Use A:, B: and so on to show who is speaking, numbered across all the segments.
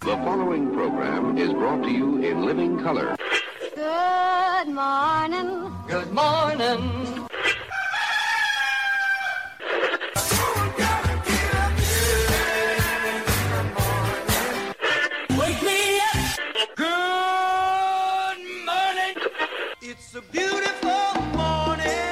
A: The following program is brought to you in living color.
B: Good morning.
C: Good morning. Wake me up. Good morning. It's a beautiful morning.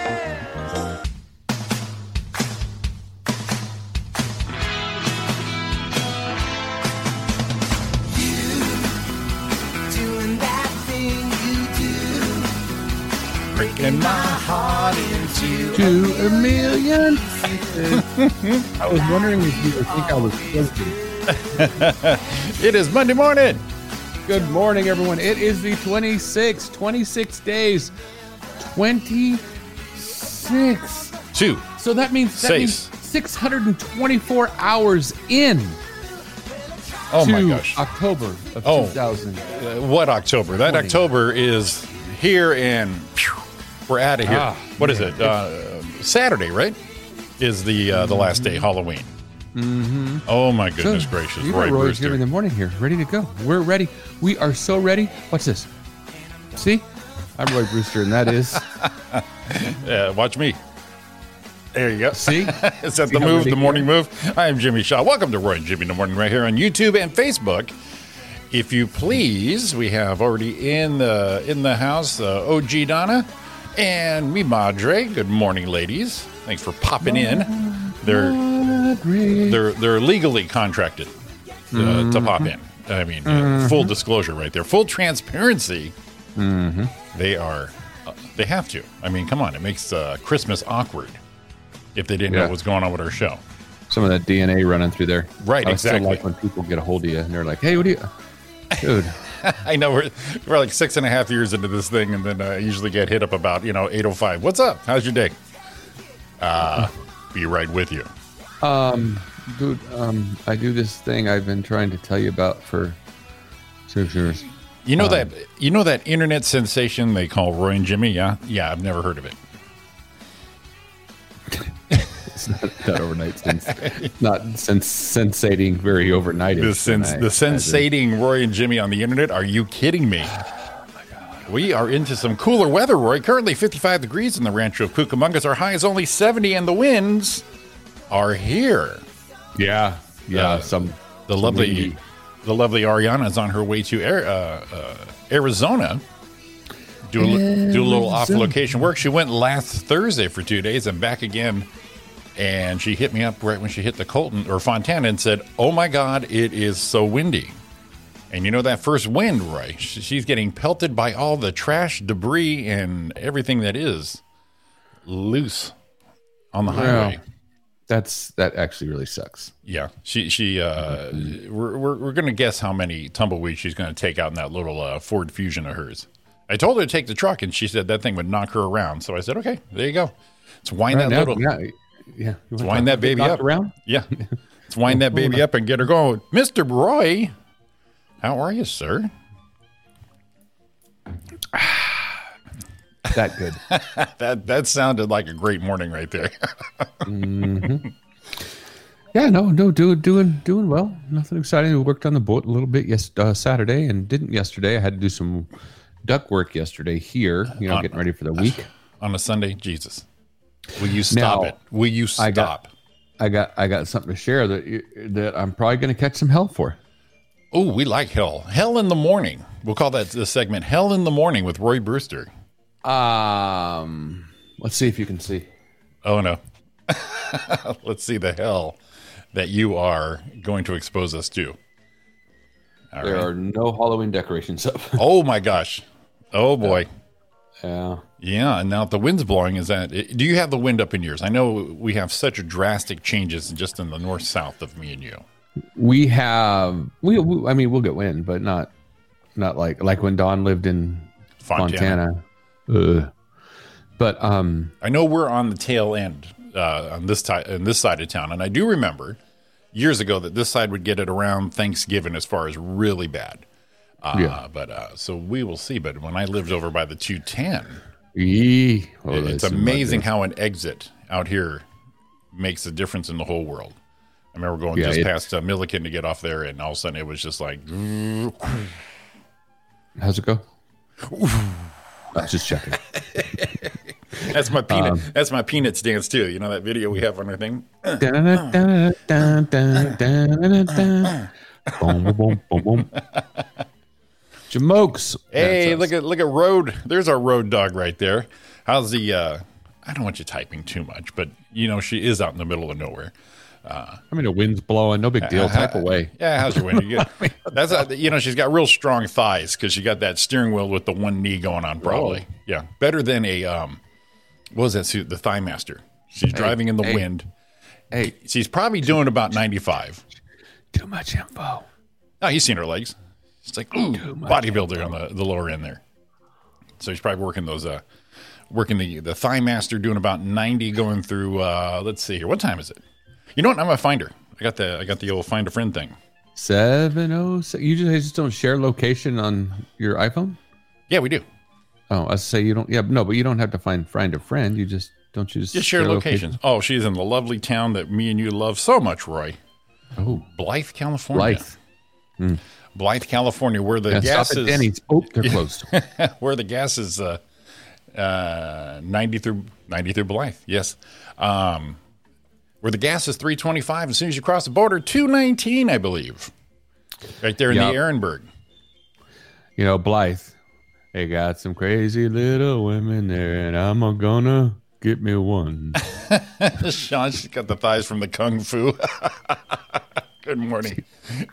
C: Doing that thing you do. Breaking my heart into
D: to a million. I was wondering if you would think I was fuzzy.
E: It is Monday morning.
D: Good morning, everyone. It is the 26, 26 days, 26.
E: Two.
D: So that means that
E: Six.
D: means 624 hours in
E: Oh
D: to
E: my gosh. Uh,
D: October of
E: Oh.
D: 2000.
E: What October? That
D: Morning.
E: October is here and phew, we're out of here.
D: Ah,
E: What is it? Uh, Saturday, right? Is the uh, the last day Halloween? Mm-hmm. Oh my goodness gracious!
D: You
E: Roy
D: got Roy's
E: Brewster.
D: giving the morning here, ready to go. We're ready. We are so ready. What's this? See, I'm Roy Brewster, and that is
E: Uh, watch me. There you go.
D: see.
E: Is that
D: See
E: the
D: how
E: move, the
D: ridiculous?
E: morning move? I am Jimmy Shaw. Welcome to Roy and Jimmy in the Morning right here on YouTube and Facebook. If you please, we have already in the in the house uh, OG Donna and me Madre. Good morning, ladies. Thanks for popping in. They're they're they're legally contracted uh, to pop in. I mean, uh, full disclosure, right there, full transparency. They are, uh, they have to. I mean, come on, it makes uh, Christmas awkward if they didn't know
D: Yeah.
E: what was going on with our show.
D: some of that DNA running through there.
E: Right,
D: I still
E: exactly.
D: like when people get a hold of you and they're like, "Hey, what do you, dude?
E: I know we're we're like six and a half years into this thing, and then I usually get hit up about you know eight oh five. What's up? How's your day? Uh, be right with you.
D: dude, um, I do this thing I've been trying to tell you about for six years.
E: You know that you know that internet sensation they call Roy and Jimmy. Yeah, yeah, I've never heard of it.
D: It's not that overnight since, not sens- sensating very overnight.
E: The sens- the sensating Roy and Jimmy on the internet. Are you kidding me? We are into some cooler weather, Roy. Currently 55 degrees in the Rancho Cucamongas. Our high is only 70, and the winds are here.
D: Yeah, yeah.
E: Uh,
D: some
E: The
D: some
E: lovely,
D: windy-
E: the lovely Ariana is on her way to Ar- uh, uh, Arizona. Do a, li- do a little off location work. She went last Thursday for two days and back again. And she hit me up right when she hit the Colton or Fontana and said, "Oh my God, it is so windy." And you know that first wind, Roy. sh- She's getting pelted by all the trash, debris, and everything that is loose on the highway.
D: That's that actually really sucks.
E: Yeah, she she uh, we're we're, we're gonna guess how many tumbleweeds she's gonna take out in that little uh, Ford Fusion of hers. I told her to take the truck, and she said that thing would knock her around. So I said, okay, there you go. Let's wind
D: Right
E: that
D: now,
E: little,
D: yeah, yeah. You wanna
E: wind
D: talk-
E: that baby
D: knocked
E: up
D: around.
E: Yeah, let's wind that baby up and get her going, Mister Roy. How are you, sir?
D: That good.
E: That that sounded like a great morning right there.
D: Yeah, no, no, doing doing doing well. Nothing exciting. We worked on the boat a little bit yes uh, Saturday and didn't yesterday. I had to do some duck work yesterday here. You know,
E: On-
D: getting ready for the week.
E: On a Sunday, Jesus, will you stop
D: Now,
E: it? Will you
D: I
E: stop?
D: got- I got I got something to share that you- that I'm probably going to catch some hell for.
E: Oh, we like hell. Hell in the morning. We'll call that the segment "Hell in the Morning" with Roy Brewster.
D: Um, let's see if you can see.
E: Oh no. Let's see the hell that you are going to expose us to. All
D: There
E: right.
D: are no Halloween decorations up.
E: Oh my gosh. Oh boy.
D: yeah.
E: Yeah, and now the wind's blowing. Is that? Do you have the wind up in yours? I know we have such drastic changes just in the north south of me and you.
D: we have we, we i mean we'll get wind but not not like like when don lived in
E: Fontana.
D: fontana, Ugh. but um
E: I know we're on the tail end uh, on this ti- on this side of town, and I do remember years ago that this side would get it around Thanksgiving as far as really bad. Uh,
D: Yeah.
E: But uh, so we will see. But when I lived over by the 210,
D: ee, oh,
E: it's
D: there's some
E: amazing
D: mud
E: how an exit out here makes a difference in the whole world. I remember going
D: Yeah,
E: just
D: it-
E: past uh, Milliken to get off there, and all of a sudden it was just like,
D: How's it go? I was just checking.
E: that's my peanut.
D: Um,
E: that's my peanuts dance too. You know that video we have on our thing.
D: Boom, boom, boom, boom. Jamokes.
E: Hey,
D: That's
E: look
D: us.
E: at look at road. There's our road dog right there. How's the? uh I don't want you typing too much, but you know she is out in the middle of nowhere.
D: I mean, the wind's blowing. No big deal. Type away.
E: Yeah, how's your winter? You good? That's a, you know she's got real strong thighs because she got that steering wheel with the one knee going on. Probably, yeah, better than a um, what was that suit? The Thigh Master. She's driving in the
D: hey.
E: wind.
D: Hey,
E: She's probably doing about ninety five.
D: too much info.
E: Oh, he's seen her legs. She's like ooh,
D: Oh,
E: bodybuilder on the, the lower end there. So she's probably working those uh, working the the Thigh Master, doing about ninety, going through. uh Let's see here, what time is it? You know what? I'm gonna find her. I got the I got the old find a friend thing.
D: Seven oh six. You just, you just don't share location on your iPhone.
E: Yeah, we do.
D: Oh, I say you don't. Yeah, no, but you don't have to find find a friend. You just don't you just
E: Just share locations. Oh, she's in the lovely town that me and you love so much, Roy.
D: Oh,
E: Blythe, California.
D: Blythe.
E: Blythe, California, where the
D: Yeah,
E: gas
D: stop at
E: is
D: Denny's. Oh, they're closed.
E: where the gas is uh, uh, ninety through ninety through Blythe. Yes, um, where the gas is three twenty five. As soon as you cross the border, two nineteen, I believe. Right there in
D: Yeah.
E: the Ehrenberg.
D: you know, Blythe. They got some crazy little women there, and I'm a gonna get me one.
E: Sean, she's got the thighs from the kung fu. Good morning,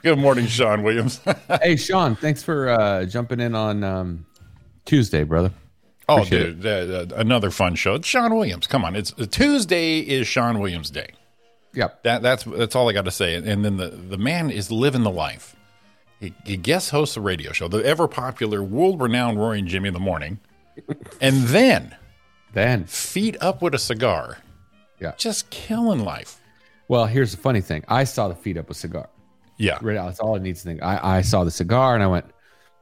E: good morning, Sean Williams.
D: hey, Sean, thanks for uh, jumping in on um, Tuesday, brother.
E: Oh,
D: Appreciate
E: dude, uh, uh, another fun show. It's Sean Williams. Come on, it's Tuesday is Sean Williams Day.
D: Yep.
E: That that's that's all I got to say. And then the the man is living the life. He, he guest hosts a radio show, the ever popular, world renowned Roy and Jimmy in the morning, and then
D: Then,
E: feet up with a cigar.
D: Yeah.
E: just killing life.
D: well, here's the funny thing. I saw the feet up a cigar.
E: Yeah,
D: Right out. That's all it needs to think. I, I saw the cigar and I went,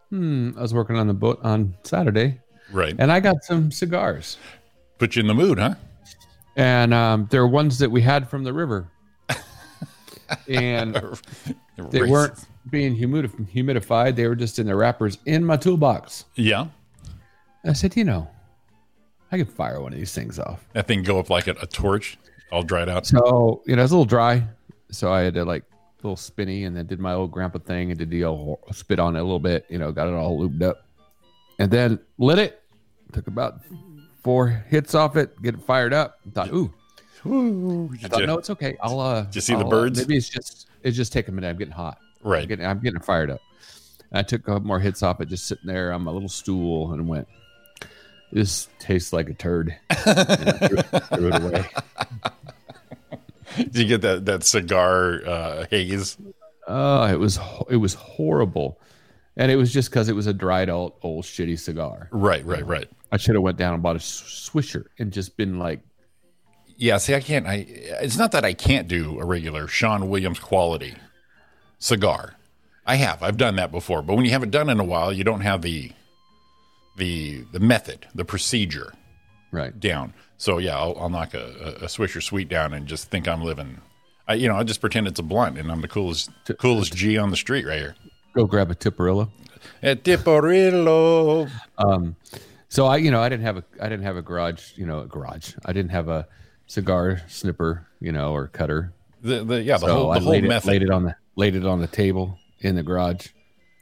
D: hmm, I was working on the boat on Saturday
E: right.
D: and I got some cigars.
E: Put you in the mood, huh?
D: And um, they're ones that we had from the river. and they
E: Race-
D: weren't being humidif- humidified. They were just in the wrappers in my toolbox.
E: Yeah,
D: I said, you know, I could fire one of these things off.
E: that thing go up like a, a torch, all dried out.
D: So, you know, it's a little dry. So I had to like a little spinny and then did my old grandpa thing and did the old ho- spit on it a little bit, you know, got it all lubed up. And then lit it. Took about four hits off it, get it fired up. Thought, ooh, I thought,
E: Did you-
D: no, it's okay. I'll uh
E: you see the
D: I'll, uh,
E: birds?
D: maybe it's just it's just taking a minute. I'm getting hot. I'm
E: right.
D: getting, I'm getting fired up. I took a couple more hits off it, just sitting there on my little stool, and went, "This tastes like a turd." And I threw, threw it away.
E: Did you get that that cigar uh, haze?
D: Oh, it was ho- it was horrible, and it was just because it was a dried out old shitty cigar.
E: Right, right, right.
D: I should have went down and bought a sw- Swisher and just been like,
E: Yeah, see, I can't. I it's not that I can't do a regular Sean Williams quality cigar. I have. I've done that before, but when you haven't done it in a while, you don't have the the the method, the procedure
D: "Right,
E: down. So yeah, I'll, I'll knock a, a, a Swisher Sweet down and just think I'm living. I, you know, I just pretend it's a blunt and I'm the coolest coolest G on the street right here. Eh,
D: go grab a Tipperillo."
E: At Tipperillo.
D: So I, you know, I didn't have a, I didn't have a garage, you know, a garage. I didn't have a cigar snipper, you know, or cutter.
E: The, the yeah, the
D: so
E: whole
D: Oh, I
E: the whole
D: laid, it,
E: method.
D: laid it on the laid it on the table in the garage,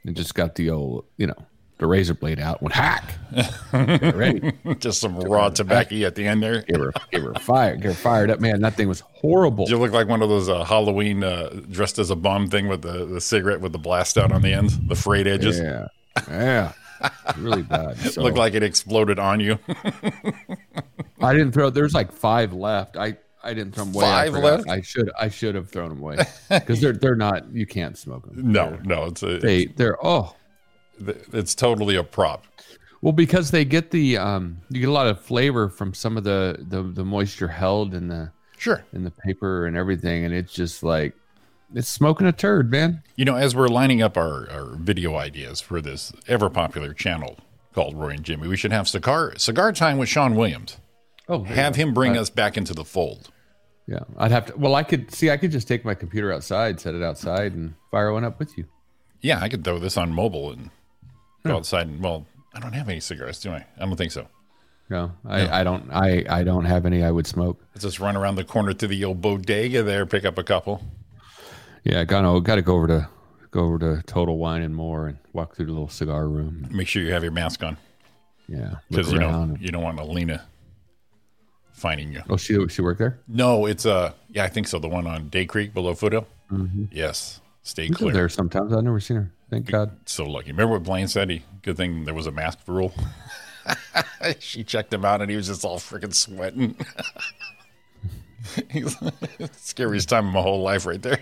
D: and just got the old, you know, the razor blade out. Went hack. Get her ready.
E: just some raw tobacco at the end there.
D: Give her, give her fire. Get her fired up, man. That thing was horrible.
E: You look like one of those uh, Halloween uh, dressed as a bum thing with the, the cigarette with the blast out on the ends, the frayed edges.
D: yeah, yeah, really bad. So
E: Looked like it exploded on you.
D: I didn't throw. There's like five left. I. I didn't throw them away. I
E: Five
D: forgot.
E: left?
D: I should. I should have thrown them away because they're they're not. You can't smoke them.
E: no, no, it's a,
D: They they're oh
E: it's totally a prop.
D: Well, because they get the um, you get a lot of flavor from some of the the, the moisture held in the
E: Sure.
D: in the paper and everything, and it's just like it's smoking a turd, man.
E: You know, as we're lining up our, our video ideas for this ever popular channel called Roy and Jimmy, we should have cigar cigar time with Sean Williams.
D: Oh,
E: Have him bring us back into the fold.
D: Yeah, I'd have to. Well, I could see. I could just take my computer outside, set it outside, and fire one up with you.
E: Yeah, I could throw this on mobile and go outside. And well, I don't have any cigarettes, do I? I don't think so.
D: No, I, I don't. I, I don't have any. I would smoke.
E: Let's just run around the corner to the old bodega there, pick up a couple.
D: Yeah, gotta gotta go over to go over to Total Wine and More and walk through the little cigar room.
E: Make sure you have your mask on
D: Yeah, look
E: because you know
D: around.
E: you don't want Alina finding you.
D: Oh, she she worked there.
E: No, it's uh yeah, I think so. The one on Day Creek below Foothill.
D: Mm-hmm.
E: Yes, stay
D: She's
E: clear.
D: there sometimes. I've never seen her. Thank God.
E: So lucky. Remember what Blaine said? He good thing there was a mask rule. she checked him out and he was just all freaking sweating. He's- Scariest time of my whole life, right there.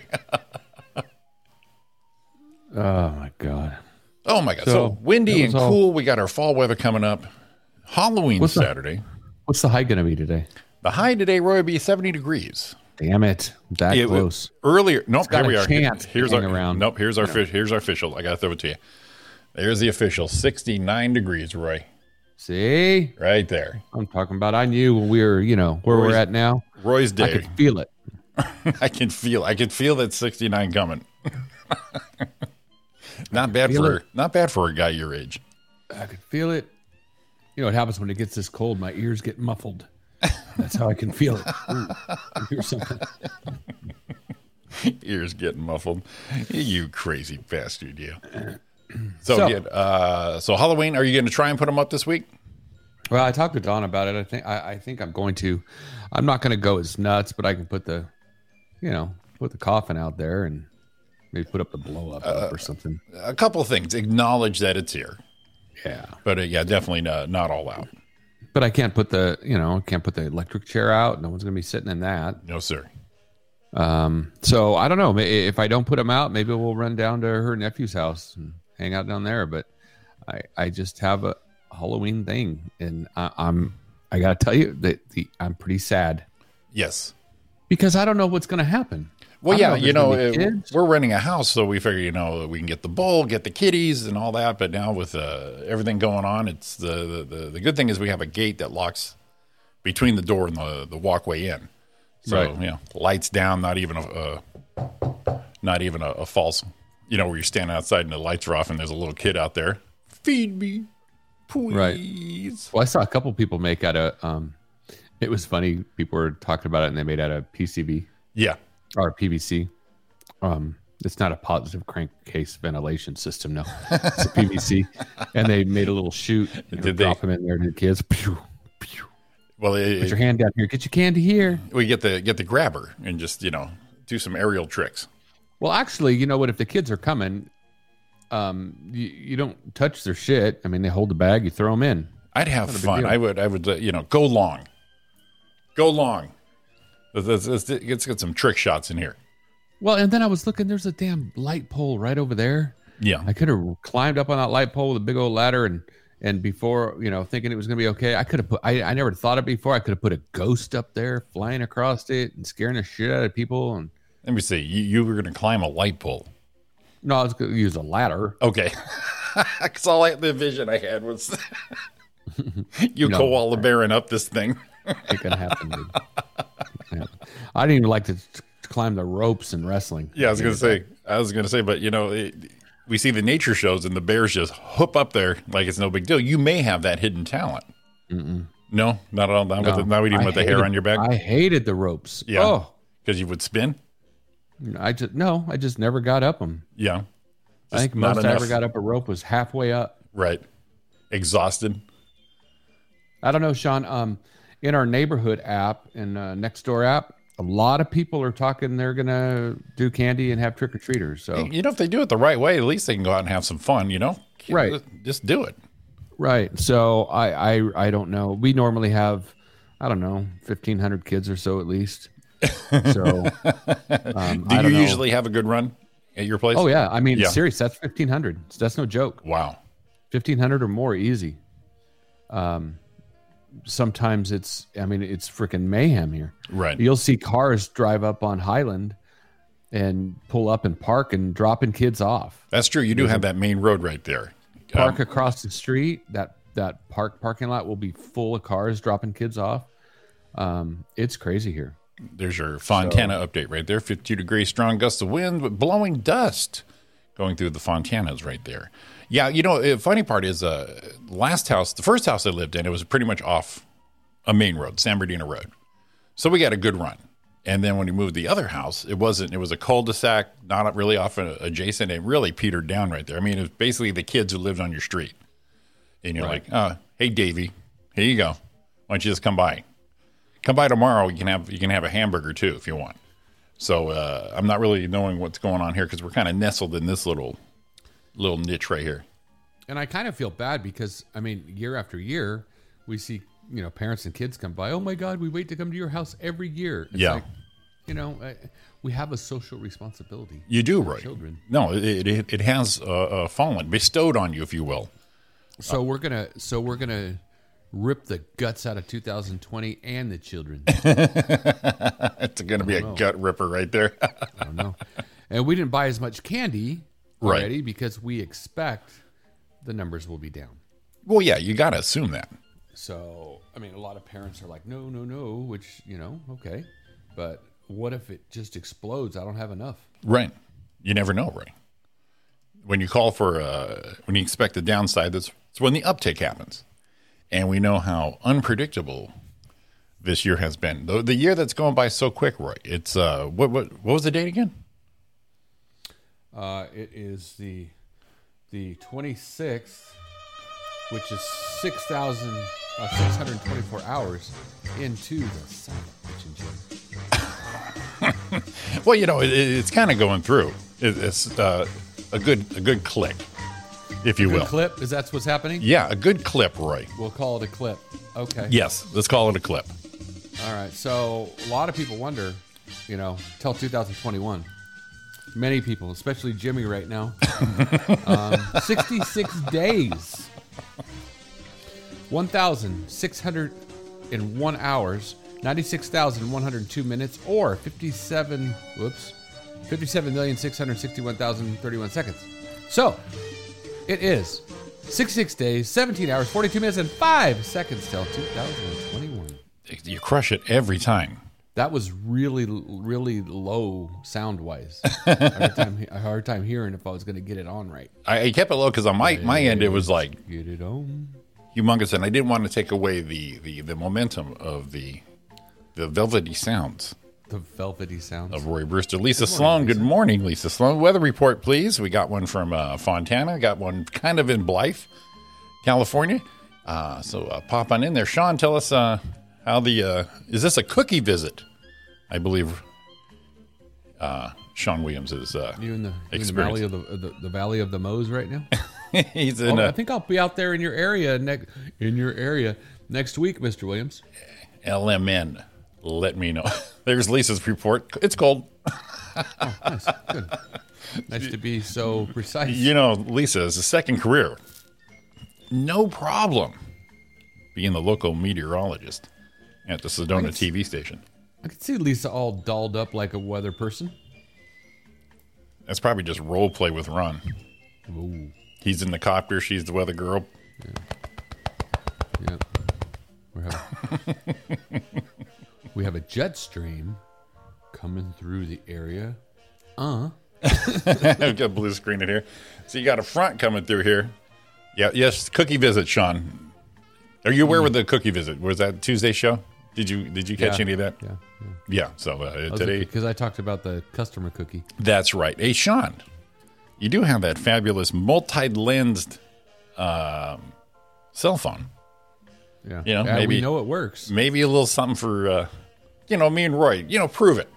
D: Oh my God.
E: Oh my god! So,
D: So,
E: windy
D: that
E: and
D: was all.
E: cool. We got our fall weather coming up. Halloween
D: What's that?
E: Saturday.
D: What's the high gonna be today?
E: The high today, Roy, will be seventy degrees.
D: Damn it! That
E: It was-
D: close.
E: earlier. Nope,
D: got
E: there we
D: a
E: are.
D: chance to
E: here's our
D: hang around.
E: Nope, here's our fish. Here's our official. I gotta throw it to you. There's the official. Sixty nine degrees, Roy.
D: See,
E: Right there.
D: I'm talking about. I knew when we were, you know, where
E: Roy's-
D: we're at now.
E: Roy's day.
D: I could feel it.
E: I can feel. I can feel that 69 coming. not bad
D: feel
E: for
D: it.
E: not bad for a guy your age.
D: I could feel it. You know, it happens when it gets this cold. My ears get muffled. That's how I can feel it. Ooh, I hear something.
E: Ears getting muffled. You crazy bastard, you. So,
D: So-
E: yeah, uh, so Halloween. Are you going to try and put them up this week?
D: Well, I talked to Don about it. I think I, I think I'm going to. I'm not going to go as nuts, but I can put the, you know, put the coffin out there and maybe put up the blow up up or something.
E: A couple things. Acknowledge that it's here,
D: Yeah,
E: but uh, yeah, definitely not, not all out.
D: but I can't put the you know I can't put the electric chair out. No one's going to be sitting in that.
E: No, sir.
D: Um, so I don't know. May- If I don't put them out, maybe we'll run down to her nephew's house and hang out down there. But I, I just have a Halloween thing, and I, I'm, I gotta tell you that the, I'm pretty sad
E: Yes.
D: because I don't know what's gonna happen.
E: Well,
D: I don't
E: yeah,
D: if
E: you
D: there's gonna
E: know,
D: be
E: it-
D: kids.
E: we're renting a house, so we figure, you know, we can get the bowl, get the kitties, and all that. But now with uh, everything going on, it's the, the the the good thing is we have a gate that locks between the door and the the walkway in. So
D: Right.
E: you know, lights down, not even a, a not even a, a false, you know, where you're standing outside and the lights are off, and there's a little kid out there. Feed me, please.
D: Well, I saw a couple people make out of. Um, it was funny. People were talking about it, and they made out of PCB
E: Yeah,
D: or PVC. Um, it's not a positive crankcase ventilation system, no. It's a PVC, and they made a little chute. You know,
E: Did they-
D: drop them in there to the kids? Pew, pew.
E: well, it,
D: Put your hand down here. Get your candy here.
E: we get the get the grabber and just you know do some aerial tricks.
D: Well, actually, you know what? If the kids are coming, um, you, you don't touch their shit. I mean, they hold the bag, you throw them in.
E: I'd have fun.
D: deal.
E: I would. I would. uh, You know, go long, go long. Let's, let's- let's get- let's get some trick shots in here.
D: Well, and then I was looking. There's a damn light pole right over there.
E: Yeah,
D: I could have climbed up on that light pole with a big old ladder and and before you know thinking it was going to be okay i could have put I, I never thought of it before i could have put a ghost up there flying across it and scaring the shit out of people and
E: let me see. You, you were going to climb a light pole.
D: no i was going to use a ladder
E: Okay, because all I, the vision I had was you
D: No.
E: koala bearing up this thing.
D: it could happen dude. Yeah. i didn't even like to t- climb the ropes in wrestling
E: Yeah, I was going to say. I was going to say, but you know, it, we see the nature shows and the bears just hoop up there like it's no big deal. You may have that hidden talent. No, not at all. Not, with the, not even
D: I
E: with the hair
D: hated-
E: on your back
D: i hated the ropes
E: Yeah.
D: oh
E: because you would spin.
D: i just no i just never got up them
E: Yeah.
D: i think
E: not
D: most i ever
E: enough.
D: got up a rope was halfway up
E: Right. Exhausted.
D: I don't know, Sean. Um, in our neighborhood app and uh, next door app, a lot of people are talking they're gonna do candy and have trick or treaters. So
E: You know, if they do it the right way, at least they can go out and have some fun, you know?
D: Right.
E: Just do it.
D: right. So I I I don't know. We normally have I don't know fifteen hundred kids or so at least. So um,
E: Do
D: I
E: you
D: don't know.
E: usually have a good run at your place?
D: Oh yeah, I mean,
E: Yeah.
D: serious. That's fifteen hundred. That's no joke.
E: Wow.
D: Fifteen hundred or more, easy. Um, sometimes it's I mean it's freaking mayhem here.
E: Right.
D: you'll see cars drive up on Highland and pull up and park and dropping kids off.
E: That's true. You do have that main road right there.
D: Park
E: Um,
D: across the street. That that park parking lot will be full of cars dropping kids off. Um, it's crazy here.
E: There's your Fontana update right there. 52 degrees, strong gusts of wind, but blowing dust going through the Fontanas right there. Yeah, you know, the funny part is, uh, last house, the first house I lived in, it was pretty much off a main road, San Bernardino Road. So we got a good run. And then when we moved to the other house, it wasn't, it was a cul-de-sac, not really off a- adjacent. It really petered down right there. I mean, it was basically the kids who lived on your street. And you're like, uh, hey, Davey, here you go. Why don't you just come by? Come by tomorrow. You can have, you can have a hamburger too if you want. So uh, I'm not really knowing what's going on here because we're kind of nestled in this little, little niche right here.
D: And I kind of feel bad because I mean, year after year, we see you know parents and kids come by. Oh my God, we wait to come to your house every year. It's
E: Yeah.
D: like, you know, I, we have a social responsibility.
E: You do, right?
D: children.
E: No, it, it, it has uh, uh, fallen, bestowed on you, if you will.
D: So we're gonna, so we're gonna rip the guts out of 2020 and the children.
E: It's going to be a gut ripper right there.
D: I don't know. And we didn't buy as much candy
E: Right.
D: already because we expect the numbers will be down.
E: well, yeah, you got to assume that.
D: So, I mean, a lot of parents are like, no, no, no, which, you know, okay. But what if it just explodes? I don't have enough.
E: Right. You never know, right? When you call for, uh, when you expect the downside, that's, that's when the uptick happens. And we know how unpredictable this year has been. The, the year that's going by so quick, Roy. It's, uh, what, what, what was the date again?
D: Uh, it is the the 26th, which is 6,000, uh, 624 hours into the silent kitchen gym.
E: Well, you know, it, it- it's kind of going through. It, it's uh, a good, a good click, if you
D: Good
E: will.
D: clip? Is that what's happening?
E: Yeah, a good clip, Roy.
D: We'll call it a clip. Okay.
E: Yes, let's call it a clip.
D: All right. So a lot of people wonder, you know, till 2021. Many people, especially Jimmy right now. um, 66 days, 1,601 hours, 96,102 minutes, or 57, whoops, 57,661,031 seconds. So it is 66 days, 17 hours, 42 minutes, and 5 seconds till 2021.
E: You crush it every time.
D: That was really, really low sound wise. Every time, a hard time hearing if I was going to get it on right.
E: I, I kept it low because on my, my end it was like
D: Get it on.
E: humongous, and I didn't want to take away the, the, the momentum of the the velvety sounds
D: The velvety sounds.
E: of Roy Brewster. Lisa Sloan, good morning, Lisa Sloan. Weather report, please. We got one from uh, Fontana, got one kind of in Blythe, California. Uh, so uh, pop on in there, Sean. Tell us uh, how the uh, is this a cookie visit? I believe uh, Sean Williams is uh,
D: You in the, you in the
E: Experience.
D: valley of the, of the the valley of the Moes right now?
E: he's
D: Oh,
E: in
D: I
E: uh,
D: think I'll be out there in your area next in your area next week, Mister Williams.
E: LMN. Let me know. There's Lisa's report. It's cold.
D: Nice, good. Nice to be so precise.
E: You know, Lisa is a second career. No problem being the local meteorologist at the Sedona TV station.
D: I could see Lisa all dolled up like a weather person.
E: That's probably just role play with Ron.
D: Ooh,
E: He's in the copter. She's the weather girl.
D: yeah. We're having, we have a jet stream coming through the area
E: I've got blue screen in here. So you got a front coming through here. Yeah. Yes. Cookie visit, Sean. Are you aware with the cookie visit? Was that Tuesday show? Did you Did you catch
D: Hmm. Yeah.
E: any of that?
D: Yeah. yeah.
E: Yeah, so uh,
D: That was it,
E: today,
D: because I talked about the customer cookie.
E: that's right. Hey, Sean, you do have that fabulous multi-lensed um, cell phone.
D: Yeah.
E: You know,
D: yeah,
E: maybe-
D: we know it works.
E: Maybe a little something for, uh, you know, me and Roy. You know, prove it.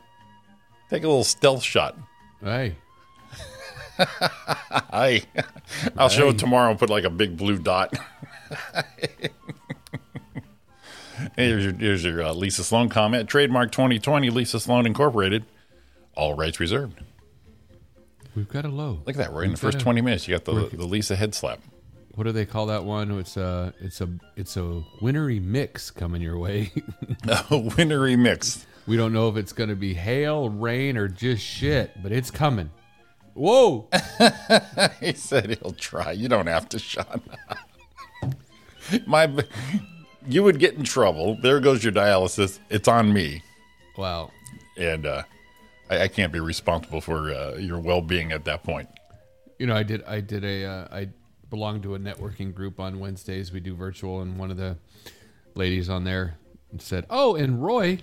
E: Take a little stealth shot.
D: Hey.
E: I, I'll show it tomorrow. and Put like a big blue dot. Hey, here's your, here's your uh, Lisa Sloan comment. Trademark 2020, Lisa Sloan Incorporated. All rights reserved.
D: We've got a low.
E: Look at that, Roy. In the
D: We've
E: first
D: got a-
E: 20 minutes, you got the, the Lisa head slap.
D: What do they call that one? It's a it's a it's a wintry mix coming your way.
E: a wintry mix.
D: we don't know if it's going to be hail, rain, or just shit, but it's coming. Whoa!
E: He said he'll try. You don't have to, Sean. My, you would get in trouble. There goes your dialysis. It's on me.
D: Wow.
E: and uh, I, I can't be responsible for uh, your well-being at that point.
D: You know, I did. I did a. Uh, I belong to a networking group on Wednesdays. We do virtual, and one of the ladies on there said, "Oh, and Roy,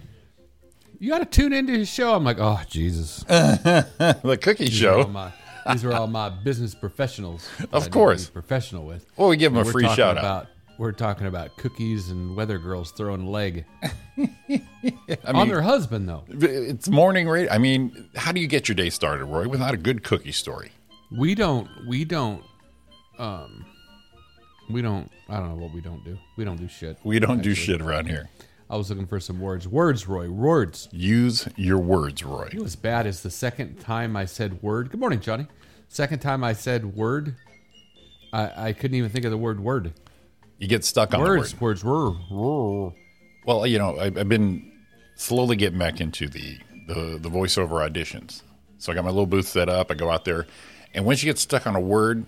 D: you got to tune into his show." I'm like, "Oh, Jesus!"
E: the cookie
D: These are all
E: show.
D: my- these are all my business professionals. that I need to be
E: course.
D: professional with.
E: Well, we give 'em a
D: We're
E: free
D: talking
E: shout-out.
D: About, we're talking about cookies and weather girls throwing leg
E: I
D: on
E: mean,
D: their husband, though.
E: it's morning radio. I mean, how do you get your day started, Roy, without a good cookie story?
D: We don't. We don't. Um. We don't. I don't know what we don't do. We don't do shit.
E: We don't do shit around here.
D: I was looking for some words. Words, Roy. Words.
E: Use your words, Roy.
D: It was bad as the second time I said word. Good morning, Johnny. Second time I said word, I, I couldn't even think of the word word.
E: You get stuck on
D: Words,
E: the word.
D: words, word. word.
E: Well, you know, I, I've been slowly getting back into the, the the voiceover auditions. So I got my little booth set up. I go out there, and once you get stuck on a word,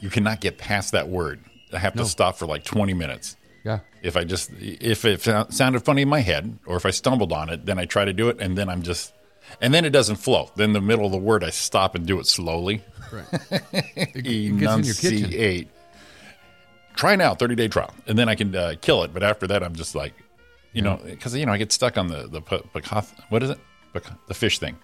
E: you cannot get past that word. I have to stop for like twenty minutes.
D: Yeah.
E: if I just if it sou- sounded funny in my head or if I stumbled on it, then I try to do it and then I'm just and then it doesn't flow. Then the middle of the word I stop and do it slowly.
D: Right.
E: E
D: it gets in your kitchen.
E: Enunciate. Try now, 30 day trial, and then I can uh, kill it. But after that, I'm just like, you know, because you know I get stuck on the the p- picoth- what is it? Pic- the fish thing,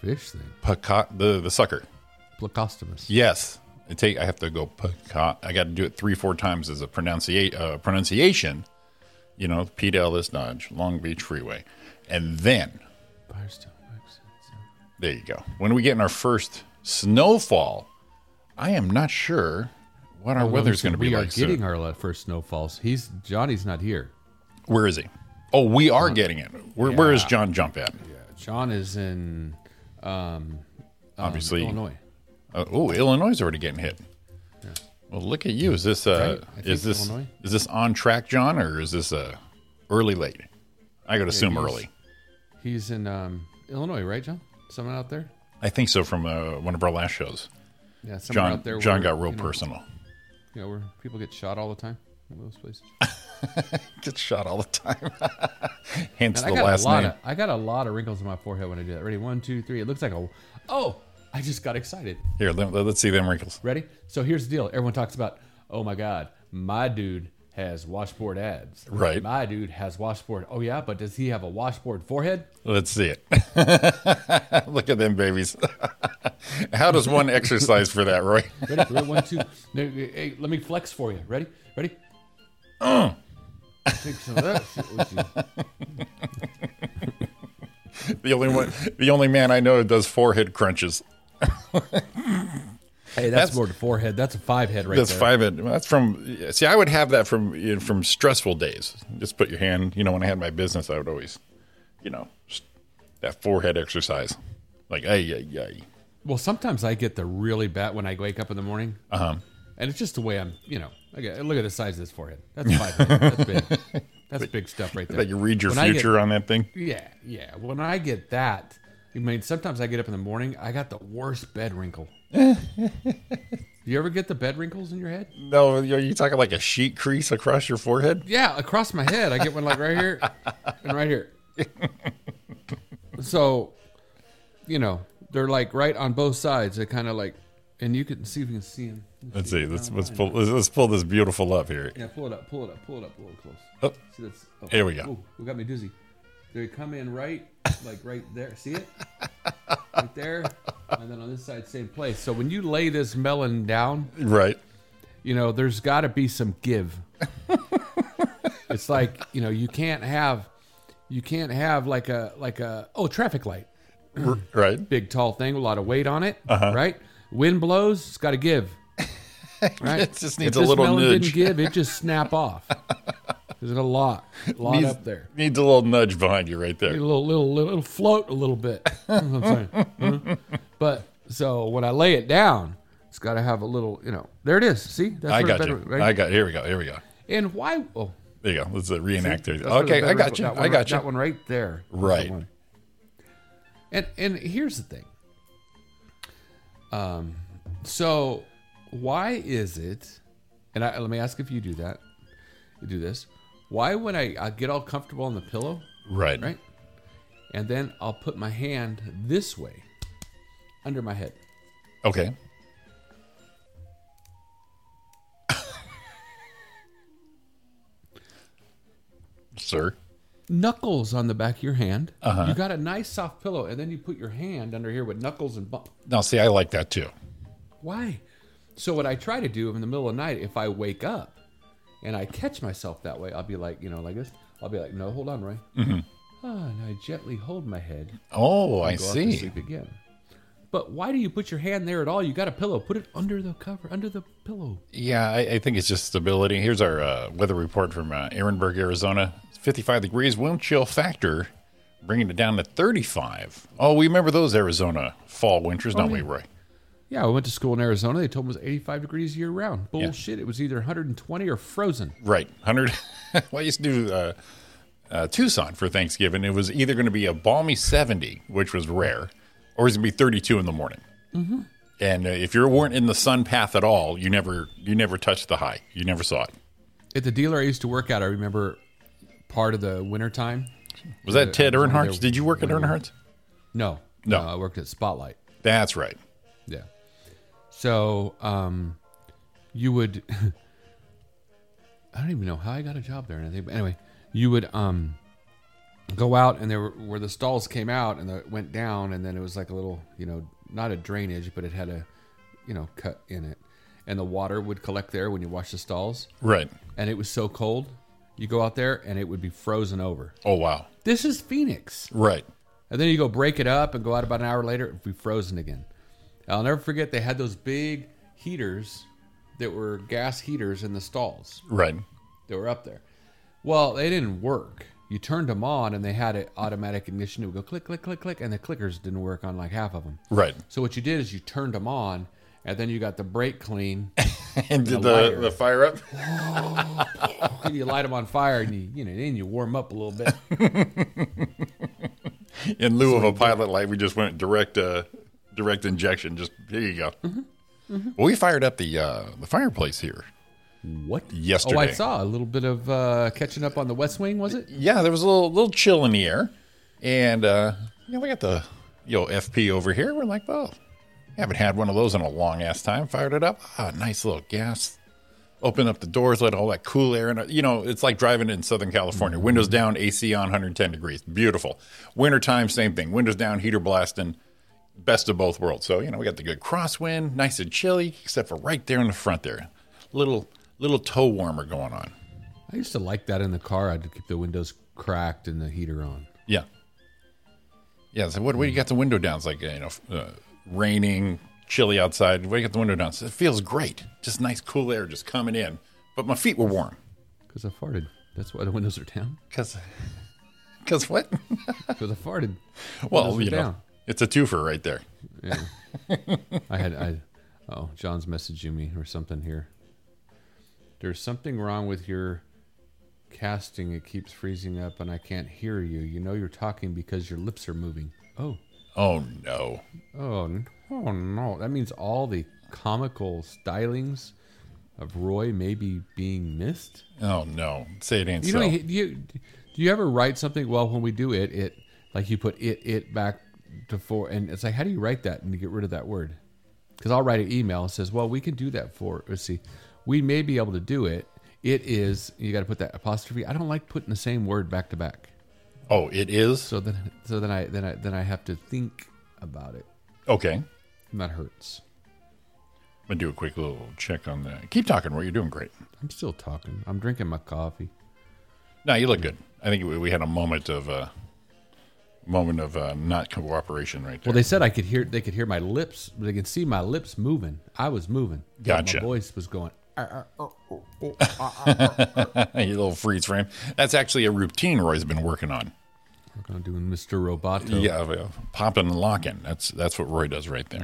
D: Fish thing.
E: Pico- the the sucker. E
D: Placostomus.
E: Yes. I take. I have to go. Pecan. I got to do it three, four times as a pronunciate uh, pronunciation. You know, Pete Ellis Dodge, Long Beach Freeway, and then
D: Firestone. Accents.
E: there you go. When we get in our first snowfall, I am not sure what our weather's going to be
D: we
E: like
D: are getting
E: soon.
D: our la- first snowfalls. He's Johnny's not here.
E: Where is he? Oh, we are getting it. Where, where is John Jump at?
D: John is in um,
E: Obviously,
D: Illinois.
E: Uh, oh, Illinois is already getting hit. Well, look at you. Is this uh,
D: Right? I think
E: is this
D: Illinois.
E: is this on track, John, or is this uh, early late? I could assume
D: he's-
E: early.
D: He's in um, Illinois, right, John? Someone out there?
E: I think so. From uh, one of our last shows,
D: Yeah, someone
E: John
D: out there.
E: John
D: where,
E: got real
D: you know,
E: personal.
D: You know, where people get shot all the time. in Those places.
E: Gets shot all the time. Hence
D: And
E: the
D: I got
E: last
D: a lot
E: name.
D: of I got a lot of wrinkles in my forehead when I do that. Ready? One, two, three. It looks like a oh, I just got excited.
E: Here, let, us see them wrinkles.
D: Ready? So here's the deal. Everyone talks about, oh my God, my dude has washboard abs.
E: Right.
D: My dude has washboard. Oh yeah, but does he have a washboard forehead?
E: Let's see it. Look at them babies. How does one exercise for that, Roy?
D: Ready? Ready? One, two. No, hey, let me flex for you. Ready? Ready?
E: Uh.
D: Take some of that shit with you.
E: The only one, the only man I know that does forehead crunches.
D: Hey, that's, more than forehead. That's a five head right
E: That's
D: there.
E: five. and- That's from. See, I would have that from you know, from stressful days. Just put your hand. You know, when I had my business, I would always, you know, just that forehead exercise. Like, ay, ay, ay.
D: Well, sometimes I get the really bad when I wake up in the morning. Uh
E: Uh-huh.
D: huh. And it's just the way I'm, you know. Okay, look at the size of this forehead. That's five. That's big. That's big stuff right there.
E: That you read your
D: When I get-
E: future on that thing.
D: yeah, yeah. When I get that, I mean, sometimes I get up in the morning. I got the worst bed wrinkle. you ever get the bed wrinkles in your head?
E: No, are you talking like a sheet crease across your forehead?
D: Yeah, across my head. I get one like right here and right here. So, you know, they're like right on both sides. They kind of like, and you can see if you can see them.
E: Let's see. Let's let's pull let's, let's pull this beautiful up here.
D: Yeah, pull it up, pull it up, pull it up a little close.
E: Oh,
D: See, that's, oh,
E: Here we go.
D: Ooh, we got me dizzy. They come in right, like right there. See it? Right there. And then on this side, same place. So when you lay this melon down,
E: right.
D: you know, there's got to be some give. it's like, you know, you can't have, you can't have like a, like a, oh, traffic light.
E: R- right.
D: Big, tall thing, a lot of weight on it,
E: Uh-huh.
D: right? Wind blows, it's got to give. Right?
E: It just needs
D: if
E: a
D: this
E: little
D: melon
E: nudge.
D: didn't give, it just snap off. There's a lot, lot
E: Needs,
D: up there.
E: needs a little nudge behind you right
D: a
E: there.
D: little little little it'll float a little bit. You know what I'm saying? Mhm. But so when I lay it down, it's got to have a little, you know. There it is. See, that's where
E: I
D: the
E: got you.
D: bedroom- right?
E: I got. Here we go. Here we go.
D: And why? Oh,
E: There you go. Let's uh, reenact it.
D: that's where the
E: Okay, I
D: bedroom-
E: got you.
D: that one
E: I
D: right-
E: got you.
D: That one right there. was the
E: Right.
D: one. And and here's the thing. Um, so why is it? And I, let me ask if you do that, you do this. Why when I, I get all comfortable on the pillow,
E: Right.
D: right? And then I'll put my hand this way under my head.
E: Okay. Sir.
D: Knuckles on the back of your hand. Uh-huh. You got a nice soft pillow, and then you put your hand under here with knuckles and bump.
E: Now, see, I like that too.
D: Why? So what I try to do in the middle of the night, if I wake up and I catch myself that way, I'll be like, you know, like this. I'll be like, no, hold on, Roy. Ah, and I gently hold my head. and
E: Oh, Mm-hmm.
D: go
E: I
D: off to
E: see.
D: sleep again. But why do you put your hand there at all? You got a pillow. Put it under the cover, under the pillow.
E: Yeah, I, I think it's just stability. Here's our uh, weather report from uh, Ehrenberg, Arizona. It's 55 degrees, wind chill factor, bringing it down to 35. Oh, we remember those Arizona fall winters, don't we, Roy?
D: Oh, Yeah, I went to school in Arizona. They told me it was 85 degrees year round. Bullshit. It was either 120 or frozen.
E: Right. 100. well, I used to do uh, uh, Tucson for Thanksgiving. It was either going to be a balmy 70, which was rare, or it was going to be 32 in the morning. Mm-hmm. And uh, if you weren't in the sun path at all, you never you never touched the high. You never saw it.
D: At the dealer I used to work at, I remember part of the wintertime.
E: Was that Ted
D: it was one of
E: Earnhardt's?
D: their-
E: Did you work at
D: one of their-
E: Earnhardt's?
D: No, Uh,
E: No.
D: I worked at Spotlight.
E: That's right.
D: Yeah. So um, you would. I don't even know how I got a job there, and I think. But anyway, you would um, go out, and there were where the stalls came out, and the, it went down, and then it was like a little, you know, not a drainage, but it had a, you know, cut in it, and the water would collect there when you wash the stalls,
E: Right.
D: and it was so cold, you go out there, and it would be frozen over.
E: Oh wow.
D: This is Phoenix.
E: Right.
D: And then you go break it up and go out about an hour later, it'd be frozen again. I'll never forget they had those big heaters that were gas heaters in the stalls
E: Right.
D: that were up there. Well, they didn't work. You turned them on and they had it automatic ignition. It would go click, click, click, click, and the clickers didn't work on like half of them.
E: Right.
D: So what you did is you turned them on and then you got the brake clean
E: And did
D: lighter.
E: the, the fire up?
D: and you light them on fire and you, you know, then you warm up a little bit.
E: In lieu of a pilot light, we just went direct uh, direct injection. Just here you go. Well, we fired up the uh, the fireplace here.
D: What?
E: Yesterday.
D: Oh, I saw a little bit of uh, catching up on the West Wing, was it?
E: Yeah, there was a little little chill in the air, and uh, you know we got the yo FP over here. We're like, well, haven't had one of those in a long ass time. Fired it up. Ah, nice little gas. Open up the doors, let all that cool air in. You know, it's like driving in Southern California. Windows down, AC on, 110 degrees. Beautiful. Wintertime, same thing. Windows down, heater blasting. Best of both worlds. So, you know, we got the good crosswind, nice and chilly, except for right there in the front there. Little little toe warmer going on.
D: I used to like that in the car. I'd keep the windows cracked and the heater on.
E: Yeah. Yeah. So what? What do you got the window down? It's like you know, uh, raining, chilly outside. What do you got the window down? So it feels great. Just nice cool air just coming in. But my feet were warm.
D: Because I farted. That's why the windows are down.
E: Cause, cause what?
D: Because I farted.
E: well,
D: Windows are
E: you know,
D: down.
E: it's a twofer right there.
D: I had I. Oh, John's messaging me or something here. There's something wrong with your casting. It keeps freezing up, and I can't hear you. You know you're talking because your lips are moving. Oh,
E: Oh no.
D: oh, n- oh no! That means all the comical stylings of Roy may be being missed.
E: Oh no. Say it ain't
D: You
E: so.
D: know, you, you do you ever write something? Well, when we do it, it like you put it it back to four, and it's like, how do you write that and get rid of that word? Because I'll write an email that says, well, we can do that for. Let's see, we may be able to do it. It is you got to put that apostrophe. I don't like putting the same word back to back.
E: oh, it is.
D: So then, so then I then I then I have to think about it,
E: Okay.
D: and that hurts.
E: I'm gonna do a quick little check on that. Keep talking, Roy. You're doing great.
D: I'm still talking. I'm drinking my coffee.
E: No, you look good. I think we, we had a moment of uh, moment of uh, not cooperation right there.
D: Well, they said I could hear. They could hear my lips. They could see my lips moving. I was moving. but
E: Gotcha.
D: My voice was going.
E: A little freeze frame. That's actually a routine Roy's been working on.
D: I'm doing Mr. Roboto.
E: Yeah, uh, popping and locking. That's that's what Roy does right there.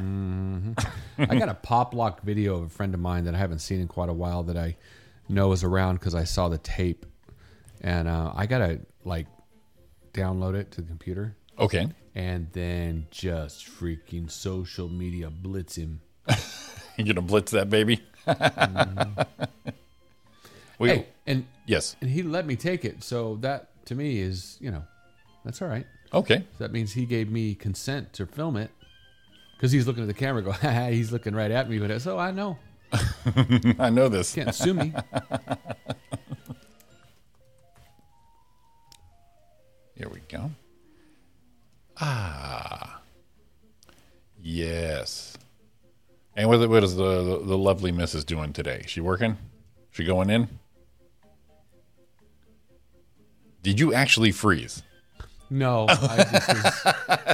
D: I got a pop lock video of a friend of mine that I haven't seen in quite a while that I know is around because I saw the tape, and uh, I gotta like download it to the computer
E: Okay,
D: and then just freaking social media blitz him.
E: you gonna blitz that baby? we,
D: Hey, and
E: yes,
D: and he let me take it, so that to me is you know That's all right.
E: Okay.
D: So that means he gave me consent to film it because he's looking at the camera, go, "Ha, ha, he's looking right at me. But so I know,
E: I know this.
D: can't sue me.
E: Here we go. Ah. Yes. And what, what is the, the, the lovely missus doing today? She working? She going in? Did you actually freeze?
D: No, I just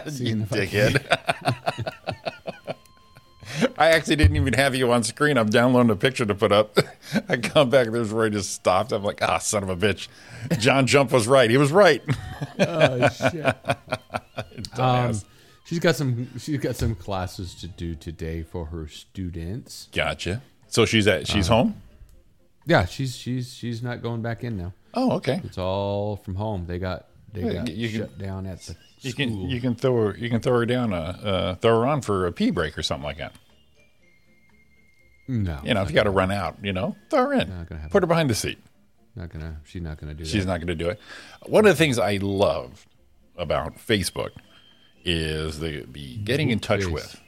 D: was seeing if I
E: Dickhead. I actually didn't even have you on screen. I'm downloading a picture to put up. I come back, there's Roy just stopped. I'm like, ah, son of a bitch. John Jump was right. He was right.
D: Oh, shit. um, she's got some. She's got some classes to do today for her students.
E: Gotcha. So she's at she's
D: Uh-huh.
E: home.
D: Yeah, she's she's she's not going back in now.
E: Oh, okay.
D: It's all from home. They got they
E: Yeah,
D: got
E: you can-
D: shut down at the
E: You
D: school.
E: can you can throw her you can throw her down uh, uh throw her on for a pee break or something like that.
D: no,
E: You know, if you got to run out, you know, throw her in.
D: Not gonna happen.
E: Put her behind the seat.
D: not gonna. She's not gonna do
E: She's
D: that.
E: not going to do it. One of the things I love about Facebook is the, the getting in touch
D: Yes.
E: with,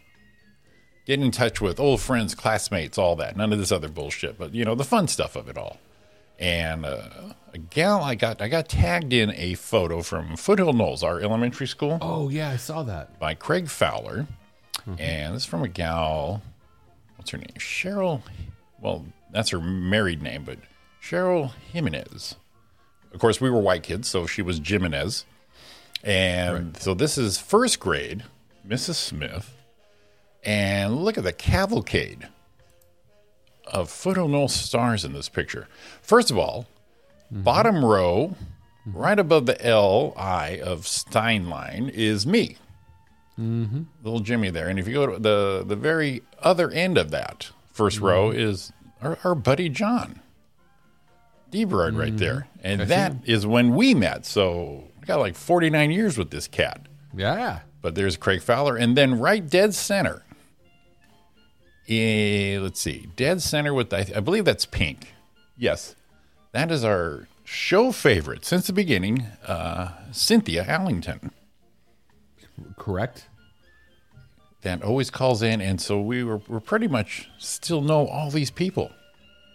E: getting in touch with old friends, classmates, all that. None of this other bullshit, but you know the fun stuff of it all. And uh, a gal, I got I got tagged in a photo from Foothill Knolls, our elementary school
D: Oh yeah, I saw that.
E: by Craig Fowler, and this is from a gal. What's her name? Cheryl. Well, that's her married name, but Cheryl Jimenez. Of course, we were white kids, so she was Jimenez, and so this is first grade, Mrs. Smith, and look at the cavalcade of photonial stars in this picture. First of all, bottom row, right above the L I of Steinlein is me little Jimmy there. And if you go to the the very other end of that 1st row is our, our buddy John Debroid right there, and that is when we met. So I got like 49 years with this cat.
D: Yeah,
E: But there's Craig Fowler, and then right dead center. Eh, let's see, dead center with I, I believe that's pink. Yes, that is our show favorite since the beginning, uh, Cynthia Allington.
D: correct.
E: that always calls in, and so we were we're pretty much still know all these people.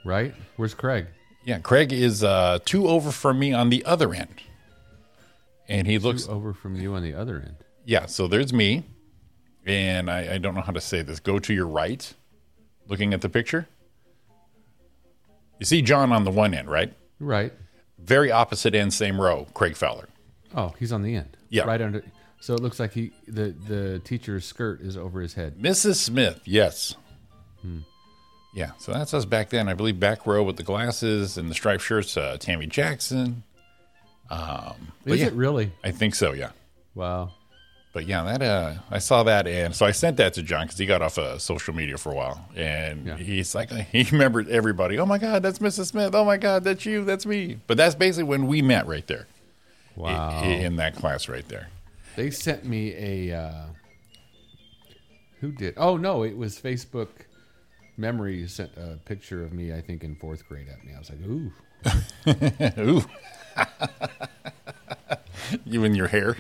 D: Right? Where's Craig?
E: Yeah, Craig is uh, two over from me on the other end, and he looks.
D: Who's over from you on the other end?
E: Yeah, so there's me, and I, I don't know how to say this. Go to your right, looking at the picture. You see John on the one end, right?
D: Right.
E: Very opposite end, same row. Craig Fowler.
D: Oh, he's on the end.
E: Yeah.
D: Right under. So it looks like he the the teacher's skirt is over his head.
E: Mrs. Smith, yes. Yeah, so that's us back then. I believe back row with the glasses and the striped shirts, uh, Tammy Jackson. But
D: Is
E: yeah.
D: it really?
E: I think so, yeah.
D: Wow.
E: But yeah, that uh, I saw that, and so I sent that to John because he got off of social media for a while, and
D: Yeah.
E: he's like, he remembered everybody. Oh my God, that's Mrs. Smith. Oh my God, that's you. That's me. But that's basically when we met, right there, i-
D: Wow.
E: in that class, right there.
D: They sent me a. Uh, who did? Oh no, it was Facebook. Memory sent a picture of me, I think, in fourth grade at me. I was like, "Ooh,
E: Ooh, you and your hair.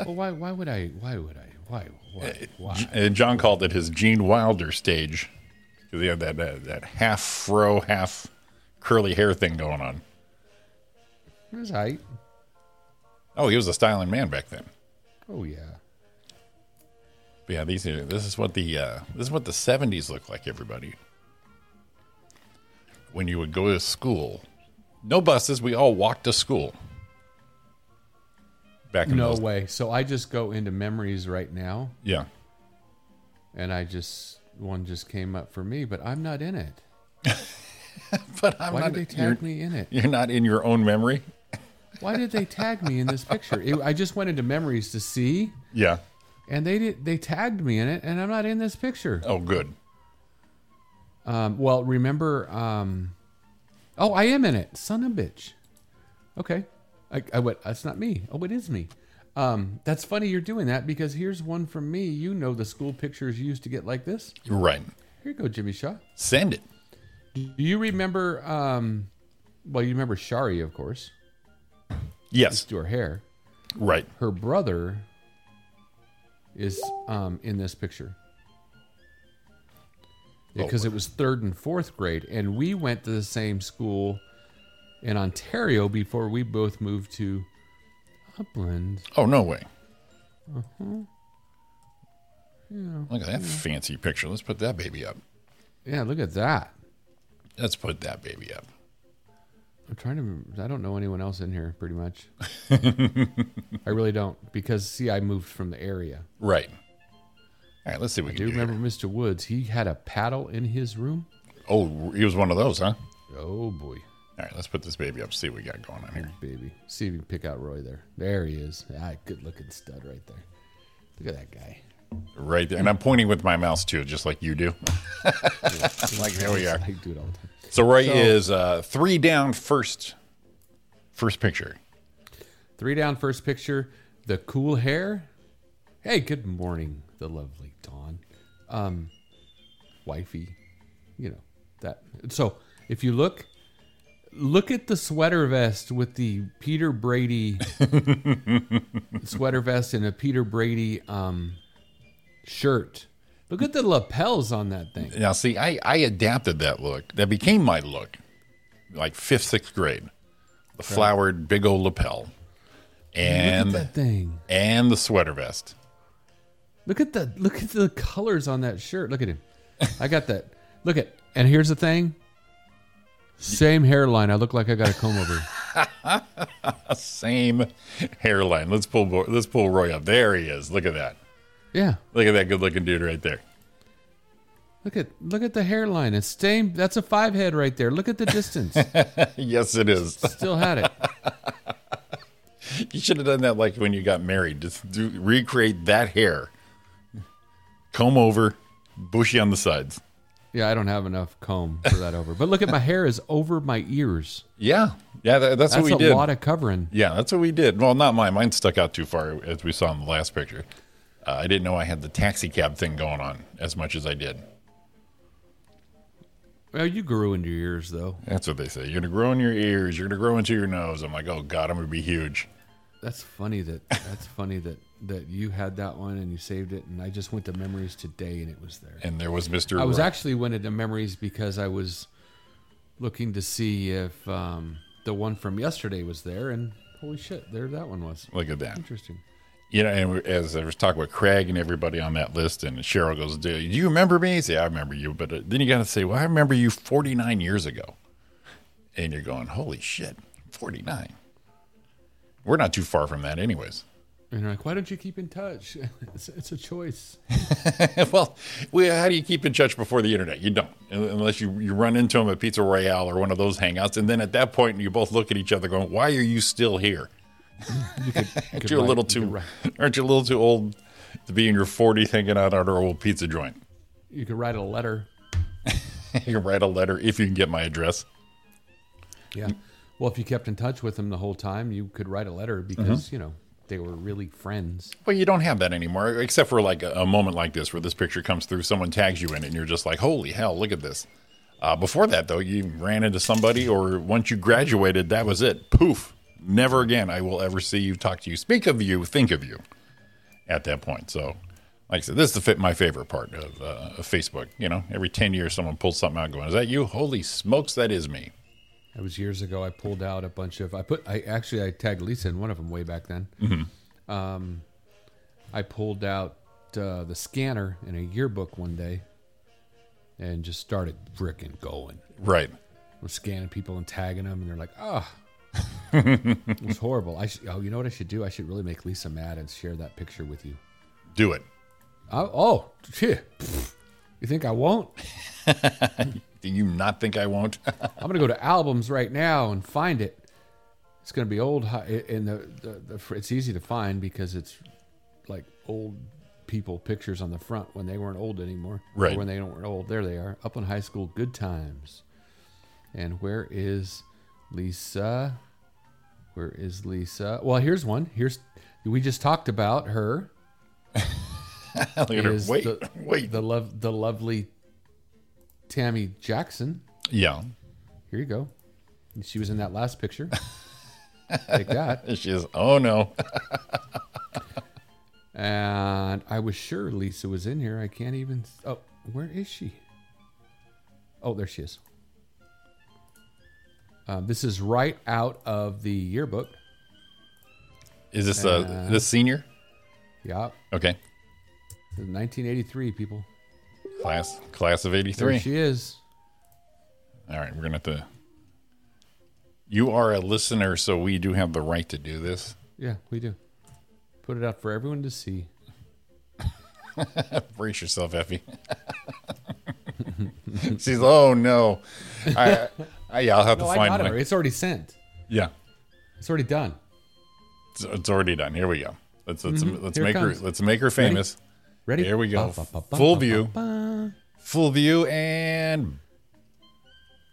D: well, why? Why would I? Why would I? Why?
E: Eh,
D: Why? Why?"
E: And John called it his Gene Wilder stage because he had that, that that half fro, half curly hair thing going on.
D: It was height.
E: Oh, he was a styling man back then.
D: Oh yeah.
E: But yeah, these are, this is what the uh, this is what the seventies looked like. Everybody, when you would go to school, no buses. We all walked to school. Back in
D: No
E: those,
D: way. So I just go into memories right now,
E: yeah.
D: and I just one just came up for me, but I'm not in it.
E: But I'm
D: Why
E: not.
D: did they
E: you're,
D: tag me in it?
E: you're not in your own memory.
D: Why did they tag me in this picture? It, I just went into memories to see,
E: Yeah.
D: and they did. They tagged me in it, and I'm not in this picture.
E: Oh, good.
D: Um, well, remember? Um, oh, I am in it. Son of a bitch. Okay, I, I went. That's not me. Oh, it is me. Um, that's funny you're doing that because here's one from me. You know the school pictures you used to get like this.
E: You're right.
D: Here you go, Jimmy Shaw.
E: Send it.
D: Do you remember? Um, well, you remember Shari, of course.
E: Yes.
D: To her hair.
E: Right.
D: Her brother is um, in this picture because it was third and fourth grade, and we went to the same school in Ontario before we both moved to Upland.
E: Oh no way.
D: Mm-hmm.
E: Look at that fancy picture. Let's put that baby up.
D: Yeah, look at that.
E: Let's put that baby up.
D: I'm trying to. I don't know anyone else in here, pretty much. I really don't, because see, I moved from the area.
E: Right. All right. Let's see what we
D: Do
E: can
D: you
E: do. here.
D: remember Mr. Woods? He had a paddle in his room.
E: Oh, he was one of those, huh?
D: Oh boy,
E: All right. Let's put this baby up. See what we got going on here.
D: baby. See if you can pick out Roy there. There he is. Ah, good looking stud right there. Look at that guy.
E: Right there. And I'm pointing with my mouse too, just like you do. like there we are.
D: I do it all the time.
E: So Roy is uh, three down first. First picture.
D: Three down, first picture. The cool hair. Hey, good morning, the lovely Dawn. Um, wifey, you know that. So if you look, look at the sweater vest with the Peter Brady sweater vest and a Peter Brady um, shirt. Look at the lapels on that thing.
E: Now, see, I, I adapted that look. That became my look, like fifth, sixth grade. The flowered big old lapel,
D: look
E: and
D: at that thing.
E: and the sweater vest.
D: Look at the look at the colors on that shirt. Look at him. I got that. Look at and here's the thing. Same hairline. I look like I got a comb over.
E: Same hairline. Let's pull Bo- let's pull Roy up. There he is. Look at that.
D: Yeah.
E: Look at that good looking dude right there.
D: Look at look at the hairline. It's same. That's a five head right there. Look at the distance.
E: yes, it is.
D: Still had it.
E: You should have done that like when you got married. Just do, recreate that hair. Comb over, bushy on the sides.
D: Yeah, I don't have enough comb for that over. But look at my hair is over my ears.
E: Yeah. Yeah, that, that's,
D: That's
E: what we
D: a
E: did.
D: lot of covering.
E: yeah, that's what we did. Well, not mine. Mine stuck out too far as we saw in the last picture. Uh, I didn't know I had the taxi cab thing going on as much as I did.
D: Well, you grew into your ears though.
E: That's what they say. You're going to grow in your ears. You're going to grow into your nose. I'm like, oh, God, I'm going to be huge.
D: That's funny that that's funny that that you had that one and you saved it. And I just went to memories today and it was there.
E: And there was Mr.
D: I was
E: Roy.
D: actually went into memories because I was looking to see if um, the one from yesterday was there, and holy shit, there that one was.
E: Look at that.
D: Interesting.
E: you know, and we- as I was talking with Craig and everybody on that list, and Cheryl goes, "Do you remember me?" I say, "I remember you," but uh, then you got to say, "Well, I remember you 49 years ago," and you're going, "Holy shit, 49." We're not too far from that, anyways.
D: And you're like, why don't you keep in touch? It's, it's a choice.
E: well, we, how do you keep in touch before the internet? You don't, un- unless you, you run into them at Pizza Royale or one of those hangouts, and then at that point, you both look at each other, going, "Why are you still here?"
D: You
E: Aren't
D: could
E: you a
D: write- you
E: little
D: could
E: too?
D: write-
E: Aren't you a little too old to be in your 40 hanging out at our old pizza joint?
D: You could write a letter.
E: You can write a letter if you can get my address.
D: Yeah.
E: Mm.
D: Well, if you kept in touch with them the whole time, you could write a letter because
E: Mm-hmm.
D: you know they were really friends.
E: Well, you don't have that anymore, except for like a, a moment like this where this picture comes through, someone tags you in it, and you're just like, holy hell, look at this. Uh, before that, though, you ran into somebody, or once you graduated, that was it. Poof. Never again I will ever see you, talk to you, speak of you, think of you at that point. So, like I said, this is the, fa- my favorite part of, uh, of Facebook. You know, every 10 years, someone pulls something out going, is that you? Holy smokes, that is me.
D: It was years ago. I pulled out a bunch of. I put. I actually I tagged Lisa in one of them way back then. Um, I pulled out uh, the scanner in a yearbook one day, and just started frickin' going.
E: Right.
D: I'm scanning people and tagging them, and they're like, "Ah, it was horrible." I should, oh, you know what I should do? I should really make Lisa mad and share that picture with you.
E: Do it.
D: I, oh, phew. you think I won't?
E: Do you not think I won't?
D: I'm gonna go to albums right now and find it. It's gonna be old, hi- and the, the, the it's easy to find because it's like old people pictures on the front when they weren't old anymore. or
E: Right.
D: when they don't weren't old, there they are. Upland High School, good times. And where is Lisa? Where is Lisa? Well, here's one. Here's we just talked about her.
E: Look at her.
D: Is
E: Wait,
D: the-
E: wait.
D: The love, the lovely Tammy Jackson.
E: yeah.
D: Here you go. She was in that last picture. Take that.
E: And she's, oh no.
D: And I was sure Lisa was in here. I can't even. Oh, where is she? Oh, there she is. Uh, this is right out of the yearbook.
E: Is this uh, this senior?
D: Yeah,
E: Okay.
D: 1983 people.
E: Class class of
D: There
E: 83.
D: she is.
E: All right, we're gonna have to. You are a listener, so we do have the right to do this.
D: Yeah, we do. Put it out for everyone to see.
E: Brace yourself, Effie. She's oh no, I, I yeah, I'll have
D: No,
E: to
D: I
E: find
D: got it.
E: my
D: already. It's already sent.
E: yeah.
D: It's already done.
E: It's, it's already done. Here we go. Let's let's let's
D: Mm-hmm. Here it
E: make her
D: comes.
E: let's make her famous.
D: Ready?
E: Here we go.
D: Ba, ba, ba,
E: Full
D: ba,
E: view.
D: ba, ba.
E: Full view and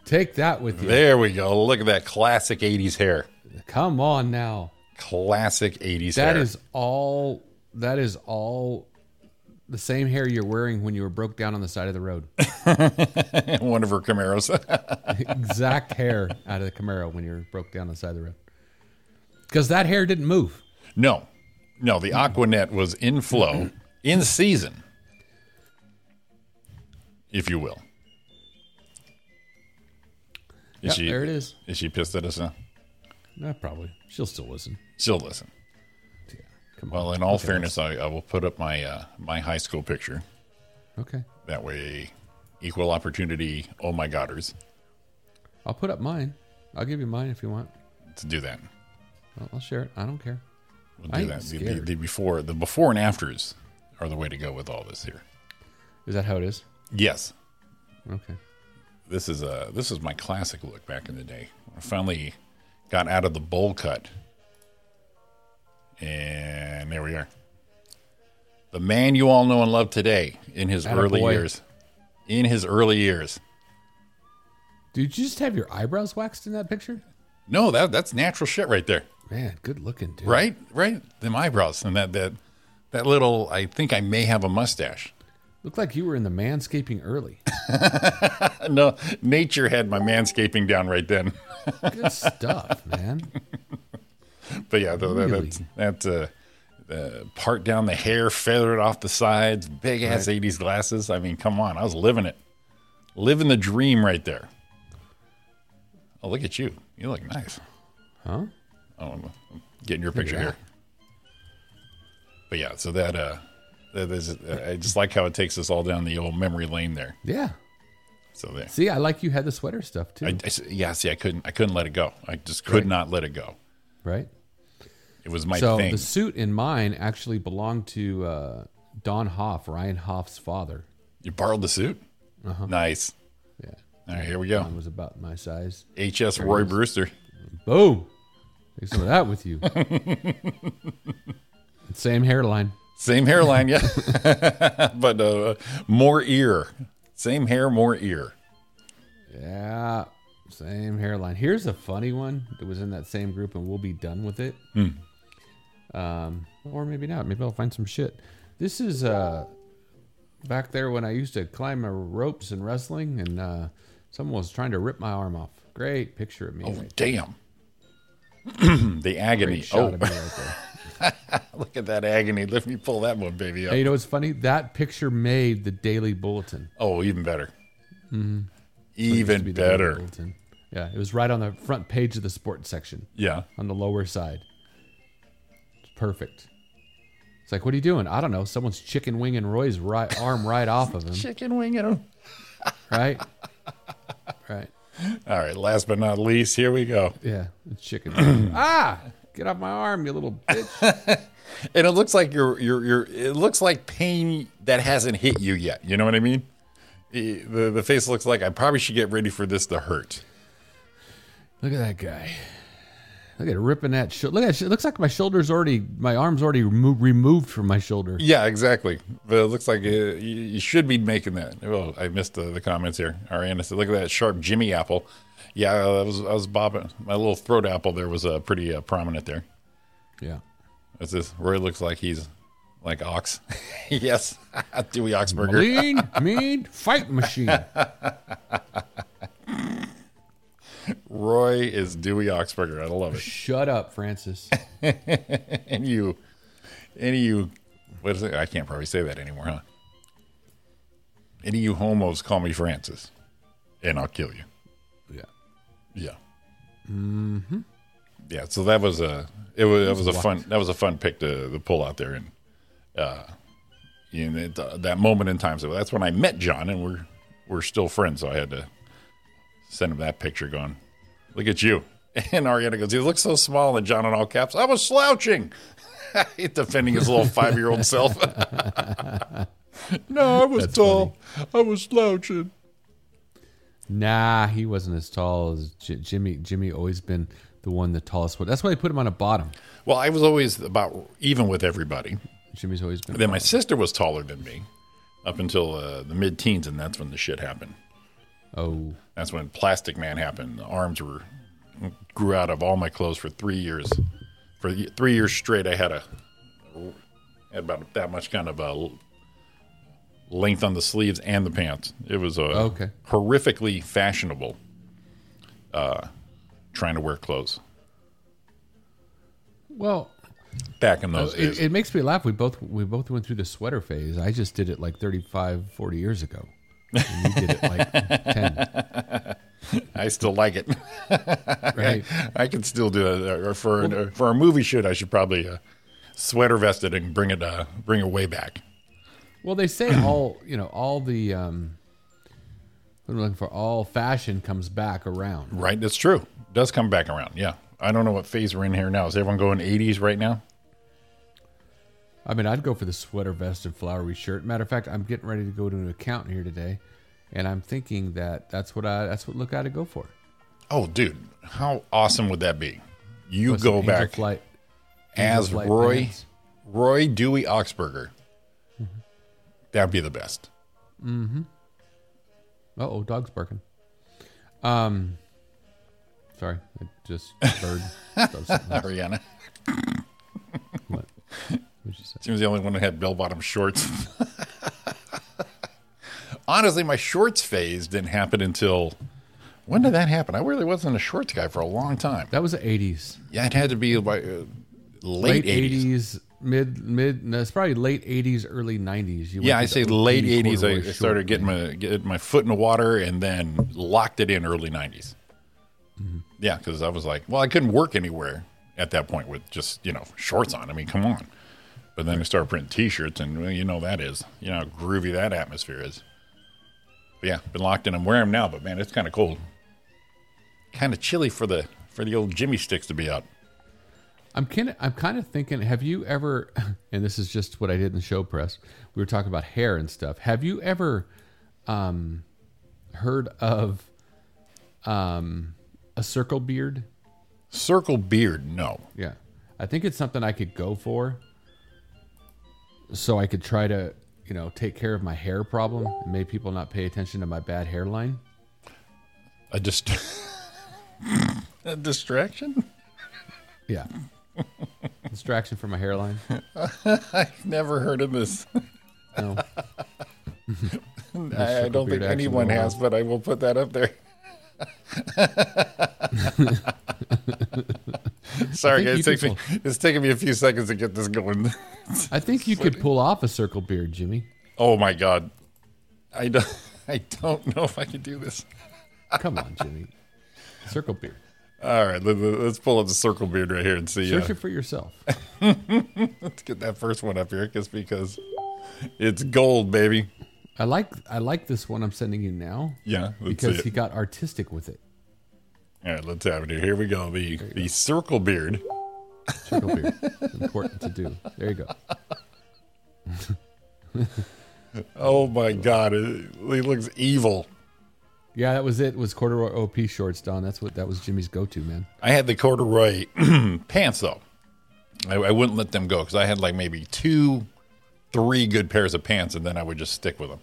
D: Take that with you.
E: there we go. Look at that classic '80s hair.
D: Come on now.
E: Classic '80s hair.
D: That is all. That is all. The same hair you're wearing when you were broke down on the side of the road.
E: one of her Camaros.
D: exact hair out of the Camaro when you're broke down on the side of the road. Because that hair didn't move.
E: No, no, the Aquanet was in flow,
D: Mm-hmm.
E: in season, if you will.
D: Yep, there it is.
E: Is she pissed at us now?
D: No, probably. She'll still listen.
E: She'll listen.
D: Come on.
E: Well, in all fairness, I, I will put up my uh, my high school picture.
D: Okay.
E: That way, equal opportunity. Oh my godders,
D: I'll put up mine. I'll give you mine if you want.
E: to do that.
D: I'll, I'll share it. I don't care.
E: We'll
D: I
E: do
D: ain't
E: that. The, the,
D: scared.
E: the before, the before and afters are the way to go with all this here.
D: Is that how it is?
E: Yes,
D: Okay.
E: this is uh this is my classic look back in the day. I finally got out of the bowl cut, and there we are. The man you all know and love today in his
D: Atta
E: early
D: boy.
E: years, in his early years.
D: Did you just have your eyebrows waxed in that picture?
E: No, that that's natural shit right there.
D: Man, good looking dude.
E: Right, right. Them eyebrows and that that that little. I think I may have a mustache.
D: Looked like you were in the manscaping early.
E: No, nature had my manscaping down right then.
D: Good stuff, man.
E: But yeah, the, the,
D: Really?
E: that's that's uh, the part down the hair, feathered off the sides, big ass '80s glasses. I mean, come on, I was living it, living the dream right there. Oh, look at you! You look nice.
D: Huh?
E: Oh, I'm I'm getting your picture
D: at
E: here.
D: that.
E: But yeah, so that uh, that is, uh, I just like how it takes us all down the old memory lane there.
D: Yeah.
E: So there.
D: See, I like you had the sweater stuff too,
E: I, I s- yeah, see, I couldn't, I couldn't let it go. I just could not let it go.
D: right?
E: It was my
D: so
E: thing.
D: the suit in mine actually belonged to uh, Don Hoff, Ryan Hoff's father.
E: You borrowed the suit.
D: Uh-huh.
E: Nice.
D: Yeah,
E: All right, here we go.
D: mine was about my size.
E: H.S. Roy Brewster.
D: Boom! Take some of that with you. Same hairline.
E: Same hairline, yeah, but uh, more ear. Same hair, more ear.
D: Yeah, same hairline. Here's a funny one that was in that same group, and we'll be done with it.
E: Hmm.
D: Um, or maybe not. Maybe I'll find some shit. This is uh, back there when I used to climb the ropes in wrestling, and uh, someone was trying to rip my arm off. Great picture of me.
E: Oh,
D: right
E: damn. the
D: Great
E: agony.
D: shot
E: Oh,
D: of me right there.
E: look at that agony. Let me pull that one, baby. Up.
D: Hey, you know what's funny? That picture made the Daily Bulletin.
E: Oh, even better.
D: Mm-hmm. Used to
E: Even
D: be the Daily
E: better.
D: Bulletin. Yeah, it was right on the front page of the sports section.
E: Yeah.
D: on the lower side. It's perfect. It's like, what are you doing? I don't know. Someone's chicken winging Roy's right arm right off of him,
E: Chicken wing it. All
D: right? Right.
E: right. Last but not least, here we go.
D: Yeah, it's chicken. wing. ah, get off my arm, you little bitch.
E: And it looks like you're you're you're. It looks like pain that hasn't hit you yet. You know what I mean? Eh, The the face looks like I probably should get ready for this to hurt.
D: Look at that guy. Look at it ripping that. Sho- Look at it. It looks like my shoulder's already, my arm's already remo- removed from my shoulder.
E: Yeah, exactly. But it looks like uh, you, you should be making that. Oh, I missed the, the comments here. Ariana said, "Look at that sharp Jimmy apple." Yeah, I was I was bobbing. My little throat apple there was uh, pretty uh, prominent there.
D: Yeah.
E: What's this? Roy looks like he's like ox. yes, Dewey Oxburger.
D: Lean, mean, fight machine.
E: Roy Roy is Dewey Oxberger. I love it.
D: Shut up, Francis.
E: And you, any of you, what is it? I can't probably say that anymore, huh? Any of you homos, call me Francis, and I'll kill you.
D: yeah.
E: Yeah. Mm-hmm. Yeah. So that was a it was that was a fun that was a fun pick to, to pull out there and uh, you know, it, uh, that moment in time. So that's when I met John, and we're we're still friends. So I had to send him that picture, going, "Look at you." And Ariana goes, "He looks so small." And John, in all caps, I was slouching, defending his little five year old self. no, I was tall. I was slouching.
D: Nah, he wasn't as tall as J- Jimmy. Jimmy always been the one, the tallest one. That's why they put him on a bottom.
E: Well, I was always about even with everybody.
D: Jimmy's always been.
E: Then my sister was taller than me up until uh, the mid teens, and that's when the shit happened.
D: Oh,
E: That's when Plastic Man happened. The arms were grew out of all my clothes for three years. For y- three years straight, I had a had about that much kind of a l- length on the sleeves and the pants. It was a
D: Okay.
E: horrifically fashionable. Uh, trying to wear clothes
D: well,
E: back in those days.
D: Uh, it, it makes me laugh. We both we both went through the sweater phase. I just did it like 35, 40 years ago. And you did it like ten,
E: I still like it.
D: right?
E: I can still do that Uh, Or for for a movie shoot. I should probably uh, sweater vest it and bring it uh, bring it way back.
D: Well, they say all you know all the um, what am I looking for? All fashion comes back around.
E: Right, that's true. It does come back around. Yeah, I don't know what phase we're in here now. Is everyone going eighties right now?
D: I mean, I'd go for the sweater vest and flowery shirt. Matter of fact, I'm getting ready to go to an account here today, and I'm thinking that that's what I that's what look I to go for.
E: Oh, dude, how awesome would that be? You
D: Put some
E: go
D: Angel
E: back
D: Flight, Angel
E: as
D: Flight
E: Roy
D: pants.
E: Roy Dewey Oxberger.
D: Mm-hmm.
E: That'd be the best.
D: Uh oh, dog's barking. Um, sorry, I just bird. does something.
E: Ariana,
D: What? What'd you say?
E: she was the only one who had bell bottom shorts. Honestly, my shorts phase didn't happen until when did that happen? I really wasn't a shorts guy for a long time.
D: That was the '80s,
E: Yeah, it had to be by, uh, late, 80s.
D: mid mid. No, it's probably late '80s, early '90s. You
E: Yeah, I
D: went through
E: say
D: the
E: late
D: mini
E: 80s.
D: corduroy
E: I
D: short
E: started getting
D: thing.
E: my get my foot in the water and then locked it in early 90s. Yeah, because I was like, well, I couldn't work anywhere at that point with just, you know, shorts on. I mean, come on. But then I started printing t shirts, and well, you know that is. You know how groovy that atmosphere is. But yeah, been locked in. I'm wearing them now, but man, it's kind of cold. Kind of chilly for the for the old Jimmy sticks to be out.
D: I'm kind of I'm kind of thinking. Have you ever? And this is just what I did in the show press. We were talking about hair and stuff. Have you ever um, heard of um, a circle beard?
E: Circle beard, no.
D: Yeah. I think it's something I could go for. So I could try to, you know, take care of my hair problem and make people not pay attention to my bad hairline.
E: A, dist- a distraction?
D: Yeah. Distraction from my hairline.
E: I've never heard of this.
D: No.
E: I, I don't think
D: beard action
E: anyone
D: in a
E: has, but I will put that up there. Sorry,
D: think you
E: guys. It takes
D: can
E: me, it's taking me a few seconds to get this going.
D: I think you could pull off a circle beard, Jimmy.
E: oh my god, I don't, I don't know if I can do this.
D: Come on, Jimmy. Circle beard.
E: All right, let, us pull up the circle beard right here and see.
D: Search
E: Uh,
D: it for yourself.
E: let's get that first one up here, just because it's gold, baby.
D: I like I like this one I'm sending you now
E: Yeah, let's see
D: because
E: it.
D: he got artistic with it.
E: All right, let's have it here. Here we go. The the circle beard.
D: Circle beard. Important to do. There you go.
E: Oh my god, it- he looks evil.
D: Yeah, that was it. Was corduroy OP shorts, Don. That's what that was Jimmy's go-to, man.
E: I had the corduroy pants though. I, I wouldn't let them go because I had like maybe two, three good pairs of pants, and then I would just stick with them.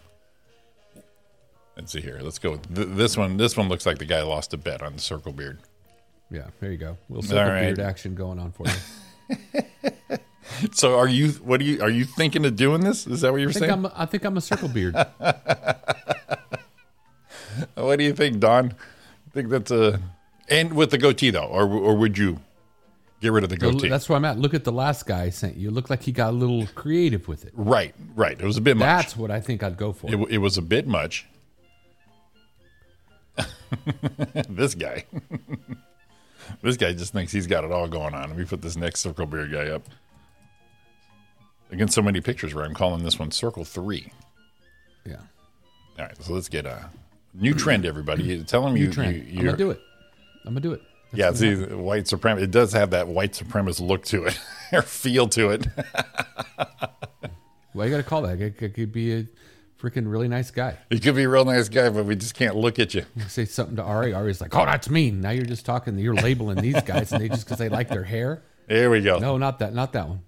E: Let's see here. Let's go. with Th- this one. This one looks like the guy lost a bet on the circle beard.
D: Yeah, there you go. We'll circle
E: right.
D: beard action going on for you. I
E: So are you? What do you? Are you thinking of doing this? Is that what you're
D: think
E: saying?
D: I'm a, I think I'm a circle beard.
E: Uh, what do you think, Don? Think that's a And with the goatee though, or or would you get rid of the goatee?
D: That's where I'm at. Look at the last guy I sent you. Look like he got a little creative with it.
E: right, right. It was a bit much.
D: That's what I think I'd go for.
E: It, w- it was a bit much. this guy. this guy just thinks he's got it all going on. Let me put this next circle beer guy up. Again, so many pictures where I'm calling this one circle three.
D: yeah.
E: All right, so let's get a new trend, everybody. You- Tell them you,
D: New trend.
E: you,
D: I'm
E: you're-
D: gonna do it. I'm gonna do it. That's
E: Yeah,
D: what
E: see, white supremacist. It does have that white supremacist look to it or feel to it.
D: I'm- Why you gotta call that? It, it could be a freaking really nice guy.
E: You could be a real nice guy, but we just can't look at you.
D: You say something to Ari. Ari's like, "Oh, that's mean." Now you're just talking. You're labeling these guys, and they just because they like their hair.
E: There we go.
D: No, not that. Not that one.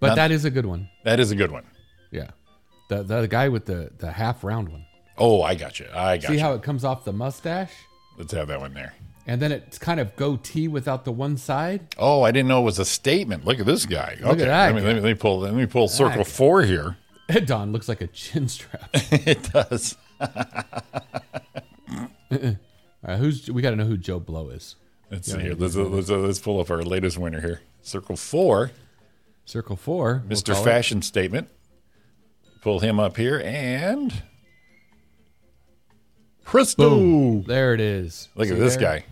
D: But
E: Not-
D: that is a good one.
E: That is a good one.
D: Yeah. The the guy with the the half round one.
E: Oh, I got you. I got
D: See
E: you.
D: how it comes off the mustache,
E: Let's have that one there.
D: and then it's kind of goatee without the one side.
E: Oh, I didn't know it was a statement. Look at this guy.
D: Look
E: okay,
D: at that
E: let, me, let, me, let me pull. Let me pull circle four here.
D: Don looks like a chin strap.
E: it does.
D: All right, Uh, who's we got to know who Joe Blow is.
E: Let's see here. Let's, let's, let's pull up our latest winner here. Circle four,
D: Circle four, we'll
E: Mister
D: call it.
E: Fashion Statement. Pull him up here and. Presto.
D: Boom. There it is.
E: Look at
D: See
E: this
D: there?
E: guy.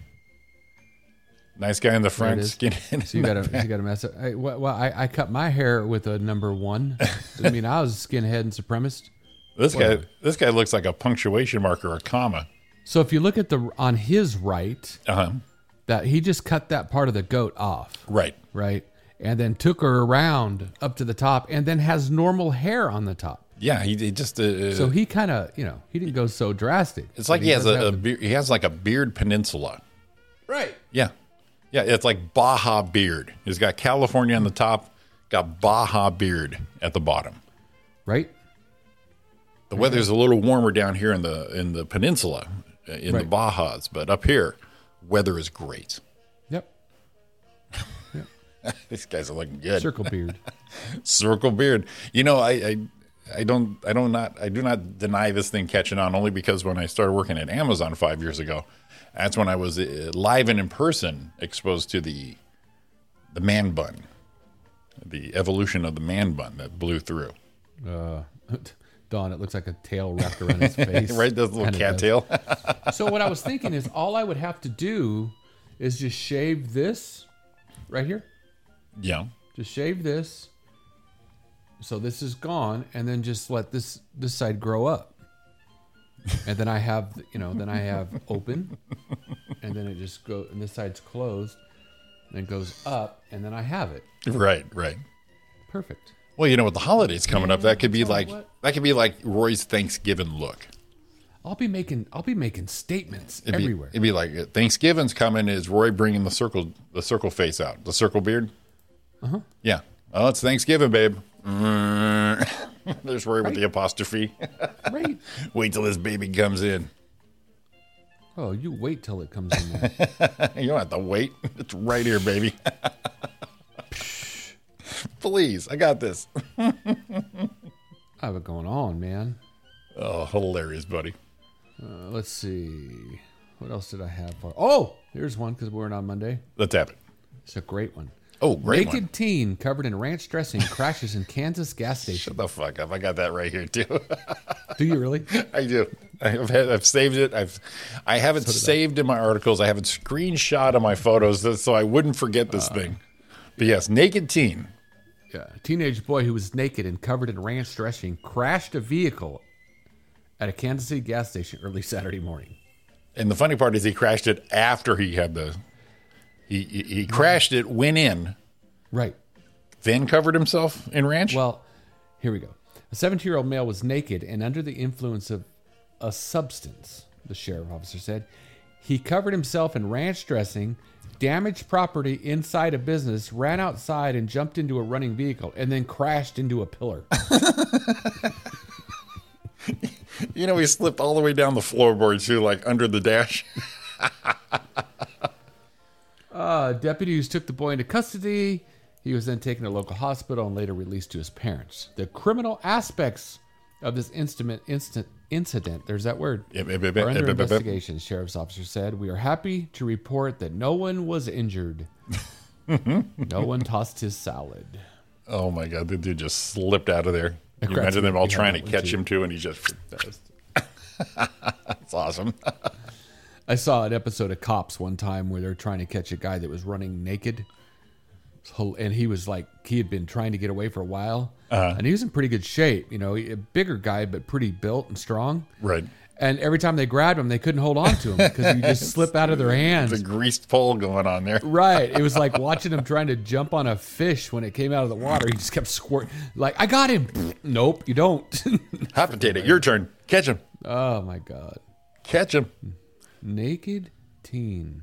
E: Nice guy in the
D: There it
E: front,
D: is.
E: skinhead.
D: So
E: in
D: you
E: the
D: got to
E: back.
D: you got to mess up. I, well, well, I, I cut my hair with a number one. I mean, I was a skinhead and supremacist.
E: this guy.
D: whatever.
E: This guy looks like a punctuation mark or a comma.
D: So if you look at the on his right,
E: Uh huh.
D: that he just cut that part of the goat off,
E: Right.
D: right, and then took her around up to the top, and then has normal hair on the top.
E: Yeah. He, he just. Uh,
D: So he kind of you know he didn't go so drastic.
E: it's like
D: But
E: he has
D: does
E: a, a
D: have the-
E: beard, he has like a beard peninsula.
D: right.
E: Yeah. Yeah. It's like Baja beard. He's got California on the top, got Baja beard at the bottom.
D: Right.
E: The weather's a little warmer down here in the in the peninsula, uh, in the
D: Right.
E: Bajas, but up here, weather is great.
D: Yep.
E: These guys are looking good.
D: Circle beard.
E: circle beard. You know, I, I I don't I don't not I do not deny this thing catching on only because when I started working at Amazon five years ago, that's when I was uh, live and in person exposed to the the man bun, the evolution of the man bun that blew through.
D: Uh, Don, it looks like a tail wrapped around his face.
E: Right, those little
D: Kinda does.
E: cattail.
D: So what I was thinking is all I would have to do is just shave this right here.
E: yeah,
D: Just shave this. So this is gone and then just let this this side grow up. And then I have, you know, then I have open and then it just go and this side's closed and it goes up and then I have it.
E: right, right.
D: Perfect.
E: Well, you know, with the holidays coming up, that could be
D: You know
E: like
D: what?
E: that could be like Roy's Thanksgiving look.
D: I'll be making I'll be making statements
E: It'd be,
D: everywhere.
E: It'd be like uh, Thanksgiving's coming. Is Roy bringing the circle the circle face out the circle beard? Uh huh.
D: Uh-huh.
E: Yeah. Oh, it's Thanksgiving, babe. Mm. There's Roy with the apostrophe.
D: Right.
E: Wait till this baby comes in.
D: Oh, you wait till it comes in there.
E: You don't have to wait. It's right here, baby. Please, I got this.
D: I have it going on, man.
E: Oh, hilarious, buddy.
D: Uh, let's see. What else did I have for? Oh, here's one because we're on Monday.
E: Let's have it.
D: It's a great one.
E: Oh, great
D: Naked
E: one.
D: teen covered in ranch dressing crashes in Kansas gas station.
E: Shut the fuck up. I got that right here too.
D: Do you really?
E: I do. I've had, I've saved it. I've I haven't saved in my articles. I haven't screenshot of my photos th- so I wouldn't forget
D: Ah.
E: this thing. But yes, naked teen.
D: Yeah. A teenage boy who was naked and covered in ranch dressing crashed a vehicle at a Kansas City gas station early Saturday morning.
E: And the funny part is he crashed it after he had the he he, he crashed it, went in,
D: Right.
E: then covered himself in ranch.
D: Well, here we go. A 17 year old male was naked and under the influence of a substance, the sheriff officer said. He covered himself in ranch dressing, damaged property inside a business, ran outside and jumped into a running vehicle, and then crashed into a pillar.
E: you know, he slipped all the way down the floorboard too, like under the dash.
D: Uh, deputies took the boy into custody. He was then taken to a local hospital and later released to his parents. The criminal aspects of this incident, instant, incident. There's that word.
E: Yep, yep, yep,
D: We're
E: yep,
D: under
E: yep, yep, yep.
D: investigation, sheriff's officer said. We are happy to report that no one was injured. no one tossed his salad.
E: Oh my god, the dude just slipped out of there. You
D: cracks
E: imagine
D: me
E: them all
D: up. Yeah,
E: trying to
D: that one
E: catch
D: too.
E: him too, and he just. That's awesome.
D: I saw an episode of Cops one time where they're trying to catch a guy that was running naked. So- And he was like, he had been trying to get away for a while. And he was in pretty good shape. You know, a bigger guy, but pretty built and strong.
E: Right.
D: And every time they grabbed him, they couldn't hold on to him because he would just slip out of their hands.
E: The greased pole going on there.
D: Right. It was like watching him trying to jump on a fish when it came out of the water. He just kept squirting. Like, I got him. nope, you don't.
E: Hot potato, your turn. Catch him.
D: oh, my God.
E: Catch him.
D: Naked teen.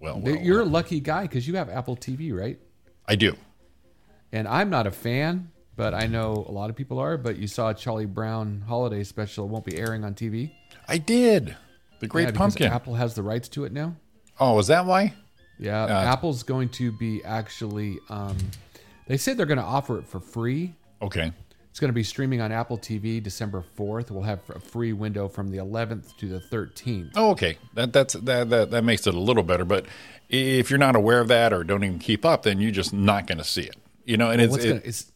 E: Well,
D: Th-
E: well,
D: You're a lucky guy because you have Apple TV, right?
E: I do.
D: And I'm not a fan, but I know a lot of people are. But you saw Charlie Brown holiday special won't be airing on TV.
E: I did. The Great
D: Yeah, because
E: Pumpkin.
D: Apple has the rights to it now.
E: oh, is that why?
D: Yeah, Apple's going to be actually. Um, they said they're going to offer it for free.
E: Okay.
D: It's going to be streaming on Apple TV December 4th. We'll have a free window from the 11th to the 13th.
E: Oh, okay. That that's that, that that makes it a little better. But if you're not aware of that or don't even keep up, then you're just not going to see it. You know, and it's
D: What's
E: it-
D: gonna, it's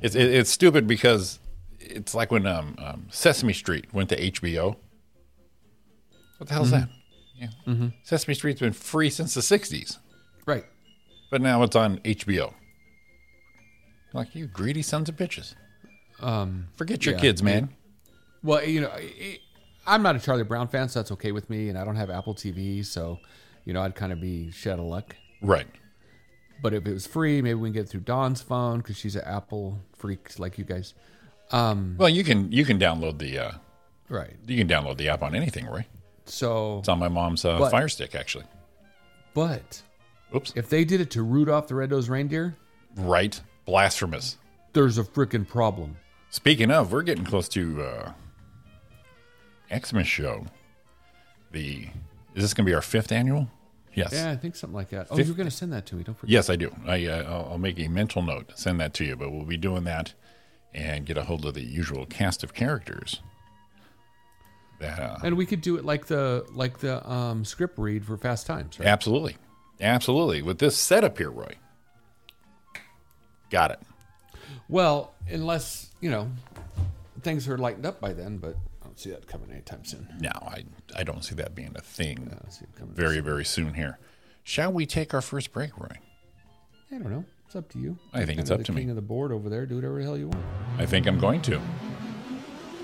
E: It's it, it's stupid because it's like when um, um, Sesame Street went to HBO. What the hell's
D: Mm-hmm.
E: that? Yeah. Sesame Street's been free since the '60s,
D: right.
E: but now it's on HBO. Like you greedy sons of bitches. Um, Forget your
D: yeah.
E: kids, man.
D: Well, you know, it, I'm not a Charlie Brown fan, so that's okay with me. And I don't have Apple TV, so you know, I'd kind of be shit out of luck.
E: Right.
D: But if it was free, maybe we can get it through Dawn's phone because she's an Apple freak like you guys.
E: Well, you can you can download the uh,
D: Right.
E: you can download the app on anything, right?
D: So,
E: It's on my mom's uh,
D: But-
E: Fire Stick, actually.
D: but
E: Oops.
D: if they did it to Rudolph the Red-Nosed Reindeer,
E: right. Blasphemous.
D: there's a freaking problem.
E: Speaking of, we're getting close to uh, Xmas show. The is this going to be our fifth annual? Yes.
D: Yeah, I think something like that. Oh,
E: Fif-
D: you were going to send that to me. Don't forget.
E: Yes, I do. I uh, I'll, I'll make a mental note, send that to you. But we'll be doing that, and get a hold of the usual cast of characters. That uh,
D: And we could do it like the like the um, script read for Fast Times, right?
E: absolutely, absolutely. With this setup here, Roy. Got it.
D: Well, unless you know things are lightened up by then, but I don't see that coming anytime soon.
E: No, I I don't see that being a thing
D: I see it coming.
E: very very soon here. Shall we take our first break, Roy?
D: I don't know. It's up to you.
E: I think it's
D: Kinda
E: up
D: the
E: to me.
D: King of the board over there. Do whatever the hell you want.
E: I think I'm going to.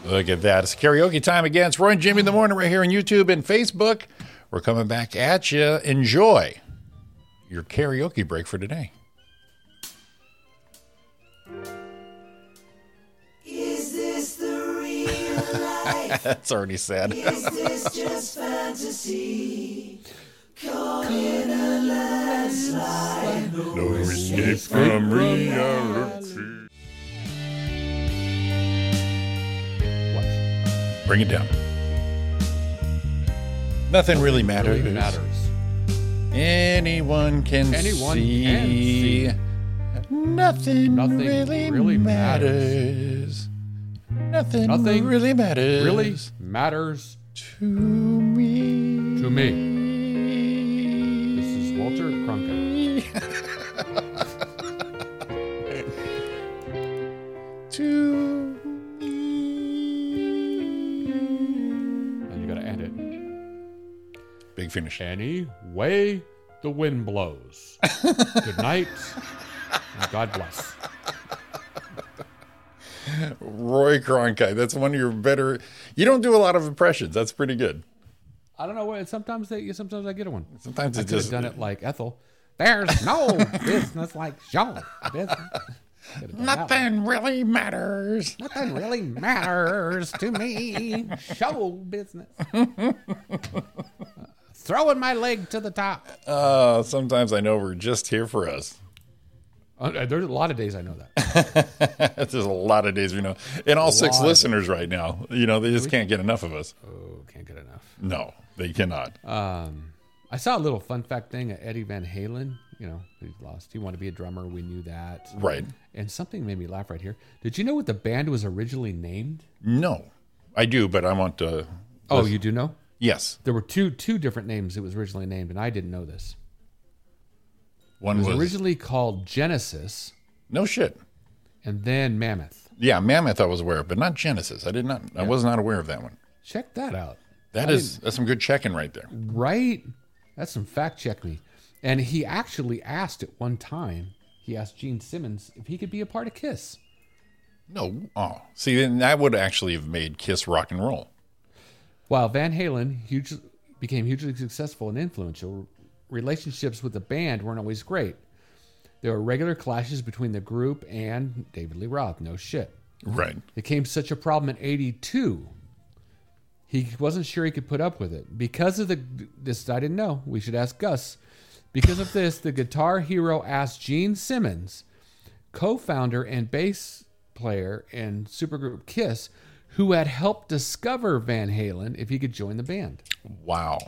E: Look at that. It's karaoke time again. It's Roy and Jimmy in the morning right here on YouTube and Facebook. We're coming back at you. Enjoy your karaoke break for today.
C: Is this the real?
E: That's already sad.
C: Is this just fantasy?
E: No escape from reality.
D: What?
E: Bring it down. Nothing really matters.
D: It matters.
E: Anyone can
D: Anyone
E: see.
D: can see.
E: Nothing,
D: Nothing
E: really,
D: really
E: matters. Nothing,
D: Nothing
E: really matters.
D: Really matters
E: To me.
D: to me. This is Walter Cronkite.
E: To
D: And you gotta end it.
E: Big finish.
D: Any way the wind blows. Good night. And God bless.
E: Roy Cronkite. That's one of your better. You don't do a lot of impressions. That's pretty good.
D: I don't know. what- Sometimes they. Sometimes I get one.
E: Sometimes
D: I
E: it
D: could have
E: just.
D: done it like Ethel. There's no business like show business. Could've done that one.
E: Nothing really matters.
D: Nothing really matters to me. Show business. Throwing my leg to the top.
E: Uh, sometimes I know we're just here for us.
D: Uh, there's a lot of days I know that.
E: There's a lot of days we know, and all six
D: lot of
E: listeners right now. You know, they just can't get enough of us.
D: Oh, can't get enough.
E: No, they cannot.
D: Uh, I saw a little fun fact thing of Eddie Van Halen. You know, he's lost. He wanted to be a drummer. We knew that.
E: right?
D: And something made me laugh right here. Did you know what the band was originally named?
E: No. I do, but I want to.
D: Oh, you do know?
E: Yes,
D: There were two two different names it was originally named, and I didn't know this.
E: one
D: It
E: was,
D: was originally called Genesis
E: no shit.
D: and then Mammoth.
E: Yeah, Mammoth I was aware of, but not Genesis. I did not. I was not aware of that one.
D: Check that out.
E: That is that's some good checking right there.
D: Right? That's some fact check me. And he actually asked at one time, he asked Gene Simmons if he could be a part of KISS.
E: No, oh, see, then that would actually have made Kiss rock and roll.
D: While Van Halen huge, became hugely successful and influential, relationships with the band weren't always great. There were regular clashes between the group and David Lee Roth. No shit.
E: Right.
D: It became such a problem in 82. He wasn't sure he could put up with it. Because of the this I didn't know. We should ask Gus. Because of this, the guitar hero asked Gene Simmons, co-founder and bass player in supergroup Kiss, who had helped discover Van Halen if he could join the band.
E: Wow.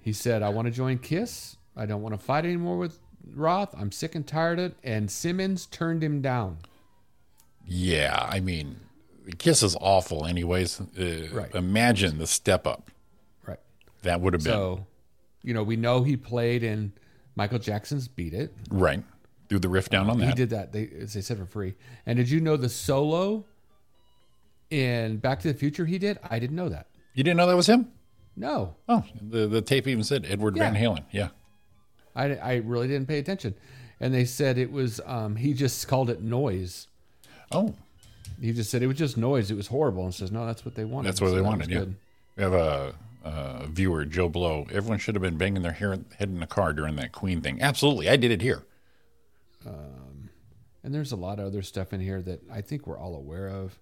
D: He said, I want to join Kiss. I don't want to fight anymore with Roth. I'm sick and tired of it. And Simmons turned him down.
E: Yeah, I mean, Kiss is awful, anyways. Uh,
D: Right.
E: Imagine the step up
D: Right.
E: that would have been.
D: So, you know, we know he played in Michael Jackson's "Beat It."
E: Right. Do the riff down on
D: He
E: that.
D: did that. They as they said for free. And did you know the solo in Back to the Future he did? I didn't know that.
E: You didn't know that was him?
D: No,
E: Oh, the, the tape even said Edward
D: Yeah.
E: Van Halen. Yeah.
D: I, I really didn't pay attention. And they said it was um, he just called it noise.
E: Oh,
D: He just said it was just noise. It was horrible, and says no, that's what they wanted.
E: that's what
D: So
E: they
D: that
E: wanted.
D: was
E: Yeah.
D: good.
E: We have a, a viewer, Joe Blow. Everyone should have been banging their hair, head in the car during that Queen thing. Absolutely. I did it here.
D: And there's a lot of other stuff in here that I think we're all aware of.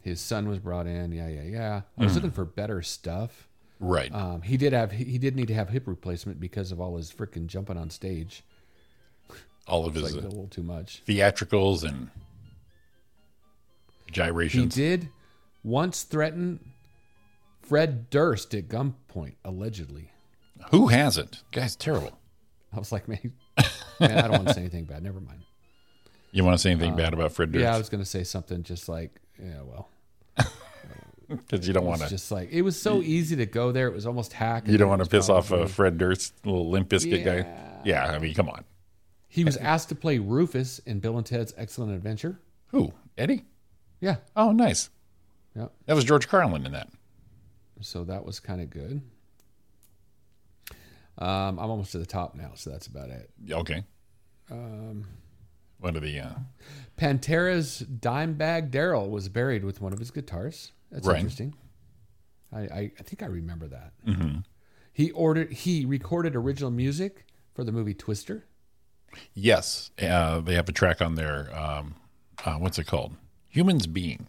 D: His son was brought in. Yeah, yeah, yeah. I
E: Hmm.
D: was looking for better stuff.
E: Right.
D: Um, he did have he, he did need to have hip replacement because of all his freaking jumping on stage.
E: All of his
D: Like a
E: uh,
D: little too much.
E: theatricals and
D: He
E: gyrations.
D: did once threaten Fred Durst at gunpoint, allegedly.
E: Who has it? Guy's terrible.
D: I was like, man, man, I don't want to say anything bad. Never mind.
E: You want to say anything bad about Fred
D: Uh, Yeah, I
E: Durst?
D: was gonna say something just like, yeah, well,
E: Because you don't want
D: it's
E: to.
D: just like it was so easy to go there. It was almost hack.
E: You don't want to piss off uh, Fred Durst, little limp biscuit guy.
D: Yeah.
E: Yeah, I mean, come on.
D: He was asked to play Rufus in Bill and Ted's Excellent Adventure.
E: Who? Eddie?
D: Yeah,
E: Oh, nice.
D: yeah.
E: That was George Carlin in that.
D: so that was kind of good. Um, I'm almost to the top now, so that's about it.
E: Okay. Um,
D: Um,
E: what are the? Uh,
D: Pantera's Dimebag Daryl was buried with one of his guitars. That's
E: Right.
D: interesting. I, I, I think I remember that.
E: Mm-hmm.
D: He ordered he recorded original music for the movie Twister.
E: yes, uh, they have a track on their. Um, uh, what's it called? Humans being.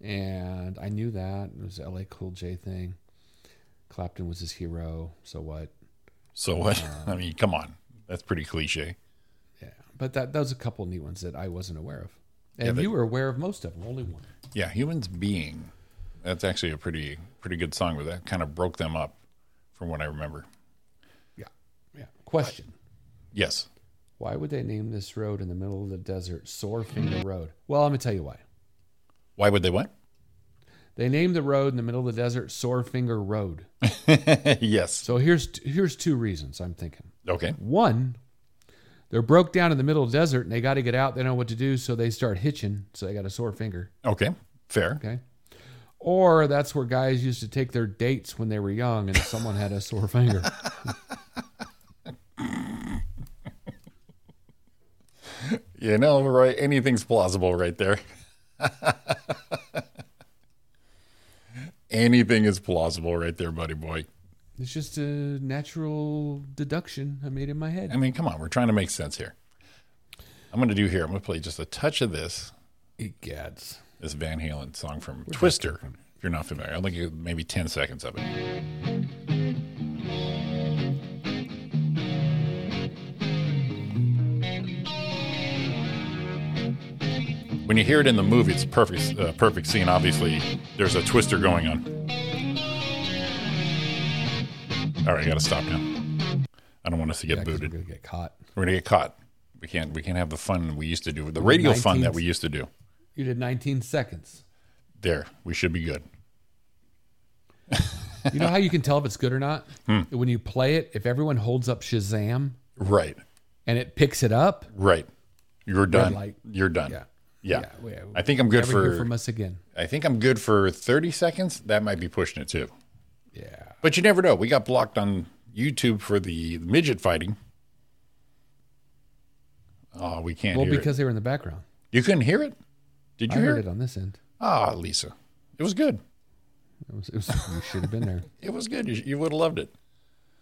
D: And I knew that. It was the LA Cool J thing. Clapton was his hero, so what?
E: So what? I mean, come on. That's pretty cliche.
D: Yeah. But that, that was a couple neat ones that I wasn't aware of. And
E: they-
D: you were aware of most of them, only one.
E: Yeah, humans being. That's actually a pretty pretty good song. But that kind of broke them up, from what I remember.
D: Yeah. Yeah. Question.
E: Yes.
D: Why would they name this road in the middle of the desert Soarfinger Road? Well, I'm going to tell you why.
E: Why would they what?
D: They named the road in the middle of the desert Soarfinger Road.
E: yes.
D: So here's here's two reasons I'm thinking.
E: Okay.
D: One, they're broke down in the middle of the desert and they got to get out. They don't know what to do, so they start hitching. So they got a sore finger.
E: Okay. Fair.
D: Okay. Or that's where guys used to take their dates when they were young and someone had a sore finger.
E: You know, right? Anything's plausible right there. Anything is plausible right there, buddy boy.
D: It's just a natural deduction I made in my head.
E: I mean, come on, we're trying to make sense here. I'm going to do here. I'm going to play just a touch of this
D: Egads.
E: this Van Halen song from Twister. If you're not familiar, I think you- maybe 10 seconds of it. When you hear it in the movie, it's perfect uh, perfect scene. Obviously, there's a Twister going on. All right, I got to stop now. I don't want us to get
D: Yeah, 'cause
E: booted.
D: we're gonna get caught.
E: We're gonna get caught. We can't. We can't have the fun we used to do. The radio fun that
D: 19th.
E: we used to do.
D: You did 19 seconds.
E: There, we should be good.
D: You know how you can tell if it's good or not? When you play it, if everyone holds up Shazam
E: Right,
D: and it picks it up,
E: right. You're done.
D: light.
E: You're done. Yeah.
D: Yeah.
E: Yeah.
D: Yeah, we-
E: I think I'm good
D: never hear
E: for.
D: from us again.
E: I think I'm good for 30 seconds. That might be pushing it too.
D: Yeah.
E: But you never know. We got blocked on YouTube for the midget fighting. Oh, we can't
D: Well,
E: hear
D: because they were in the background.
E: it. You couldn't hear it? Did you
D: I
E: hear
D: heard
E: it?
D: it on this end.
E: Ah, Lisa. It was good.
D: It was, it was, you should have been there.
E: It was good. You, you would have loved it.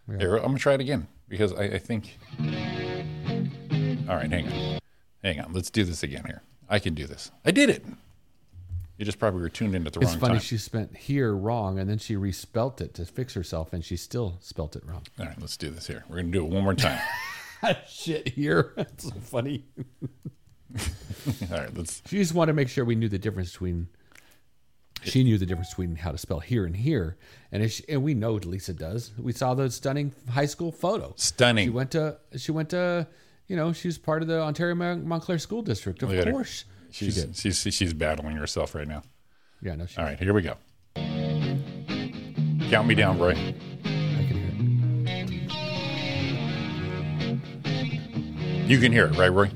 E: Here, I'm gonna try it again because I, I think. All right, hang on, hang on. Let's do this again here. I can do this. I did it. You just probably were tuned in at the
D: It's
E: wrong
D: funny
E: time.
D: she spent here wrong and then she respelt it to fix herself and she still spelt it wrong.
E: All right, let's do this here. We're gonna do it one more time.
D: Shit here. That's so funny.
E: All right, let's.
D: She just wanted to make sure we knew the difference between. She knew the difference between how to spell here and here, and if she, and we know Lisa does. We saw the stunning high school photo.
E: Stunning.
D: She went to. She went to. You know, she's part of the Ontario Mon- Montclair School District. Of
E: Look at her.
D: course, she
E: She's,
D: did.
E: she's she's battling herself right now.
D: Yeah, no, she.
E: All right, here we go. Count me down, Roy.
D: I can hear it.
E: You can hear it, right, Roy?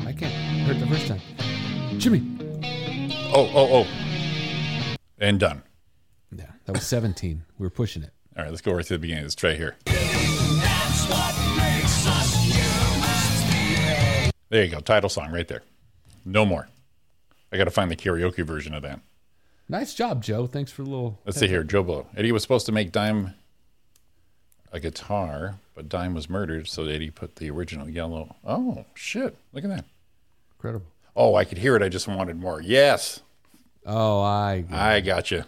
D: I can't. I heard it the first time. Jimmy.
E: Oh, oh, oh. And done.
D: Yeah, that was seventeen. we were pushing it.
E: All right, let's go right to the beginning. Let's try it here. There you go. Title song right there. No more. I got to find the karaoke version of that.
D: Nice job, Joe. Thanks for the little.
E: Let's see here. Joe Blow. Eddie was supposed to make Dime a guitar, but Dime was murdered, so Eddie put the original yellow. Oh, shit. Look at that.
D: Incredible.
E: Oh, I could hear it. I just wanted more. Yes.
D: Oh, I.
E: I gotcha.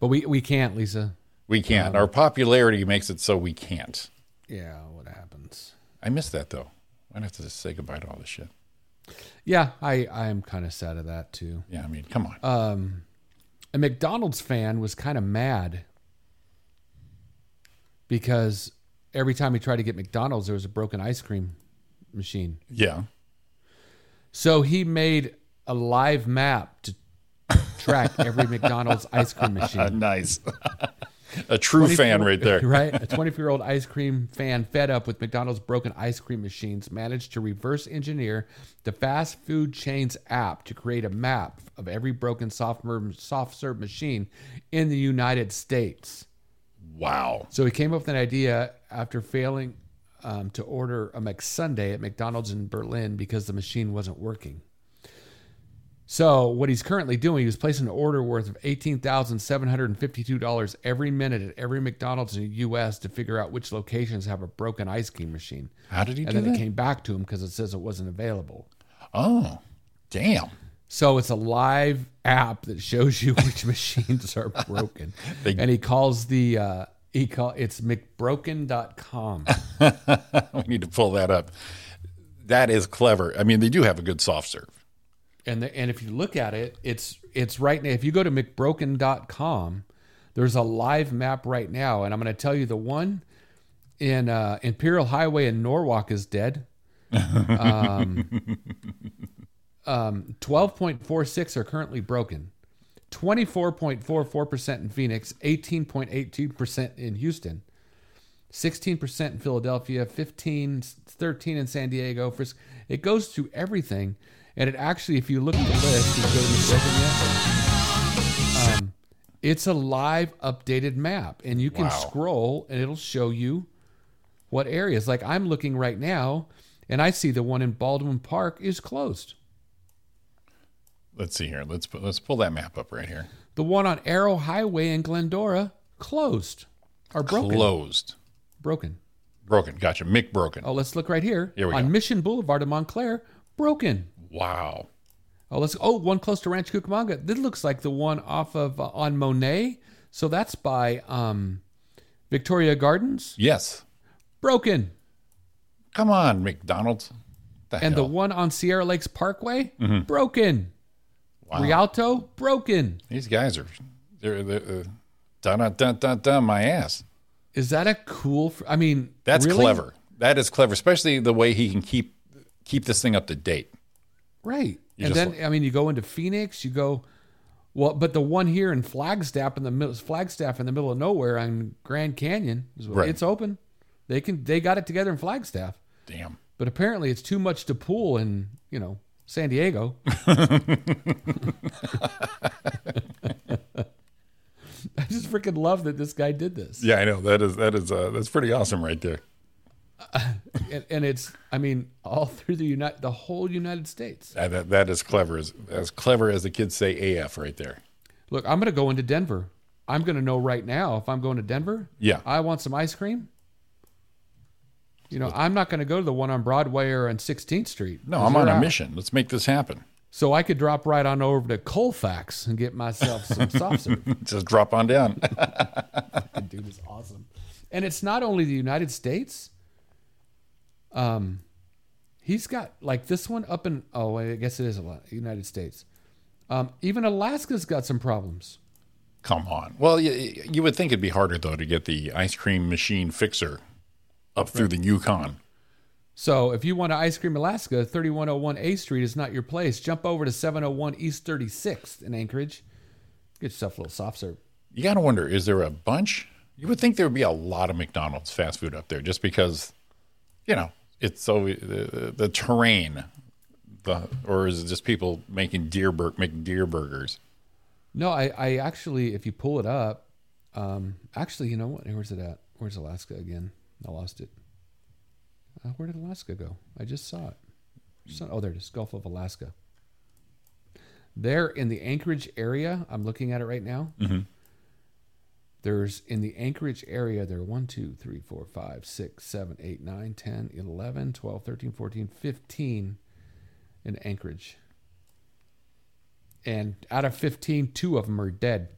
D: But we we can't, Lisa.
E: We can't. Our popularity makes it so we can't.
D: Yeah, what happens?
E: I miss that, though. I'd have to just say goodbye to all this shit.
D: Yeah, I I am kind of sad of that too.
E: Yeah, I mean, come on.
D: a McDonald's fan was kind of mad because every time he tried to get McDonald's, there was a broken ice cream machine.
E: yeah.
D: So he made a live map to track every McDonald's ice cream machine.
E: Nice. a true fan right there.
D: Right? A 24 year old ice cream fan fed up with McDonald's broken ice cream machines managed to reverse engineer the fast food chain's app to create a map of every broken soft, mer- soft serve machine in the United States.
E: Wow.
D: So he came up with an idea after failing um, to order a McSunday at McDonald's in Berlin because the machine wasn't working. So what he's currently doing is placing an order worth of eighteen thousand seven hundred and fifty-two dollars every minute at every McDonald's in the U.S. to figure out which locations have a broken ice cream machine.
E: How did he
D: And
E: do
D: then
E: that?
D: it came back to him because it says it wasn't available.
E: oh, damn.
D: So it's a live app that shows you which machines are broken. and he calls the uh, he call it's mcbroken.com.
E: we need to pull that up. That is clever. I mean, they do have a good soft serve.
D: and the, and if you look at it, it's it's right now if you go to mcbroken.com, there's a live map right now and I'm going to tell you the one in uh, Imperial Highway in Norwalk is dead. Um, um, 12.46 are currently broken. 24.44% in Phoenix, 18.82% in Houston, 16% in Philadelphia, 15, 13 in San Diego. Fris- It goes through everything. And it actually, if you look at the list, if you go to the broken yet, um, it's a live updated map. And you can
E: Wow.
D: scroll and it'll show you what areas. Like I'm looking right now and I see the one in Baldwin Park is closed.
E: Let's see here. Let's pu- let's pull that map up right here.
D: The one on Arrow Highway in Glendora closed or broken.
E: Closed.
D: broken.
E: Broken. Gotcha. Mick broken.
D: Oh, let's look right here.
E: Here we
D: on
E: go.
D: Mission Boulevard in Montclair, broken.
E: Wow.
D: Oh, let's. Oh, one close to Ranch Cucamonga. This looks like the one off of uh, on Monet. So that's by um, Victoria Gardens,
E: Yes.
D: broken.
E: Come on, McDonald's. The
D: And the
E: hell?
D: one on Sierra Lakes Parkway, broken.
E: Mm-hmm. Wow.
D: Rialto, broken.
E: These guys are they're, they're uh, dun, dun, dun, dun, dun, my ass.
D: Is that a cool? fr- I mean,
E: That's
D: really?
E: clever. That is clever, especially the way he can keep keep this thing up to date.
D: right?
E: You
D: and
E: just-
D: then I mean, you go into Phoenix, you go. Well, but the one here in Flagstaff in the middle, Flagstaff in the middle of nowhere on Grand Canyon, is what-
E: Right.
D: it's open. They can they got it together in Flagstaff,
E: Damn.
D: but apparently it's too much to pool in you know San Diego. I just freaking love that this guy did this.
E: Yeah, I know that is that is uh, that's pretty awesome right there.
D: and, and it's I mean all through the United the whole United States.
E: Uh, that that is clever as as clever as the kids say AF right there.
D: Look, I'm going to go into Denver. I'm going to know right now if I'm going to Denver.
E: Yeah.
D: I want some ice cream. You know, I'm not going to go to the one on Broadway or on 16th Street.
E: No,
D: 'cause
E: I'm on
D: they're
E: a
D: out.
E: mission. Let's make this happen.
D: So I could drop right on over to Colfax and get myself some soft serve.
E: Just drop on down.
D: That dude is awesome. And it's not only the United States. Um, he's got like this one up in oh I guess it is a lot United States. Um, even Alaska's got some problems.
E: Come on. Well, you, you would think it'd be harder though to get the ice cream machine fixer up through the Yukon.
D: So if you want to ice cream Alaska, 3101 A Street is not your place. Jump over to 701 East 36th in Anchorage. Get yourself a little soft serve.
E: You gotta wonder, is there a bunch? You would think there would be a lot of McDonald's fast food up there, just because, you know, it's always the, the terrain, the or is it just people making deer bur- McDeer burgers?
D: No, I, I actually, if you pull it up, um, actually, you know what? Where's it at? Where's Alaska again? I lost it. Uh, where did Alaska go? I just saw it. Just saw- oh, there it is. Gulf of Alaska. There in the Anchorage area, I'm looking at it right now. There's in the Anchorage area, there are 1, 2, 3, 4, 5, 6, 7, 8, 9, 10, 11, 12, 13, 14, 15 in Anchorage and out of 15 two of them are dead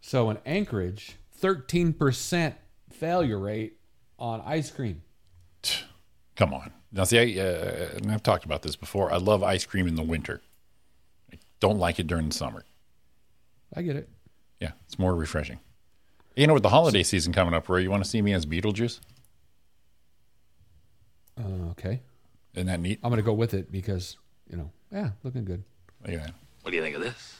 D: so in anchorage 13% failure rate on ice cream
E: Come on. Now see, I, uh, and I've talked about this before. I love ice cream in the winter. I don't like it during the summer.
D: i get it
E: Yeah, it's more refreshing. You know, with the holiday season coming up, where you want to see me as Beetlejuice?
D: uh, okay
E: Isn't that neat?
D: i'm gonna go with it because you know yeah looking good
E: Look at that.
A: What do you think of this?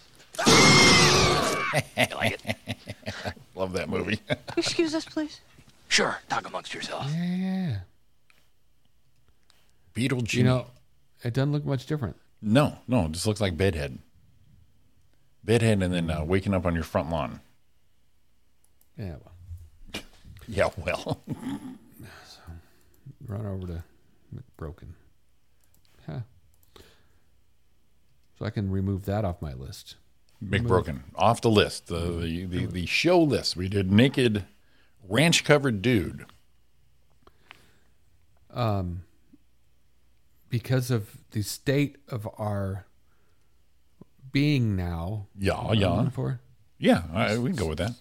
E: Love that movie.
F: Excuse us, please.
A: Sure, talk amongst yourselves.
D: yeah yeah yeah.
E: Beetlejuice.
D: you know it doesn't look much different
E: no, no, it just looks like bedhead. Bedhead, and then uh, waking up on your front lawn.
D: yeah well
E: Yeah, well,
D: run over to broken huh so i can remove that off my list
E: McBroken off the list. The
D: Mm-hmm.
E: the, the the show list. We did naked, ranch covered dude.
D: because of the state of our being now.
E: Yeah,
D: Am I
E: yeah,
D: looking For
E: yeah. I, we can go with that.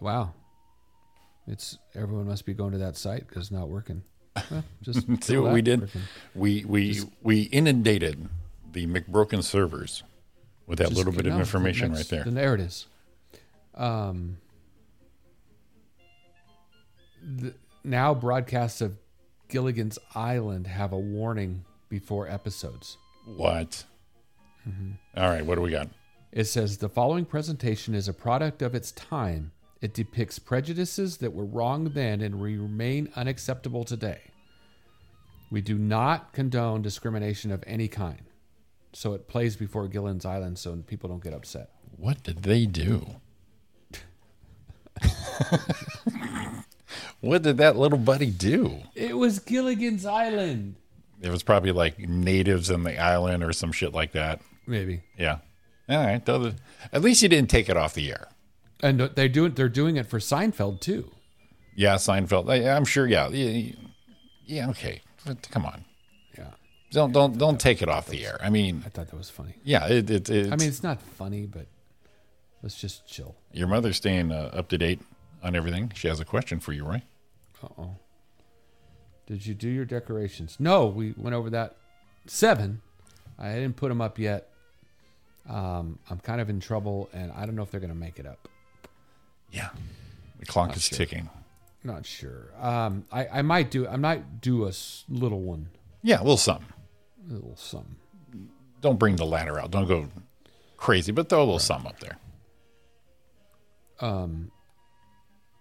D: wow, it's everyone must be going to that site because it's not working. Well, just
E: See
D: fill
E: what we
D: that
E: did?
D: frickin-
E: We we we inundated the McBroken servers with that
D: just-
E: little bit
D: no,
E: of information right
D: that's-
E: there.
D: then There it is. Um, the, now broadcasts of Gilligan's Island have a warning before episodes.
E: What?
D: Mm-hmm.
E: All right, what do we got?
D: It says the following presentation is a product of its time. It depicts prejudices that were wrong then and remain unacceptable today. We do not condone discrimination of any kind. So it plays before Gilligan's Island so people don't get upset.
E: What did they do? what did that little buddy do?
D: It was Gilligan's Island.
E: It was probably like natives in the island or some shit like that.
D: Maybe.
E: Yeah. All right. though the- At least you didn't take it off the air.
D: And they do it, they're doing it for Seinfeld too.
E: Yeah, Seinfeld. I, I'm sure. Yeah. Yeah. yeah, Okay. But come on.
D: Yeah.
E: Don't don't don't take it off the air. I mean,
D: I thought that was funny.
E: yeah. It, it, it's,
D: I mean, it's not funny, but let's just chill.
E: your mother's staying uh, up to date on everything. She has a question for you, Roy.
D: Uh oh. Did you do your decorations? No, we went over that seven. I didn't put them up yet. Um, I'm kind of in trouble, and I don't know if they're going to make it up.
E: Yeah. The clock is ticking.
D: Not sure. Um, I, I might do. I might do a s- little one,
E: Yeah, a little something.
D: a little something.
E: Don't bring the ladder out. Don't go crazy, but throw a little something up there.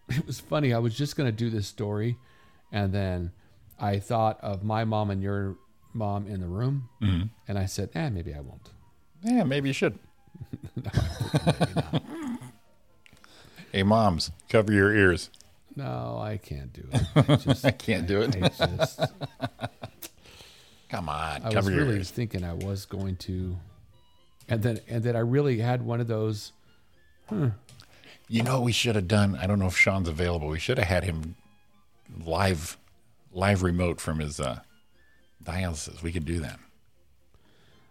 D: It was funny. I was just gonna do this story, and then I thought of my mom and your mom in the room,
E: Mm-hmm.
D: and I said, "Ah, maybe I won't."
E: Yeah, maybe you should. hey, moms, cover your ears.
D: No, I can't do it. I just,
E: I can't do it.
D: I just,
E: Come on,
D: I was
E: cover your
D: really
E: ears.
D: thinking I was going to, and then and then I really had one of those.
E: You know what we should have done? I don't know if Sean's available. We should have had him live, live remote from his uh, dialysis. We could do that.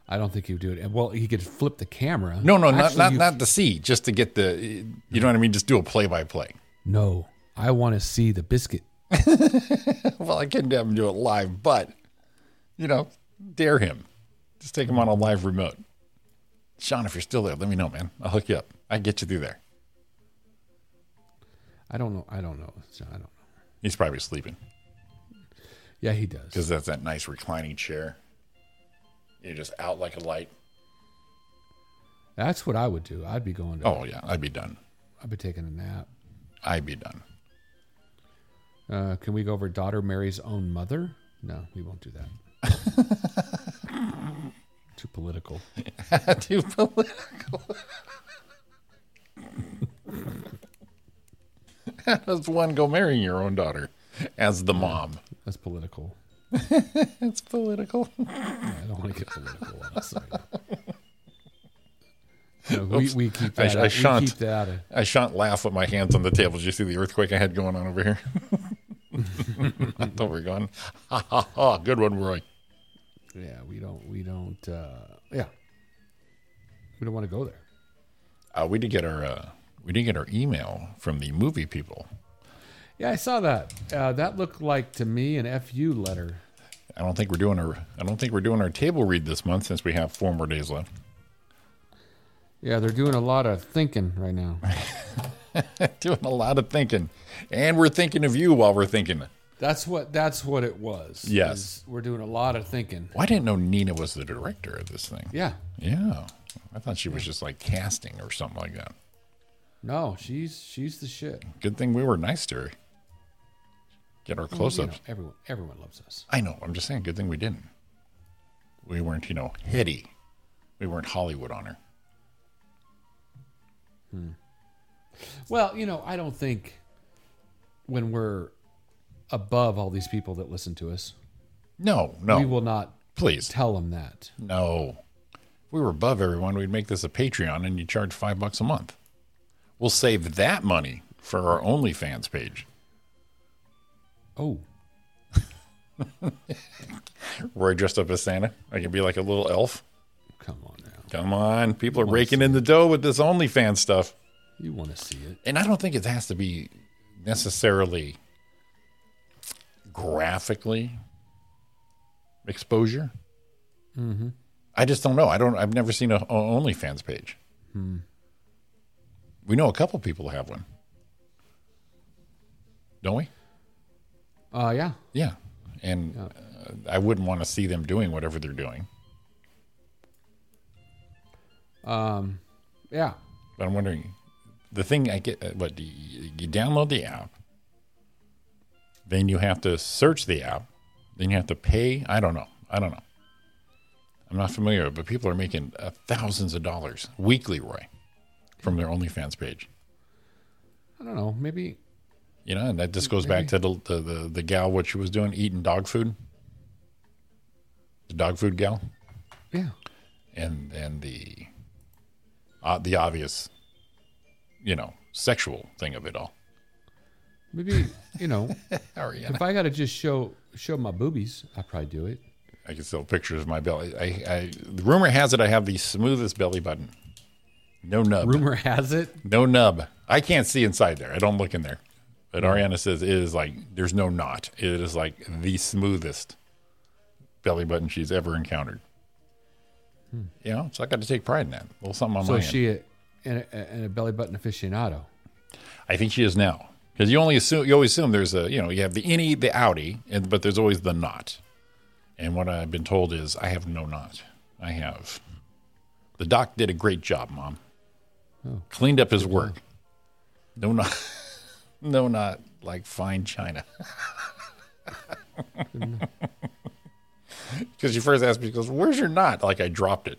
D: I don't think he would do it. And well, he could flip the camera.
E: No, no,
D: Actually,
E: not not
D: you-
E: not to see, just to get the. You know what I mean? Just do a play by play.
D: No, I want to see the biscuit.
E: Well, I couldn't have him do it live, but you know, dare him. Just take him on a live remote. Sean, if you're still there, let me know, man. I'll hook you up. I can get you through there.
D: I don't know. I don't know. So I don't know.
E: He's probably sleeping
D: Yeah, he does.
E: because that's that nice reclining chair. You're just out like a light.
D: That's what I would do. I'd be going. To,
E: Oh yeah, I'd be done.
D: I'd be taking a nap.
E: I'd be done.
D: Uh, can we go over daughter Mary's own mother? No, we won't do that. Too political.
E: Too political. How does one go marrying your own daughter as the mom?
D: That's political.
E: It's political.
D: I don't want to get political. I'm sorry. No, we, we keep
E: I-
D: that.
E: I
D: out. we
E: shan't.
D: keep that out of.
E: I shan't laugh with my hands on the table. Did you see the earthquake I had going on over here? I thought we were going, ha ha ha, good one, Roy.
D: Yeah, we don't. We don't. Uh, yeah, we don't want to go there.
E: Uh, we did get our uh, we did get our email from the movie people.
D: Yeah, I saw that. Uh, that looked like to me an FU letter.
E: I don't think we're doing our I don't think we're doing our table read this month since we have four more days left.
D: Yeah, they're doing a lot of thinking right now.
E: doing a lot of thinking, and we're thinking of you while we're thinking.
D: That's what. That's what it was.
E: Yes.
D: is we're doing a lot of thinking.
E: Well, I didn't know Nina was the director of this thing.
D: Yeah.
E: Yeah. I thought she was just like casting or something like that.
D: No, she's she's the shit.
E: Good thing we were nice to her. Get our close
D: You
E: ups.
D: know, everyone everyone loves us.
E: I know. I'm just saying, good thing we didn't. We weren't, you know, heady. We weren't Hollywood on her.
D: Well, you know, I don't think when we're above all these people that listen to us,
E: No, no.
D: we will not
E: please.
D: tell them that.
E: No. If we were above everyone, we'd make this a Patreon and you charge five bucks a month. We'll save that money for our OnlyFans page.
D: Oh,
E: Roy dressed up as Santa. I could be like a little elf.
D: come on now.
E: Come on. People are raking in the dough with this OnlyFans stuff.
D: You want to see it?
E: and I don't think it has to be necessarily graphically exposure. I just don't know. I don't. I've never seen a, a OnlyFans page. We know a couple people have one, don't we?
D: Uh, yeah.
E: Yeah, and uh, I wouldn't want to see them doing whatever they're doing.
D: um, Yeah.
E: But I'm wondering, the thing I get, uh, what do you, you download the app, then you have to search the app, then you have to pay. I don't know. I don't know. I'm not familiar, but people are making uh, thousands of dollars weekly, Roy, from their OnlyFans page.
D: I don't know. Maybe
E: You know, and that just goes back to the the, the the gal what she was doing, eating dog food. The dog food gal,
D: yeah.
E: and and the uh, the obvious, you know, sexual thing of it all.
D: Maybe, you know,
E: Ariana.
D: if I got to just show show my boobies, I probably do it.
E: I can still picture of my belly. I, I, the rumor has it I have the smoothest belly button. No nub.
D: Rumor has it.
E: No nub. I can't see inside there. I don't look in there. But Ariana says it is like there's no knot. It is like the smoothest belly button she's ever encountered. You know, so I got to take pride in that. A little something on
D: Hmm. So
E: my
D: is
E: end.
D: she a, and a, and a belly button aficionado.
E: I think she is now Because you only assume you always assume there's a you know you have the innie the outie and but there's always the not, and what I've been told is I have no not. I have. The doc did a great job, mom. Cleaned up his work. No not, no not like fine china. Because you first asked me, she goes, "Where's your knot?" Like I dropped it.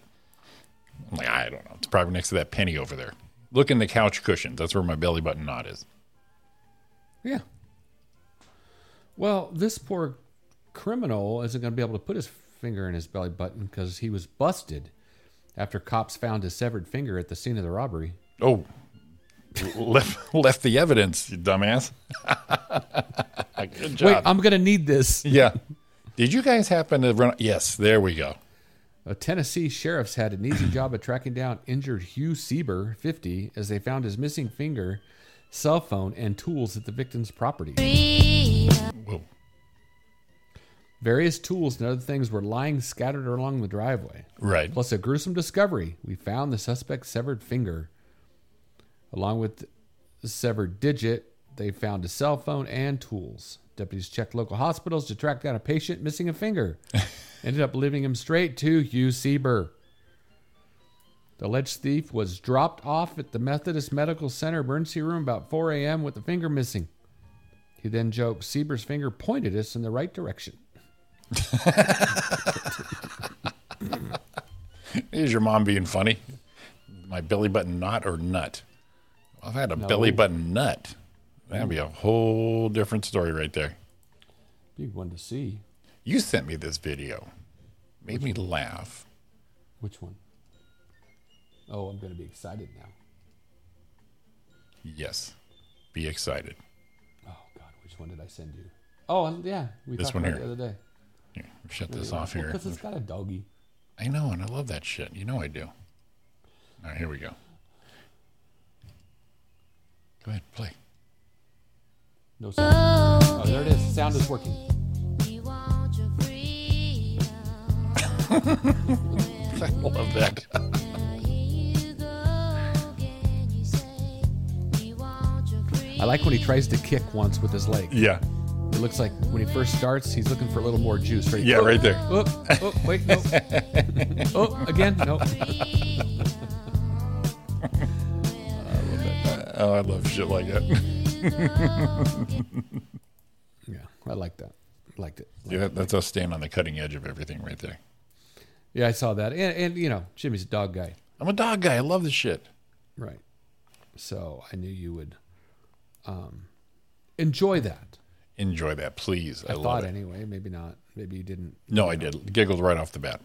E: I'm like, I don't know. It's probably next to that penny over there. Look in the couch cushion. That's where my belly button knot is.
D: Yeah. Well, this poor criminal isn't going to be able to put his finger in his belly button because he was busted after cops found his severed finger at the scene of the robbery.
E: Oh, left left the evidence, you dumbass. Good job.
D: Wait, I'm going to need this.
E: yeah. Did you guys happen to run? Yes, there we go.
D: A Tennessee sheriff's had an easy job of tracking down injured Hugh Sieber, 50, as they found his missing finger, cell phone, and tools at the victim's property.
E: Whoa.
D: Various tools and other things were lying scattered along the driveway.
E: Right.
D: Plus a gruesome discovery. We found the suspect's severed finger. Along with the severed digit, they found a cell phone and tools. Deputies checked local hospitals to track down a patient missing a finger. Ended up leaving him straight to Hugh Sieber. The alleged thief was dropped off at the Methodist Medical Center emergency room about 4 a.m. with the finger missing. He then joked, Sieber's finger pointed us in the right direction.
E: Is your mom being funny? My belly button knot or nut? I've had a belly button nut. That'd be a whole different story right there.
D: Big one to see.
E: You sent me this video. Made me laugh.
D: Which one? Oh, I'm going to be excited now.
E: Yes. Be excited.
D: Oh, God, which one did I send you? Oh, and yeah. We
E: This
D: talked
E: one
D: about it
E: here.
D: the other day.
E: Here, shut this off here.
D: Because it's got a doggy.
E: I know, and I love that shit. You know I do. All right, here we go. Go ahead, play.
D: No sound. Oh, there it is. Sound is working.
E: I love that.
D: I like when he tries to kick once with his leg.
E: Yeah,
D: It looks like when he first starts, he's looking for a little more juice. Right?
E: yeah,
D: Oh,
E: right there.
D: Oh, oh, wait, no. oh, again, no.
E: Oh, I love shit like that.
D: Yeah, I like that. Liked it.
E: Yeah, that, that's us staying on the cutting edge of everything right there.
D: Yeah, I saw that. And, and you know, Jimmy's a dog guy.
E: I'm a dog guy. I love the shit.
D: Right. So I knew you would um, enjoy that.
E: Enjoy that, please. I, love
D: Thought
E: it.
D: anyway. Maybe not. Maybe you didn't.
E: No, I did. Giggled right off the bat.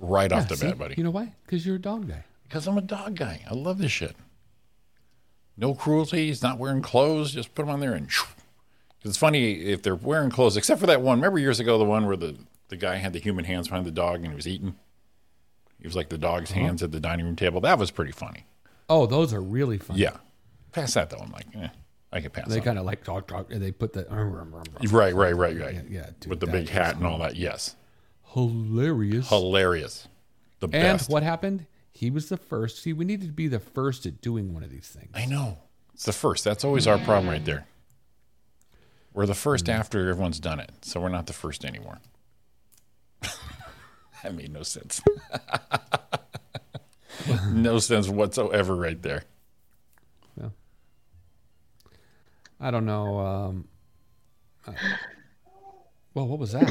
E: Right off the
D: See?
E: bat, buddy.
D: You know why? Because you're a dog guy.
E: Because I'm a dog guy. I love this shit. No cruelty. He's not wearing clothes. Just put him on there and. shoo. 'Cause It's funny if they're wearing clothes, except for that one. Remember years ago, the one where the, the guy had the human hands behind the dog and he was eating? He was like the dog's
D: Uh-huh.
E: hands at the dining room table. That was pretty funny.
D: Oh, those are really fun.
E: Yeah. Pass that, though. I'm like, eh, I could pass
D: They
E: that.
D: kind of like talk, talk, and they put the
E: right, right, right, right.
D: yeah, dude,
E: With the
D: that
E: big
D: was
E: hat and all that. Yes.
D: hilarious.
E: Hilarious. The
D: and
E: best.
D: what happened? He was the first. See, we needed to be the first at doing one of these things.
E: I know. It's the first. That's always our problem right there. We're the first after everyone's done it, so we're not the first anymore. that made no sense. no sense whatsoever right there.
D: I don't know. Um, I- well, what was that?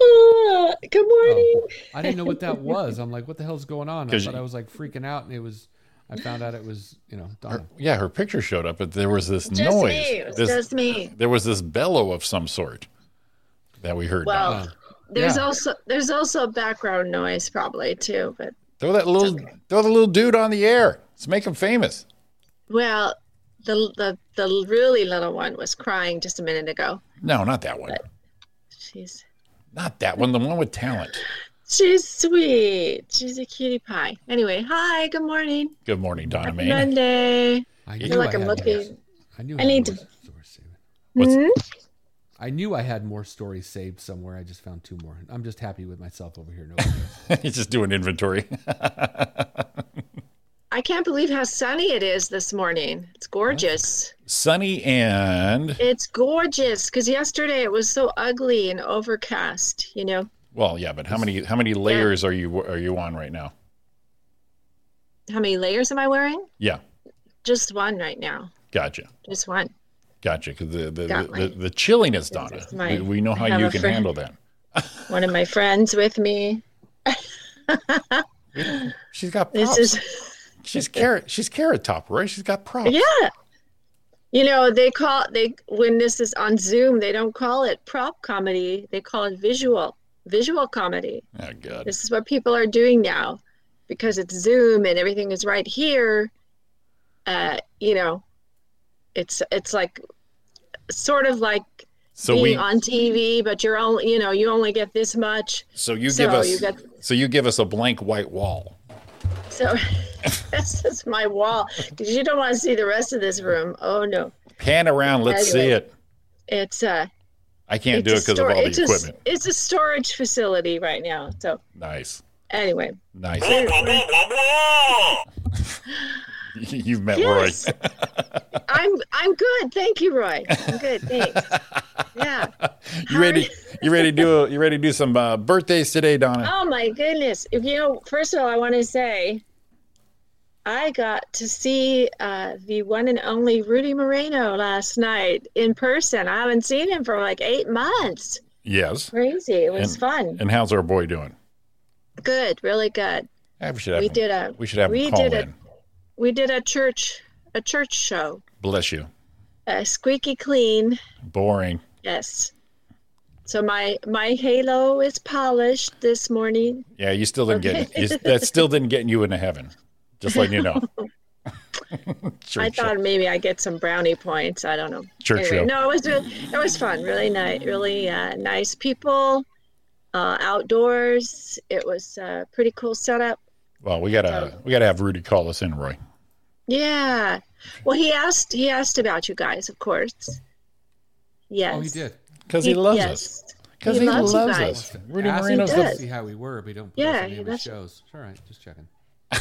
F: Ah, good morning.
D: I didn't know what that was. I'm like, what the hell's going on? I
E: 'Cause
D: thought
E: you-
D: I was like freaking out, and it was. I found out it was, you know, Donna.
E: Yeah, her picture showed up, but there was this
F: Just
E: Oh, noise.
F: me. It was
E: This-
F: just me.
E: There was this bellow of some sort that we heard.
G: Oh.
F: Well,
D: Uh,
F: there's
D: yeah.
F: also there's also background noise probably too, but
E: throw that little throw the little dude on the air. Let's make him famous.
F: well, the the the really little one was crying just a minute ago.
E: No, not that one.
F: She's
E: Not that one. The one with talent.
F: she's sweet. She's a cutie pie. Anyway, hi, good morning.
E: Good morning, Donna Mae.
F: Monday.
D: I
F: I
D: knew
F: feel like
D: I
F: I'm
D: had
F: looking.
D: I knew.
F: I
D: had
F: need
D: more
F: to-
D: stories saved.
E: What's-
F: Hmm?
D: I knew I had more stories saved somewhere. I just found two more. I'm just happy with myself over here. No,
E: He's just doing inventory.
F: I
G: I can't believe how sunny it is this morning. It's gorgeous.
E: Sunny and
G: It's gorgeous because yesterday it was so ugly and overcast. You know
E: well, yeah, but how many how many layers are you are you on right now?
G: how many layers am I wearing?
E: Yeah,
G: Just one right now.
E: gotcha,
G: Just one.
E: gotcha. Because the the,
G: Got
E: the, the
G: mine.
E: the chilliness, Donna,
G: That's
E: we,
G: mine.
E: we know how
G: I have
E: you
G: a
E: can
G: friend.
E: handle that.
G: One of my friends with me.
E: She's got
G: This
E: props.
G: is.
E: she's carrot she's carrot top, right? She's got props.
G: Yeah. You know, they call they when this is on Zoom, they don't call it prop comedy. They call it visual visual comedy.
E: Oh god.
G: This is what people are doing now because it's Zoom and everything is right here. Uh, you know, it's it's like sort of like
E: So
G: being
E: we
G: on TV, but you're only you know you only get this much.
E: so you
G: so
E: give us
G: you got-
E: so you give us a blank white wall.
G: So this is my wall because you don't want to see the rest of this room. Oh no,
E: Pan around, let's see
G: Anyway.
E: it.
G: it's uh
E: I can't do it
G: It's a
E: because of
G: stor-
E: all the
G: it's a s-
E: equipment.
G: it's a storage facility right now. So
E: Nice.
G: anyway,
E: Nice. You've met
G: yes,
E: Roy.
G: I'm I'm good. Thank you, Roy. I'm good. Thanks. Yeah.
E: You ready? You ready to do? You ready to do some uh, birthdays today, Donna?
G: Oh my goodness. If you know, first of all, I want to say. I got to see uh, the one and only Rudy Moreno last night in person. I haven't seen him for like eight months.
E: Yes.
G: Crazy. It was
E: And-
G: fun.
E: And how's our boy doing?
G: good. Really good.
E: Eh, We should have.
G: We
E: him-
G: did a-
E: We should have
G: we
E: him call
G: did a-
E: in.
G: We did a church a church show.
E: Bless you.
G: Uh, squeaky clean.
E: Boring.
G: Yes. So my my halo is polished this morning.
E: Yeah, you still didn't get. You, that still didn't get you into heaven. Just letting you know. church
G: I thought maybe I get some brownie points. I don't know.
E: Church show.
G: No, it was really, it was fun. Really nice. Really uh, nice people. Uh, outdoors. It was a pretty cool setup.
E: Well, we gotta we gotta have Rudy call us in, Roy.
G: Yeah. Well, he asked he asked about you guys, of course. Yes.
D: Oh, he did.
E: Because he loves
G: yes.
E: us. Because
G: He
E: he,
G: loves
E: loves,
G: you guys.
E: us. Rudy
D: Ask
E: Moreno's
D: him
E: the
D: to
G: does.
D: see how we were, but he don't put
G: Yeah,
D: us on any of his
G: that's-
D: shows. It's all right, just checking.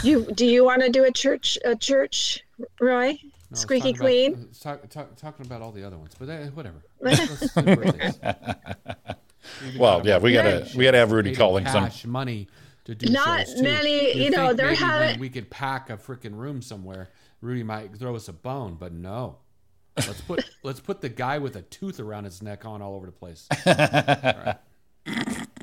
G: You do you want to do a church a church, Roy?
D: No, it's
G: Squeaky
D: talking
G: clean.
D: About, it's talk, talk, talking about all the other ones, but eh, whatever. Let's do birthdays. We've been
E: Well,
D: talking
E: yeah,
D: about
E: we gotta
D: birthdays.
E: we gotta have Rudy
D: Paid
E: calling some.
D: cash money to do
G: Not
D: shows, too.
G: many,
D: You'd
G: you know,
D: think
G: they're
D: maybe
G: having-
D: when we could pack a freaking room somewhere. Rudy might throw us a bone, but no. Let's put let's put the guy with a tooth around his neck on all over the place.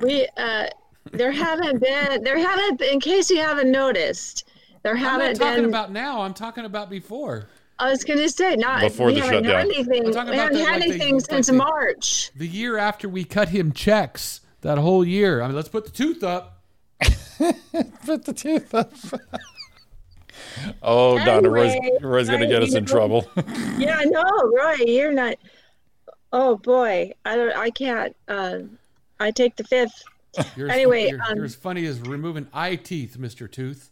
G: We uh, there haven't been there haven't in case you haven't noticed there
D: I'm not
G: haven't
D: talking
G: been.
D: about now. I'm talking about before
G: I was going to say not
E: Before
G: we
E: the
G: haven't
E: shutdown.
G: had anything.
D: I'm
G: We
D: talking
G: haven't
D: about the-
G: had
D: like the-
G: anything
D: like
G: since
D: the-
G: March.
D: the year after we cut him checks that whole year. I mean, let's put the tooth up.
E: Put the tooth up. oh, Donna, Roy's,
G: Anyway,
E: Roy's gonna
G: I-
E: get
G: you
E: us in
G: know-
E: trouble.
G: Yeah, no, Roy, you're not. Oh boy, I don't. I can't. Uh, I take the fifth.
D: You're
G: Anyway,
D: as, you're,
G: um,
D: you're as funny as removing eye teeth, Mister Tooth.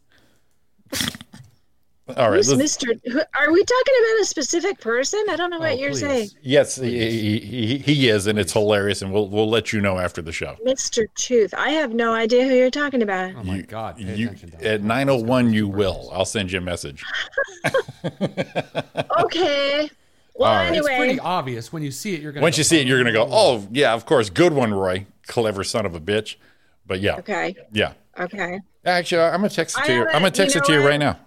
E: All right,
G: Who's
E: let's-
G: Mister? Who, are we talking about a specific person? I don't know what
D: Oh,
G: you're
D: please.
G: saying.
E: Yes, he, he, he- he is, and it's hilarious, and we'll we'll let you know after the show.
G: Mr. Tooth. I have no idea who you're talking about.
D: Oh my God! Pay
E: You,
D: attention. Doc.
E: at nine oh one, you will. I'll send you a message.
G: Okay. Well,
E: All right.
D: It's
G: anyway,
D: pretty obvious when you see it. You're gonna
E: Once
D: go,
E: you see it, you're gonna go, "Oh yeah, of course, good one, Roy, clever son of a bitch." But yeah,
G: okay,
E: yeah.
G: okay.
E: Actually, I'm gonna text it
G: I
E: to you. I'm
G: haven't-
E: gonna text
G: you
E: it to
G: know
E: you
G: what?
E: right now.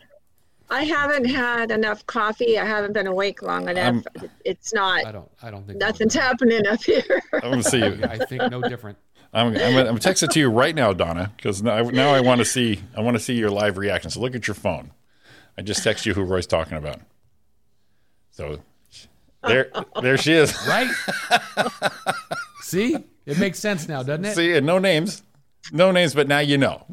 G: I haven't had enough coffee. I haven't been awake long enough. it's
D: I
E: "Oh."
G: not.
D: don't. I don't think
G: Nothing's happening up here.
E: I'm gonna see you.
D: I think no different.
E: I'm, I'm, gonna, I'm gonna text it to you right now, Donna, because now, now I want to see I want to see your live reaction. So look at your phone. I just text you who Roy's talking about. So there, there she is.
D: right? See, it makes sense now, doesn't it?
E: See, and no names, no names, but now you know.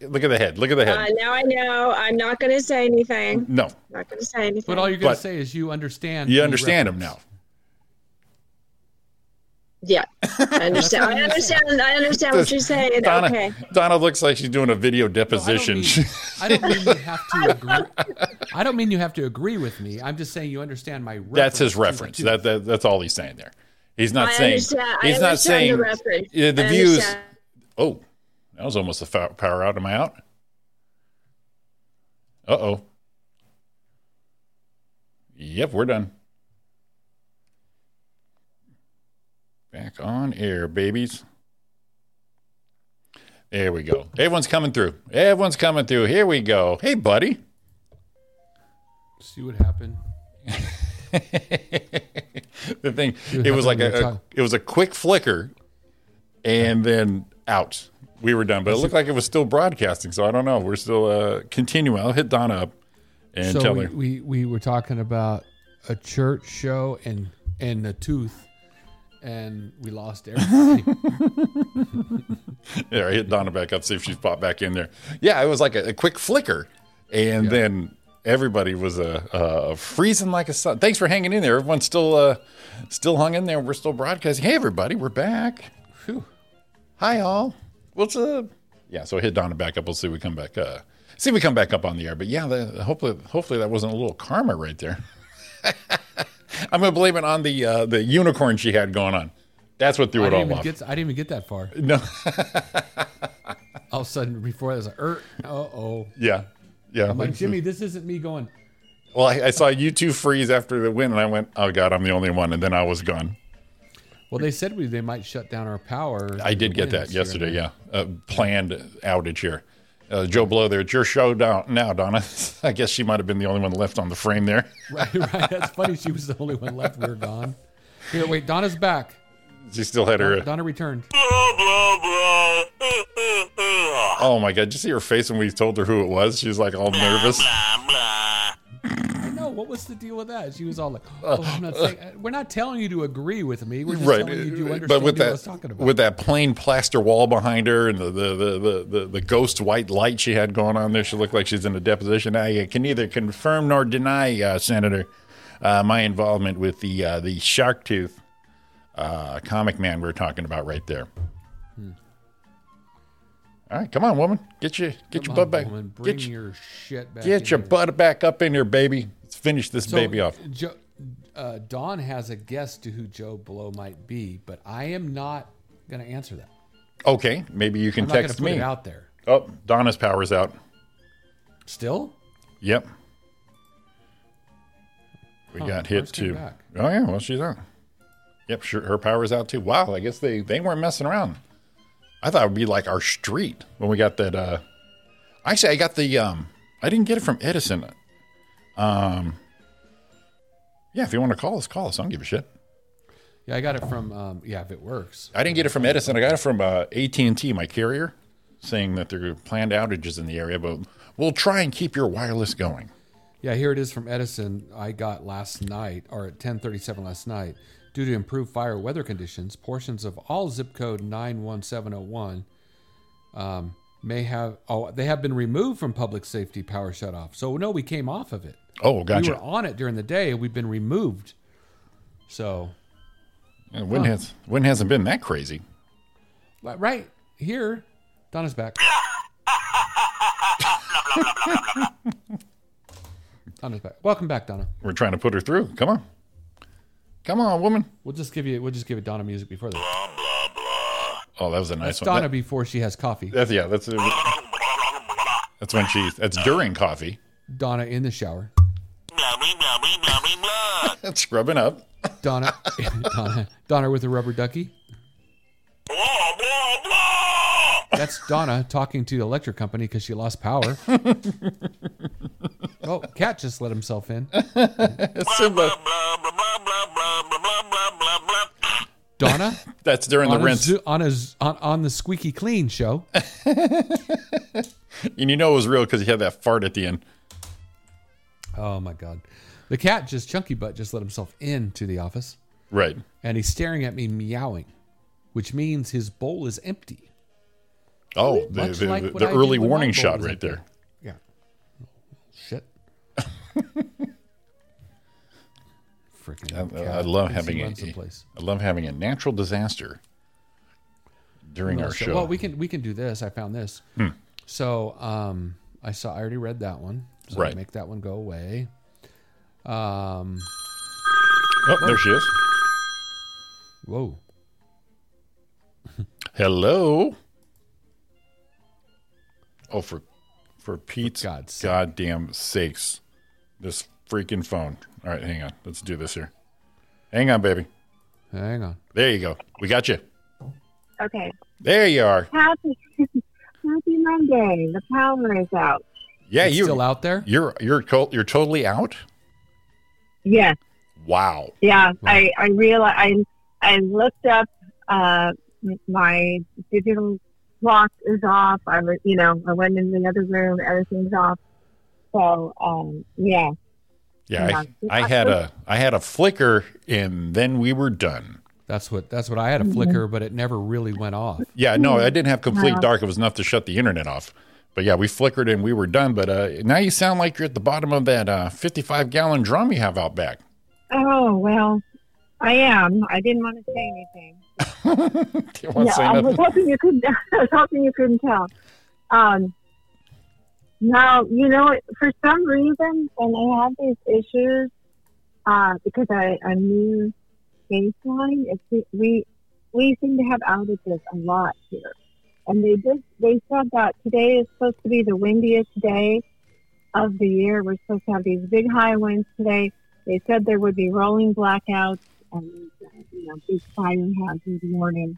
E: Look at the head. Look at the head.
G: Uh, now I know. I'm not going to say anything.
E: no,
G: not going to say anything.
D: but all you're gonna
E: But-
D: say is you understand.
E: you
D: the
E: understand him now.
D: reference.
G: yeah, I understand. I understand. I understand what you're saying.
E: Donna,
G: Okay.
E: Donna looks like she's doing a video
D: I don't
E: deposition.
D: mean- I don't, mean, you have to. Agree, I don't mean you have to agree with me. I'm just saying you understand my. Reference
E: that's his
D: to the
E: reference.
D: tooth.
E: That, that that's all he's saying there. He's not
G: I
E: saying.
G: understand. I
E: He's not
G: understand
E: saying
G: the reference.
E: Yeah, the
G: I
E: views.
G: understand.
E: Oh, that was almost a fou- power out. Am I out? Uh oh. Yep, we're done. Back on air, babies. There we go. Everyone's coming through. Everyone's coming through. Here we go. Hey, buddy.
D: See what happened.
E: the thing
D: was
E: it was like
D: having a
E: a,
D: good
E: a
D: time.
E: it was a quick flicker and then out we were done but it looked like it was still broadcasting so i don't know we're still uh continuing i'll hit donna up and
D: so
E: tell
D: we,
E: her
D: we we were talking about a church show and and the tooth, and we lost everything.
E: yeah i hit donna back up see if she's popped back in there yeah it was like a, a quick flicker and then everybody was uh, uh freezing like a sun thanks for hanging in there everyone's still uh still hung in there we're still broadcasting hey everybody we're back
D: Phew.
E: Hi all. What's up? Yeah, so hit Donna back up. We'll see if we come back. Uh, see if we come back up on the air. But yeah, the, hopefully, hopefully that wasn't a little karma right there. I'm gonna blame it on the uh, the unicorn she had going on. That's what threw
D: I
E: it
D: didn't
E: all
D: even
E: off.
D: get I didn't even get that far.
E: no,
D: All of a sudden, before I was like, er, uh oh.
E: yeah, yeah.
D: I'm like Jimmy, this isn't me going.
E: Well, I, I saw you two freeze after the win, and I went, "Oh God, I'm the only one." And then I was gone.
D: Well, they said we they might shut down our power.
E: I did get that
D: Winds here and
E: yesterday.
D: there.
E: Yeah, uh, planned outage here. Uh, Joe Blow, there. It's your show down now, Donna. I guess she might have been the only one left on the frame there.
D: right, right. That's funny. She was the only one left. We were gone. Here, wait. Donna's back.
E: She still had her.
D: Donna returned.
E: Oh my god! Did you see her face when we told her who it was? She was like all nervous.
D: No, what was the deal with that? She was all like, "Oh, I'm not saying, we're not telling you to agree with me. We're just
E: Uh, Right,
D: telling you to understand
E: but with
D: what I
E: that
D: was talking about."
E: with that plain plaster wall behind her and the the, the, the, the the ghost white light she had going on there, she looked like she's in a deposition. I uh, can neither confirm nor deny, uh, Senator, uh, my involvement with the uh, the shark tooth uh, comic man we are talking about right there.
D: Hmm.
E: All right, come on, woman, get your get
D: Come
E: your butt
D: on,
E: back.
D: woman, bring
E: get your,
D: your shit back. in
E: get your
D: here.
E: butt back up in here, baby. Let's finish this
D: So,
E: baby off.
D: Jo- uh, Don has a guess to who Joe Blow might be, but I am not going to answer that.
E: Okay, maybe you can
D: I'm not going to
E: text
D: put
E: me.
D: it out there.
E: Oh, Donna's power's out.
D: Still,
E: Yep. We
D: Huh,
E: got hit
D: ours came
E: too.
D: back.
E: Oh yeah, well she's out. Yep, sure, her power's out too. Wow, I guess they they weren't messing around. I thought it would be like our street when we got that. uh Actually, I got the. um I didn't get it from Edison. Um. Yeah, if you want to call us, call us. I don't give a shit.
D: yeah, I got it from um, yeah. If it works,
E: I didn't get it from Edison. I got it from uh, AT and T, my carrier, saying that there are planned outages in the area, but we'll try and keep your wireless going.
D: Yeah, here it is from Edison. I got last night, or at 10:37 last night, due to improved fire weather conditions, portions of all zip code 91701 um, may have. Oh, they have been removed from public safety power shutoff. So no, we came off of it.
E: Oh,
D: We
E: gotcha.
D: were on it during the day. We've been removed. So
E: Yeah, Wind has wind hasn't been that crazy.
D: li- right here, Donna's back. Donna's back. Welcome back, Donna.
E: We're trying to put her through. Come on, come on, woman.
D: We'll just give you. We'll just give it Donna music before that.
E: Oh, that was a nice
D: That's
E: one.
D: Donna before she has coffee.
E: That- that's yeah. That's that's when she. That's during coffee.
D: Donna in the shower.
E: That's scrubbing up.
D: Donna, Donna, Donna with a rubber ducky. That's Donna talking to the electric company because she lost power. oh, cat just let himself in.
E: That's Simba.
D: Donna
E: That's during the
D: on a,
E: rinse.
D: zoo, on, a z on on the squeaky clean show.
E: And you know it was real because he had that fart at the end.
D: Oh my god, the cat just chunky butt just let himself into the office,
E: Right.
D: and he's staring at me meowing, which means his bowl is empty.
E: Oh, the,
D: Much
E: the,
D: like
E: the-
D: what
E: the
D: I did
E: early
D: when my
E: warning
D: bowl
E: shot
D: was
E: right
D: up there.
E: there.
D: Yeah. Shit. Freaking.
E: I, I
D: cat.
E: love
D: Thinks he
E: having a,
D: runs someplace.
E: I love having a natural disaster during
D: No,
E: our
D: so-
E: show. Hmm.
D: Well, we can we can do this. I found this. So um, I saw. I already read that one. So
E: Right.
D: Make that one go away. Um.
E: oh, there she is.
D: Whoa.
E: Hello. Oh, for for Pete's
D: God's sake.
E: goddamn sakes. This freaking phone. All right, hang on. Let's do this here. Hang on, baby.
D: Hang on.
E: There you go. We got you.
G: Okay.
E: There you are.
G: Happy, happy Monday. The power is out.
E: Yeah,
D: It's
E: you
D: still out there?
E: you're you're to- you're totally out.
G: Yes.
E: Wow.
G: Yeah. I, I realized, I, I looked up, uh, my digital clock is off. I was, you know, I went in the other room. Everything's off. So, um, yeah.
E: Yeah,
G: Yeah.
E: I, I had a I had a flicker and then we were done.
D: That's what that's what I had a
G: Mm-hmm.
D: flicker, but it never really went off.
E: Yeah, no, I didn't have complete
G: Hmm. Wow.
E: dark. It was enough to shut the internet off. But yeah, we flickered and we were done. But uh, now you sound like you're at the bottom of that uh, 55 gallon drum you have out back.
G: Oh, well, I am. I didn't want to say anything.
E: You won't say
G: I
E: nothing.
G: was hoping you couldn't. I was hoping you couldn't tell. Um, now you know for some reason when I have these issues, uh, because I I'm new baseline, it's, we- we we seem to have outages a lot here, and they just they said that today is supposed to be the windiest day of the year. We're supposed to have these big high winds today. They said there would be rolling blackouts and uh, you know big fire hazard warning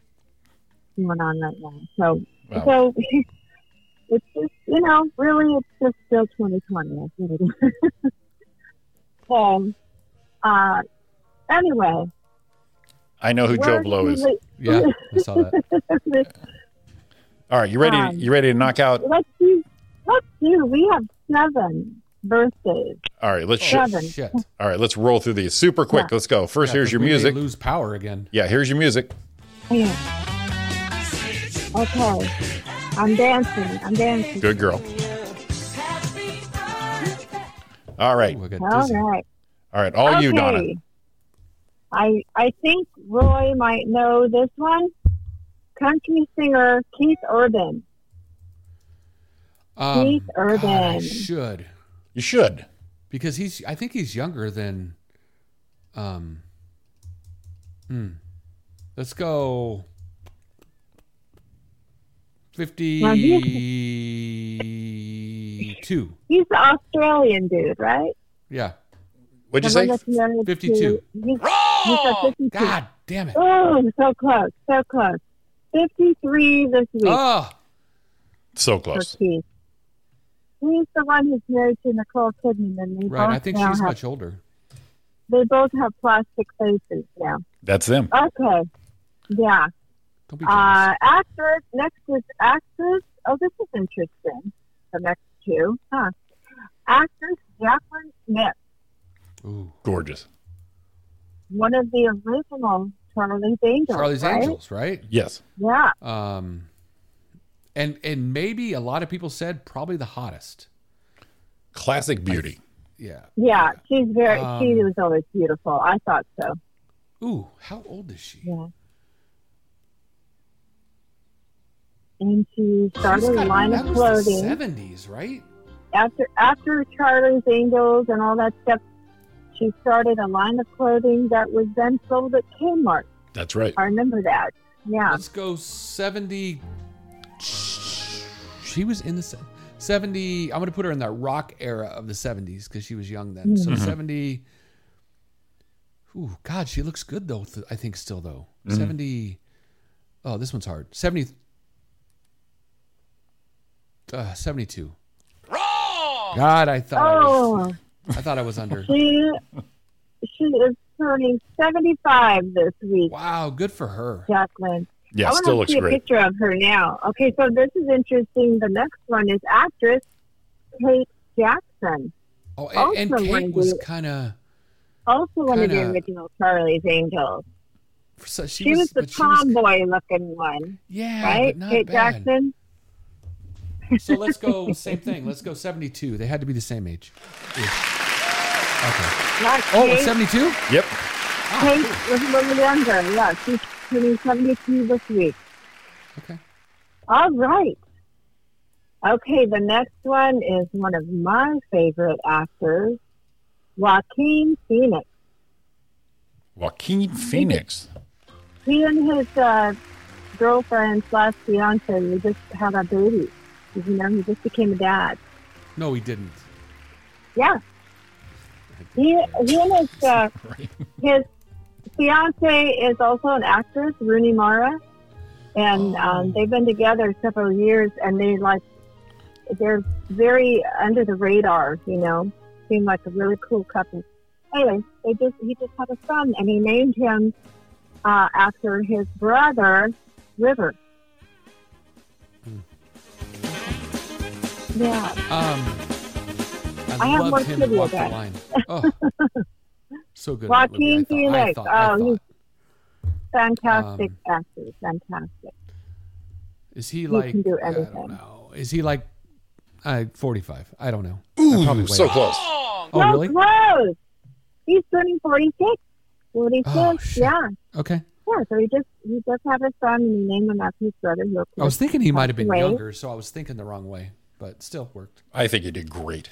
G: going on right now. So,
E: Wow.
G: so it's just you know, really, it's just still 2020. That's what it is. so, uh, anyway,
E: I know who Joe
G: we're
E: Blow is.
G: really-
D: Yeah, I saw that.
E: All right, you ready?
G: Um,
E: you ready to knock out?
G: Let's do, let's do. We have seven birthdays.
E: All right, let's.
G: Yeah.
E: sh-
G: Seven.
D: Shit.
E: All right, let's roll through these super quick. Let's go. First, here's your
D: We may
E: music.
D: Lose power again.
E: Yeah, here's your music.
G: Yeah. Okay, I'm dancing. I'm dancing.
E: Good girl. All right,
D: Ooh, I got
G: All
D: dizzy.
G: right.
E: all right, all you, Donna.
G: I I think Roy might know this one. Country singer Keith Urban.
D: Um,
G: Keith
D: God, I
G: Urban.
D: should
E: You should.
D: because he's. I think he's younger than. Um. hmm. Let's go. Fifty-two.
G: He's the Australian dude, right?
D: Yeah.
E: What'd you say?
G: The one that's married to-
D: 52.
G: He's, he's the 52.
D: God damn it.
G: Oh, so close, so close. Fifty-three this week
D: Oh,
E: So
G: for
E: close.
G: Keith. He's the one who's married to Nicole Kidman, and they
D: right.
G: both
D: I think
G: now
D: she's
G: have,
D: much older.
G: they both have plastic faces now.
E: That's them.
G: Okay, yeah.
D: Don't be jealous.
G: Uh, actress, next is actress. Oh, this is interesting. The next two. Huh. Actress Jacqueline Smith,
D: Ooh.
E: Gorgeous.
G: one of the original Charlie's Angels.
D: Charlie's
G: right?
D: Angels, right?
E: Yes.
G: Yeah.
D: Um, and and maybe a lot of people said probably the hottest.
E: Classic beauty.
D: Yeah.
G: Yeah. She's very, she
D: Um,
G: was always beautiful. I thought so.
D: Ooh, how old is she?
G: Yeah. And she started a line of clothing.
D: Seventies, right?
G: after after Charlie's Angels and all that stuff, she started a line of clothing that was then sold at Kmart.
E: That's right.
G: I remember that. Yeah.
D: Let's go seventy. She was in the se- seventy. I'm gonna put her in that rock era of the seventies because she was young then. So
G: Mm-hmm.
D: seventy. Ooh, God, she looks good though. th- I think still though
G: Mm-hmm.
D: seventy. Oh, this one's hard. Seventy. Uh, Seventy-two. Wrong. God, I thought I, was,
G: Oh,
D: I thought I was under.
G: she she is turning seventy five this week,
D: Wow, good for her.
G: Jacqueline.
E: Yeah,
G: I want
E: still
G: to
E: looks
G: see a
E: great.
G: picture of her now. Okay, so this is interesting. The next one is actress Kate Jackson,
D: Oh, and, and
G: Also
D: Kate
G: wanna
D: was
G: do-
D: kind of.
G: also one of the
D: Kinda-
G: original Charlie's Angels.
D: So she,
G: She, was, the
D: but she was-
G: tomboy looking one,
D: yeah,
G: right?
D: but not
G: Kate
D: bad.
G: Jackson.
D: So let's go same thing. Let's go 72. They had to be the same age. Ish. Okay.
G: Not
D: Oh,
G: Kate.
D: it's 72?
E: Yep.
G: Kate was a little younger. Yeah, she's turning 72 this week.
D: Okay.
G: All right. Okay, the next one is one of my favorite actors, Joaquin Phoenix.
E: Joaquin Phoenix.
G: He and his uh, girlfriend slash fiance, they just had a baby. You know, he just became a dad.
D: No, he didn't.
G: Yeah. He, he and his, uh, his fiance is also an actress, Rooney Mara. And um, they've been together several years and they like, they're very under the radar, you know, seem like a really cool couple. Anyway, they just, he just had a son and he named him uh, after his brother, River. Yeah.
D: Um, I,
G: I have
D: loved
G: more
D: him
G: trivia
D: walk the
G: then.
D: line. Oh, so good. at
G: Joaquin
D: Libby, I thought- I
G: Phoenix.
D: thought- I
G: Oh, he's-
D: thought.
G: Fantastic
D: Um,
G: actor. Fantastic.
D: Is he like?
G: can do
D: I
G: anything.
D: don't know. Is he like? Uh, forty-five. I don't know. I'm probably
E: Ooh,
D: way
E: so
D: off.
E: close.
D: Oh,
G: so
D: really?
G: close. He's turning 46. 46,
D: Oh, shit.
G: yeah.
D: Okay.
G: Yeah, so he just he just had a son and he named him after his brother. He
D: I was thinking he might have been
G: Wait.
D: younger, so I was thinking the wrong way, but still worked.
E: I think you did great.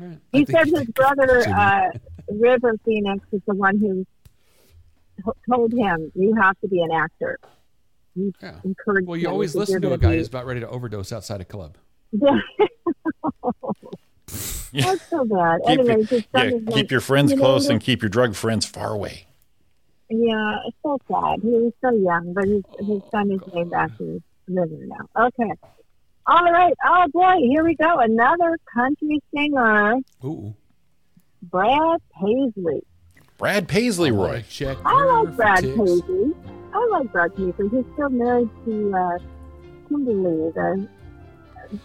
D: All right. I
G: he
D: think
G: said
D: you
G: his
D: did.
G: brother,
D: Jimmy.
G: uh, River Phoenix, is the one who t- told him, you have to be an actor. He
D: Yeah.
G: encouraged
D: Well, you
G: him,
D: always
G: said, "You're
D: listen to a
G: gonna
D: guy
G: be-"
D: who's about ready to overdose outside a club.
G: Yeah. That's so bad.
E: Keep,
G: Anyway,
E: your,
G: his son
E: yeah,
G: is like,
E: keep your friends
G: you know,
E: close
G: he-
E: and keep your drug friends far away.
G: Yeah, it's so sad. He was so young, but his, his son is
D: Oh,
G: named after his river now. Okay. All right. Oh, boy. Here we go. Another country singer,
D: Ooh.
G: Brad Paisley.
E: Brad Paisley Roy.
D: Check.
G: I
D: her
G: like Brad
D: ticks.
G: Paisley. I like Brad Paisley. He's still married to uh, Kimberly. The, uh,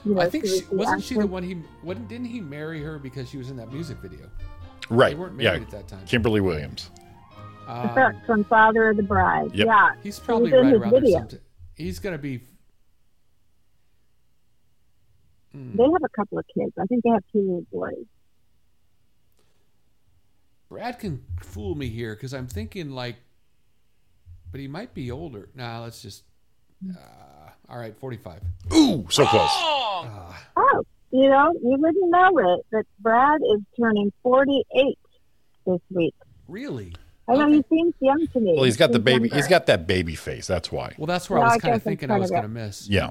G: you know,
D: I think she,
G: was the
D: wasn't she the
G: actress.
D: one he? What, didn't he marry her because she was in that music video?
E: Right.
D: They weren't
E: Yeah.
D: married at that time.
E: Kimberly Williams.
D: Um,
G: from Father of the Bride?
E: Yep.
G: Yeah.
D: he's probably
G: He's in
D: right
G: his
D: around
G: video.
D: there. Sometime. He's gonna be. Hmm.
G: They have a couple of kids. I think they have two little boys.
D: Brad can fool me here because I'm thinking like, but he might be older. Nah, let's just. Uh, all right, forty-five. Ah,
E: Ooh, so close.
G: Oh, you know, you wouldn't know it, but Brad is turning 48 this week.
D: Really?
G: I know he seems young to me.
E: Well, he's got the baby.
G: younger.
E: He's got that baby face. That's why.
D: Well, that's where
G: No,
D: I
G: I
D: was kind of
G: guess I'm
D: thinking I
G: kind
D: was
G: of
D: gonna miss.
E: Yeah.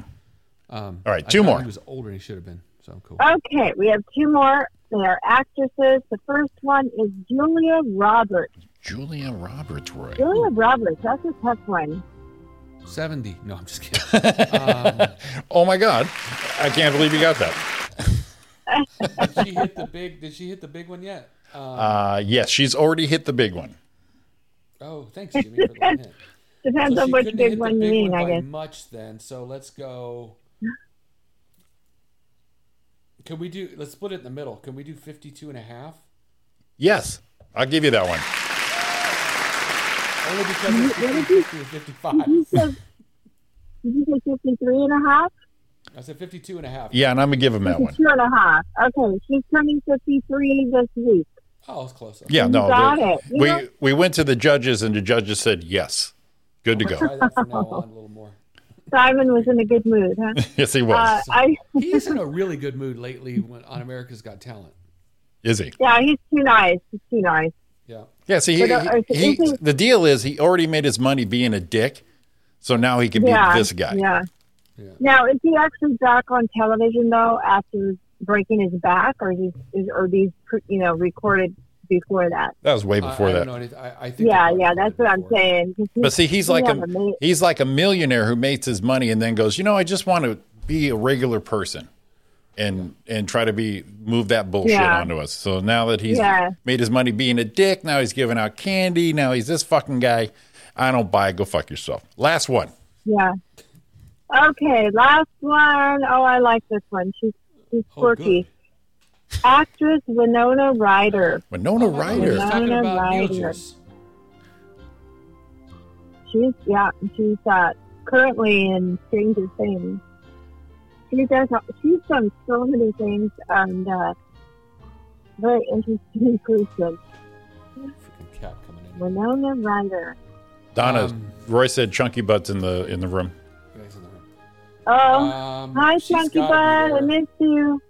D: Um,
E: All right,
D: I
E: two
D: thought
E: more.
D: He was older than he should have been. So cool.
G: Okay, we have two more. They are actresses. The first one is Julia Roberts.
E: Julia Roberts Roy.
G: Julia Roberts, that's a tough one.
D: Seventy? No, I'm just kidding. um,
E: Oh my God, I can't believe you got that.
D: did she hit the big? Did she hit the big one yet? Um,
E: Uh, yes, she's already hit the big one.
D: oh, thanks, Jimmy, for the hint.
G: Depends
D: So
G: on
D: she
G: which
D: couldn't hit
G: big
D: the
G: one you mean, I
D: by
G: guess.
D: Much then, so let's go. Can we do? Let's split it in the middle. Can we do 52 and a half?
E: Yes, I'll give you that one.
D: Only because it's between 50 and 55.
G: Did you say 53 and a half?
D: I said 52 and a half.
E: Yeah, and I'm gonna give him that one.
G: 52 and a half. Okay, she's turning 53 this week.
D: Oh, it's close.
E: Yeah,
G: You
E: no.
G: got
E: the-
G: it. You
E: we
G: know-
E: we went to the judges, and the judges said yes, good to go.
G: Uh,
D: Try that from now on a little more.
G: Simon was in a good mood, huh?
E: yes, he was.
G: Uh, I
D: He's in a really good mood lately when, on America's Got Talent.
E: Is he?
G: Yeah, he's too nice. He's too nice.
D: Yeah.
E: Yeah. See, he,
G: But, uh,
E: he- he-
G: is he-
E: the deal is he already made his money being a dick, so now he can
G: yeah,
E: be this guy.
G: Yeah.
D: Yeah.
G: Now, is he actually back on television though after breaking his back, or is, he, is or these pre- you know recorded before that?
E: That was way
D: I-
E: before
D: I,
E: that.
D: don't know anyth- I, I think
G: Yeah,
D: it
G: yeah,
D: was
G: that's what I'm
D: before.
G: saying. 'cause he-
E: But see, he's like
G: yeah,
E: a
G: but may-
E: he's like a millionaire who makes his money and then goes, you know, I just want to be a regular person, and and try to be move that bullshit
G: Yeah.
E: onto us. So now that he's
G: Yeah.
E: made his money being a dick, now he's giving out candy. Now he's this fucking guy. I don't buy. it. Go fuck yourself. Last one.
G: yeah. Okay, last one. Oh, I like this one. She's she's
D: Oh,
G: quirky.
D: good.
G: Actress Winona Ryder.
E: Winona
D: We're
E: Ryder.
G: Yeah.
D: talking
G: Winona
D: about
G: Ryder.
D: Beetlejuice.
G: She's yeah, she's uh, currently in Stranger Things. She does. She's done so many things and uh, very interesting person.
D: Freaking cat coming in.
G: Winona Ryder.
E: Donna.
D: Um,
E: Roy said chunky butts in the in the room.
D: Yeah, he's in the room.
G: Oh,
D: Um,
G: hi,
D: she's
G: Chunky Bud.
D: gotta be
G: I
D: there.
G: miss you.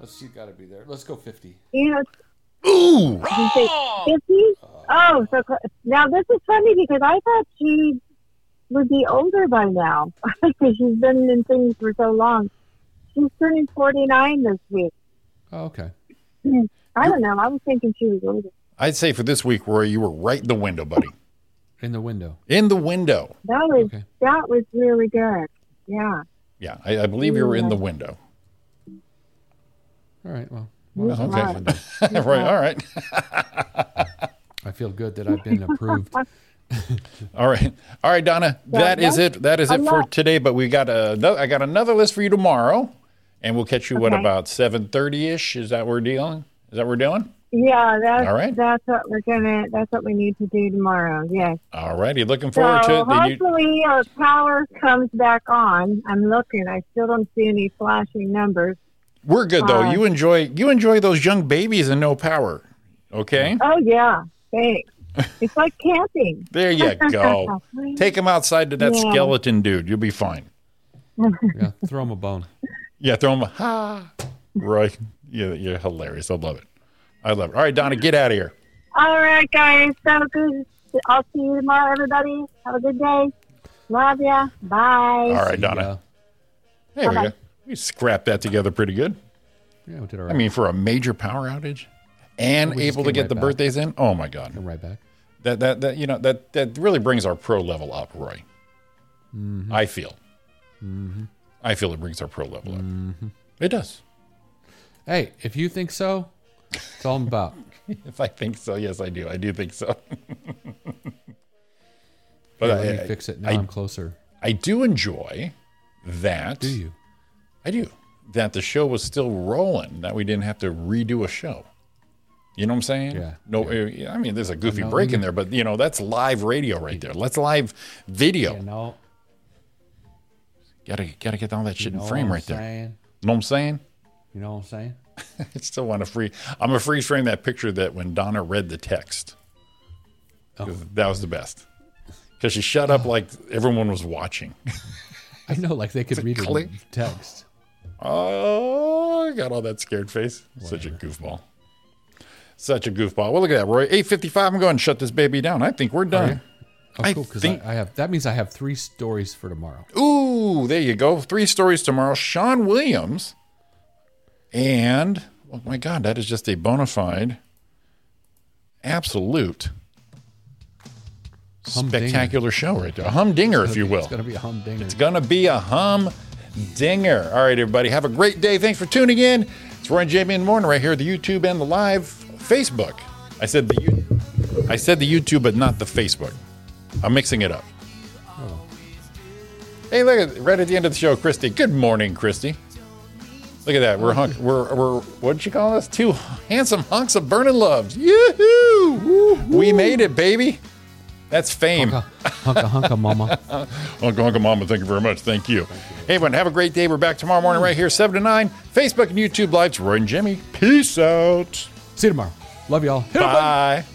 D: Let's, she's got to be there. Let's go 50.
G: You know,
E: Ooh.
G: you say fifty.
D: Uh,
G: Oh, so cl- now this is funny because I thought she would be older by now because she's been in things for so long. She's turning 49 this week.
D: Oh, okay.
G: I don't know. I was thinking she was older.
E: I'd say for this week, Roy, you were right in the window, buddy.
D: In the window.
E: In the window.
G: That was
D: Okay.
G: that was really good. Yeah.
E: Yeah, I, I believe you were in the window.
D: All right. Well, well
E: Okay. right.
G: Right.
E: All right.
D: I feel good that I've been approved.
E: All right. All right, Donna. that is it. That is it for today. But we got another. I got another list for you tomorrow, and we'll catch you what
G: Okay.
E: about seven thirty ish? Is that we're dealing? Is that we're doing?
G: Yeah, that's
E: All right.
G: that's what we're gonna that's what we need to do tomorrow. Yes.
E: All righty. Looking
G: So
E: forward to it. Then you-
G: hopefully our power comes back on. I'm looking. I still don't see any flashing numbers.
E: we're good though.
G: uh,
E: you enjoy. You enjoy those young babies and no power. Okay.
G: Oh yeah, thanks. it's like camping.
E: There you go. Take them outside to that
G: Yeah.
E: skeleton dude. You'll be fine.
D: Yeah, throw him a bone.
E: Yeah, throw him a ha. Right. Yeah, you're hilarious. I love it. I love it. All right, Donna, get out of here.
G: All right, guys. Have a good. I'll see you tomorrow, everybody. Have a good day. Love ya. Bye.
E: All right,
D: See uh,
E: Donna.
D: ya.
E: There we go. We scrapped that together pretty good.
D: Yeah, we did all right.
E: I mean, for a major power outage and
D: We just
E: able to
D: came
E: get
D: right
E: the
D: back.
E: birthdays in. Oh my God.
D: I'm right back.
E: That that that you know that that really brings our pro level up, Roy.
D: Mm-hmm.
E: I feel. I feel it brings our pro level up.
D: Mm-hmm.
E: It does.
D: Hey, if you think so, it's all I'm about.
E: If I think so, yes, I do. I do think so. but
D: Let me
E: I,
D: fix it. Now I,
E: I,
D: am closer.
E: I do enjoy that.
D: Do you?
E: I do. That the show was still rolling, that we didn't have to redo a show. You know what I'm saying?
D: Yeah,
E: No, uh, I mean, there's a goofy break in there, but you know, that's live radio right there. That's live video.
D: You know,
E: Gotta, gotta get all that
D: you
E: shit
D: know
E: in
D: what
E: frame
D: I'm
E: right there.
D: saying?
E: Know what I'm saying?
D: You know what I'm saying?
E: I still want to free. I'm gonna freeze frame that picture that when Donna read the text. 'Cause That was the best. Because she shut up like everyone was watching.
D: I know, like they could read
E: clear?
D: it text.
E: Oh, I got all that scared face. Such a goofball. Such a goofball. Well, look at that, Roy. 855. I'm going to shut this baby down. I think we're done.
D: Oh,
E: I
D: cool, because
E: think-
D: I, I have that means I have three stories for tomorrow.
E: Ooh, there you go. Three stories tomorrow. Sean Williams. And, oh my God, that is just a bona fide, absolute,
D: Humdinger.
E: spectacular show right there. A humdinger, if you will.
D: It's gonna be a humdinger.
E: It's going to be a hum dinger. All right, everybody. Have a great day. Thanks for tuning in. It's Roy and Jamie in the morning right here, the YouTube and the live Facebook. I said the U- I said the YouTube, but not the Facebook. I'm mixing it up. Hey, look at right at the end of the show, Christy. Good morning, Christy. Look at that. We're hunk. We're we're what'd you call us? Two handsome hunks of burning loves. yoo We made it, baby. That's fame.
D: hunka, hunka, hunka, mama.
E: Uncle Uncle Mama, thank you very much. Thank you. Hey, everyone, have a great day. We're back tomorrow morning right here, 7 to 9. Facebook and YouTube Lives, Roy and Jimmy. Peace out.
D: See you tomorrow. Love y'all. Hit 'em, bud.
E: Bye.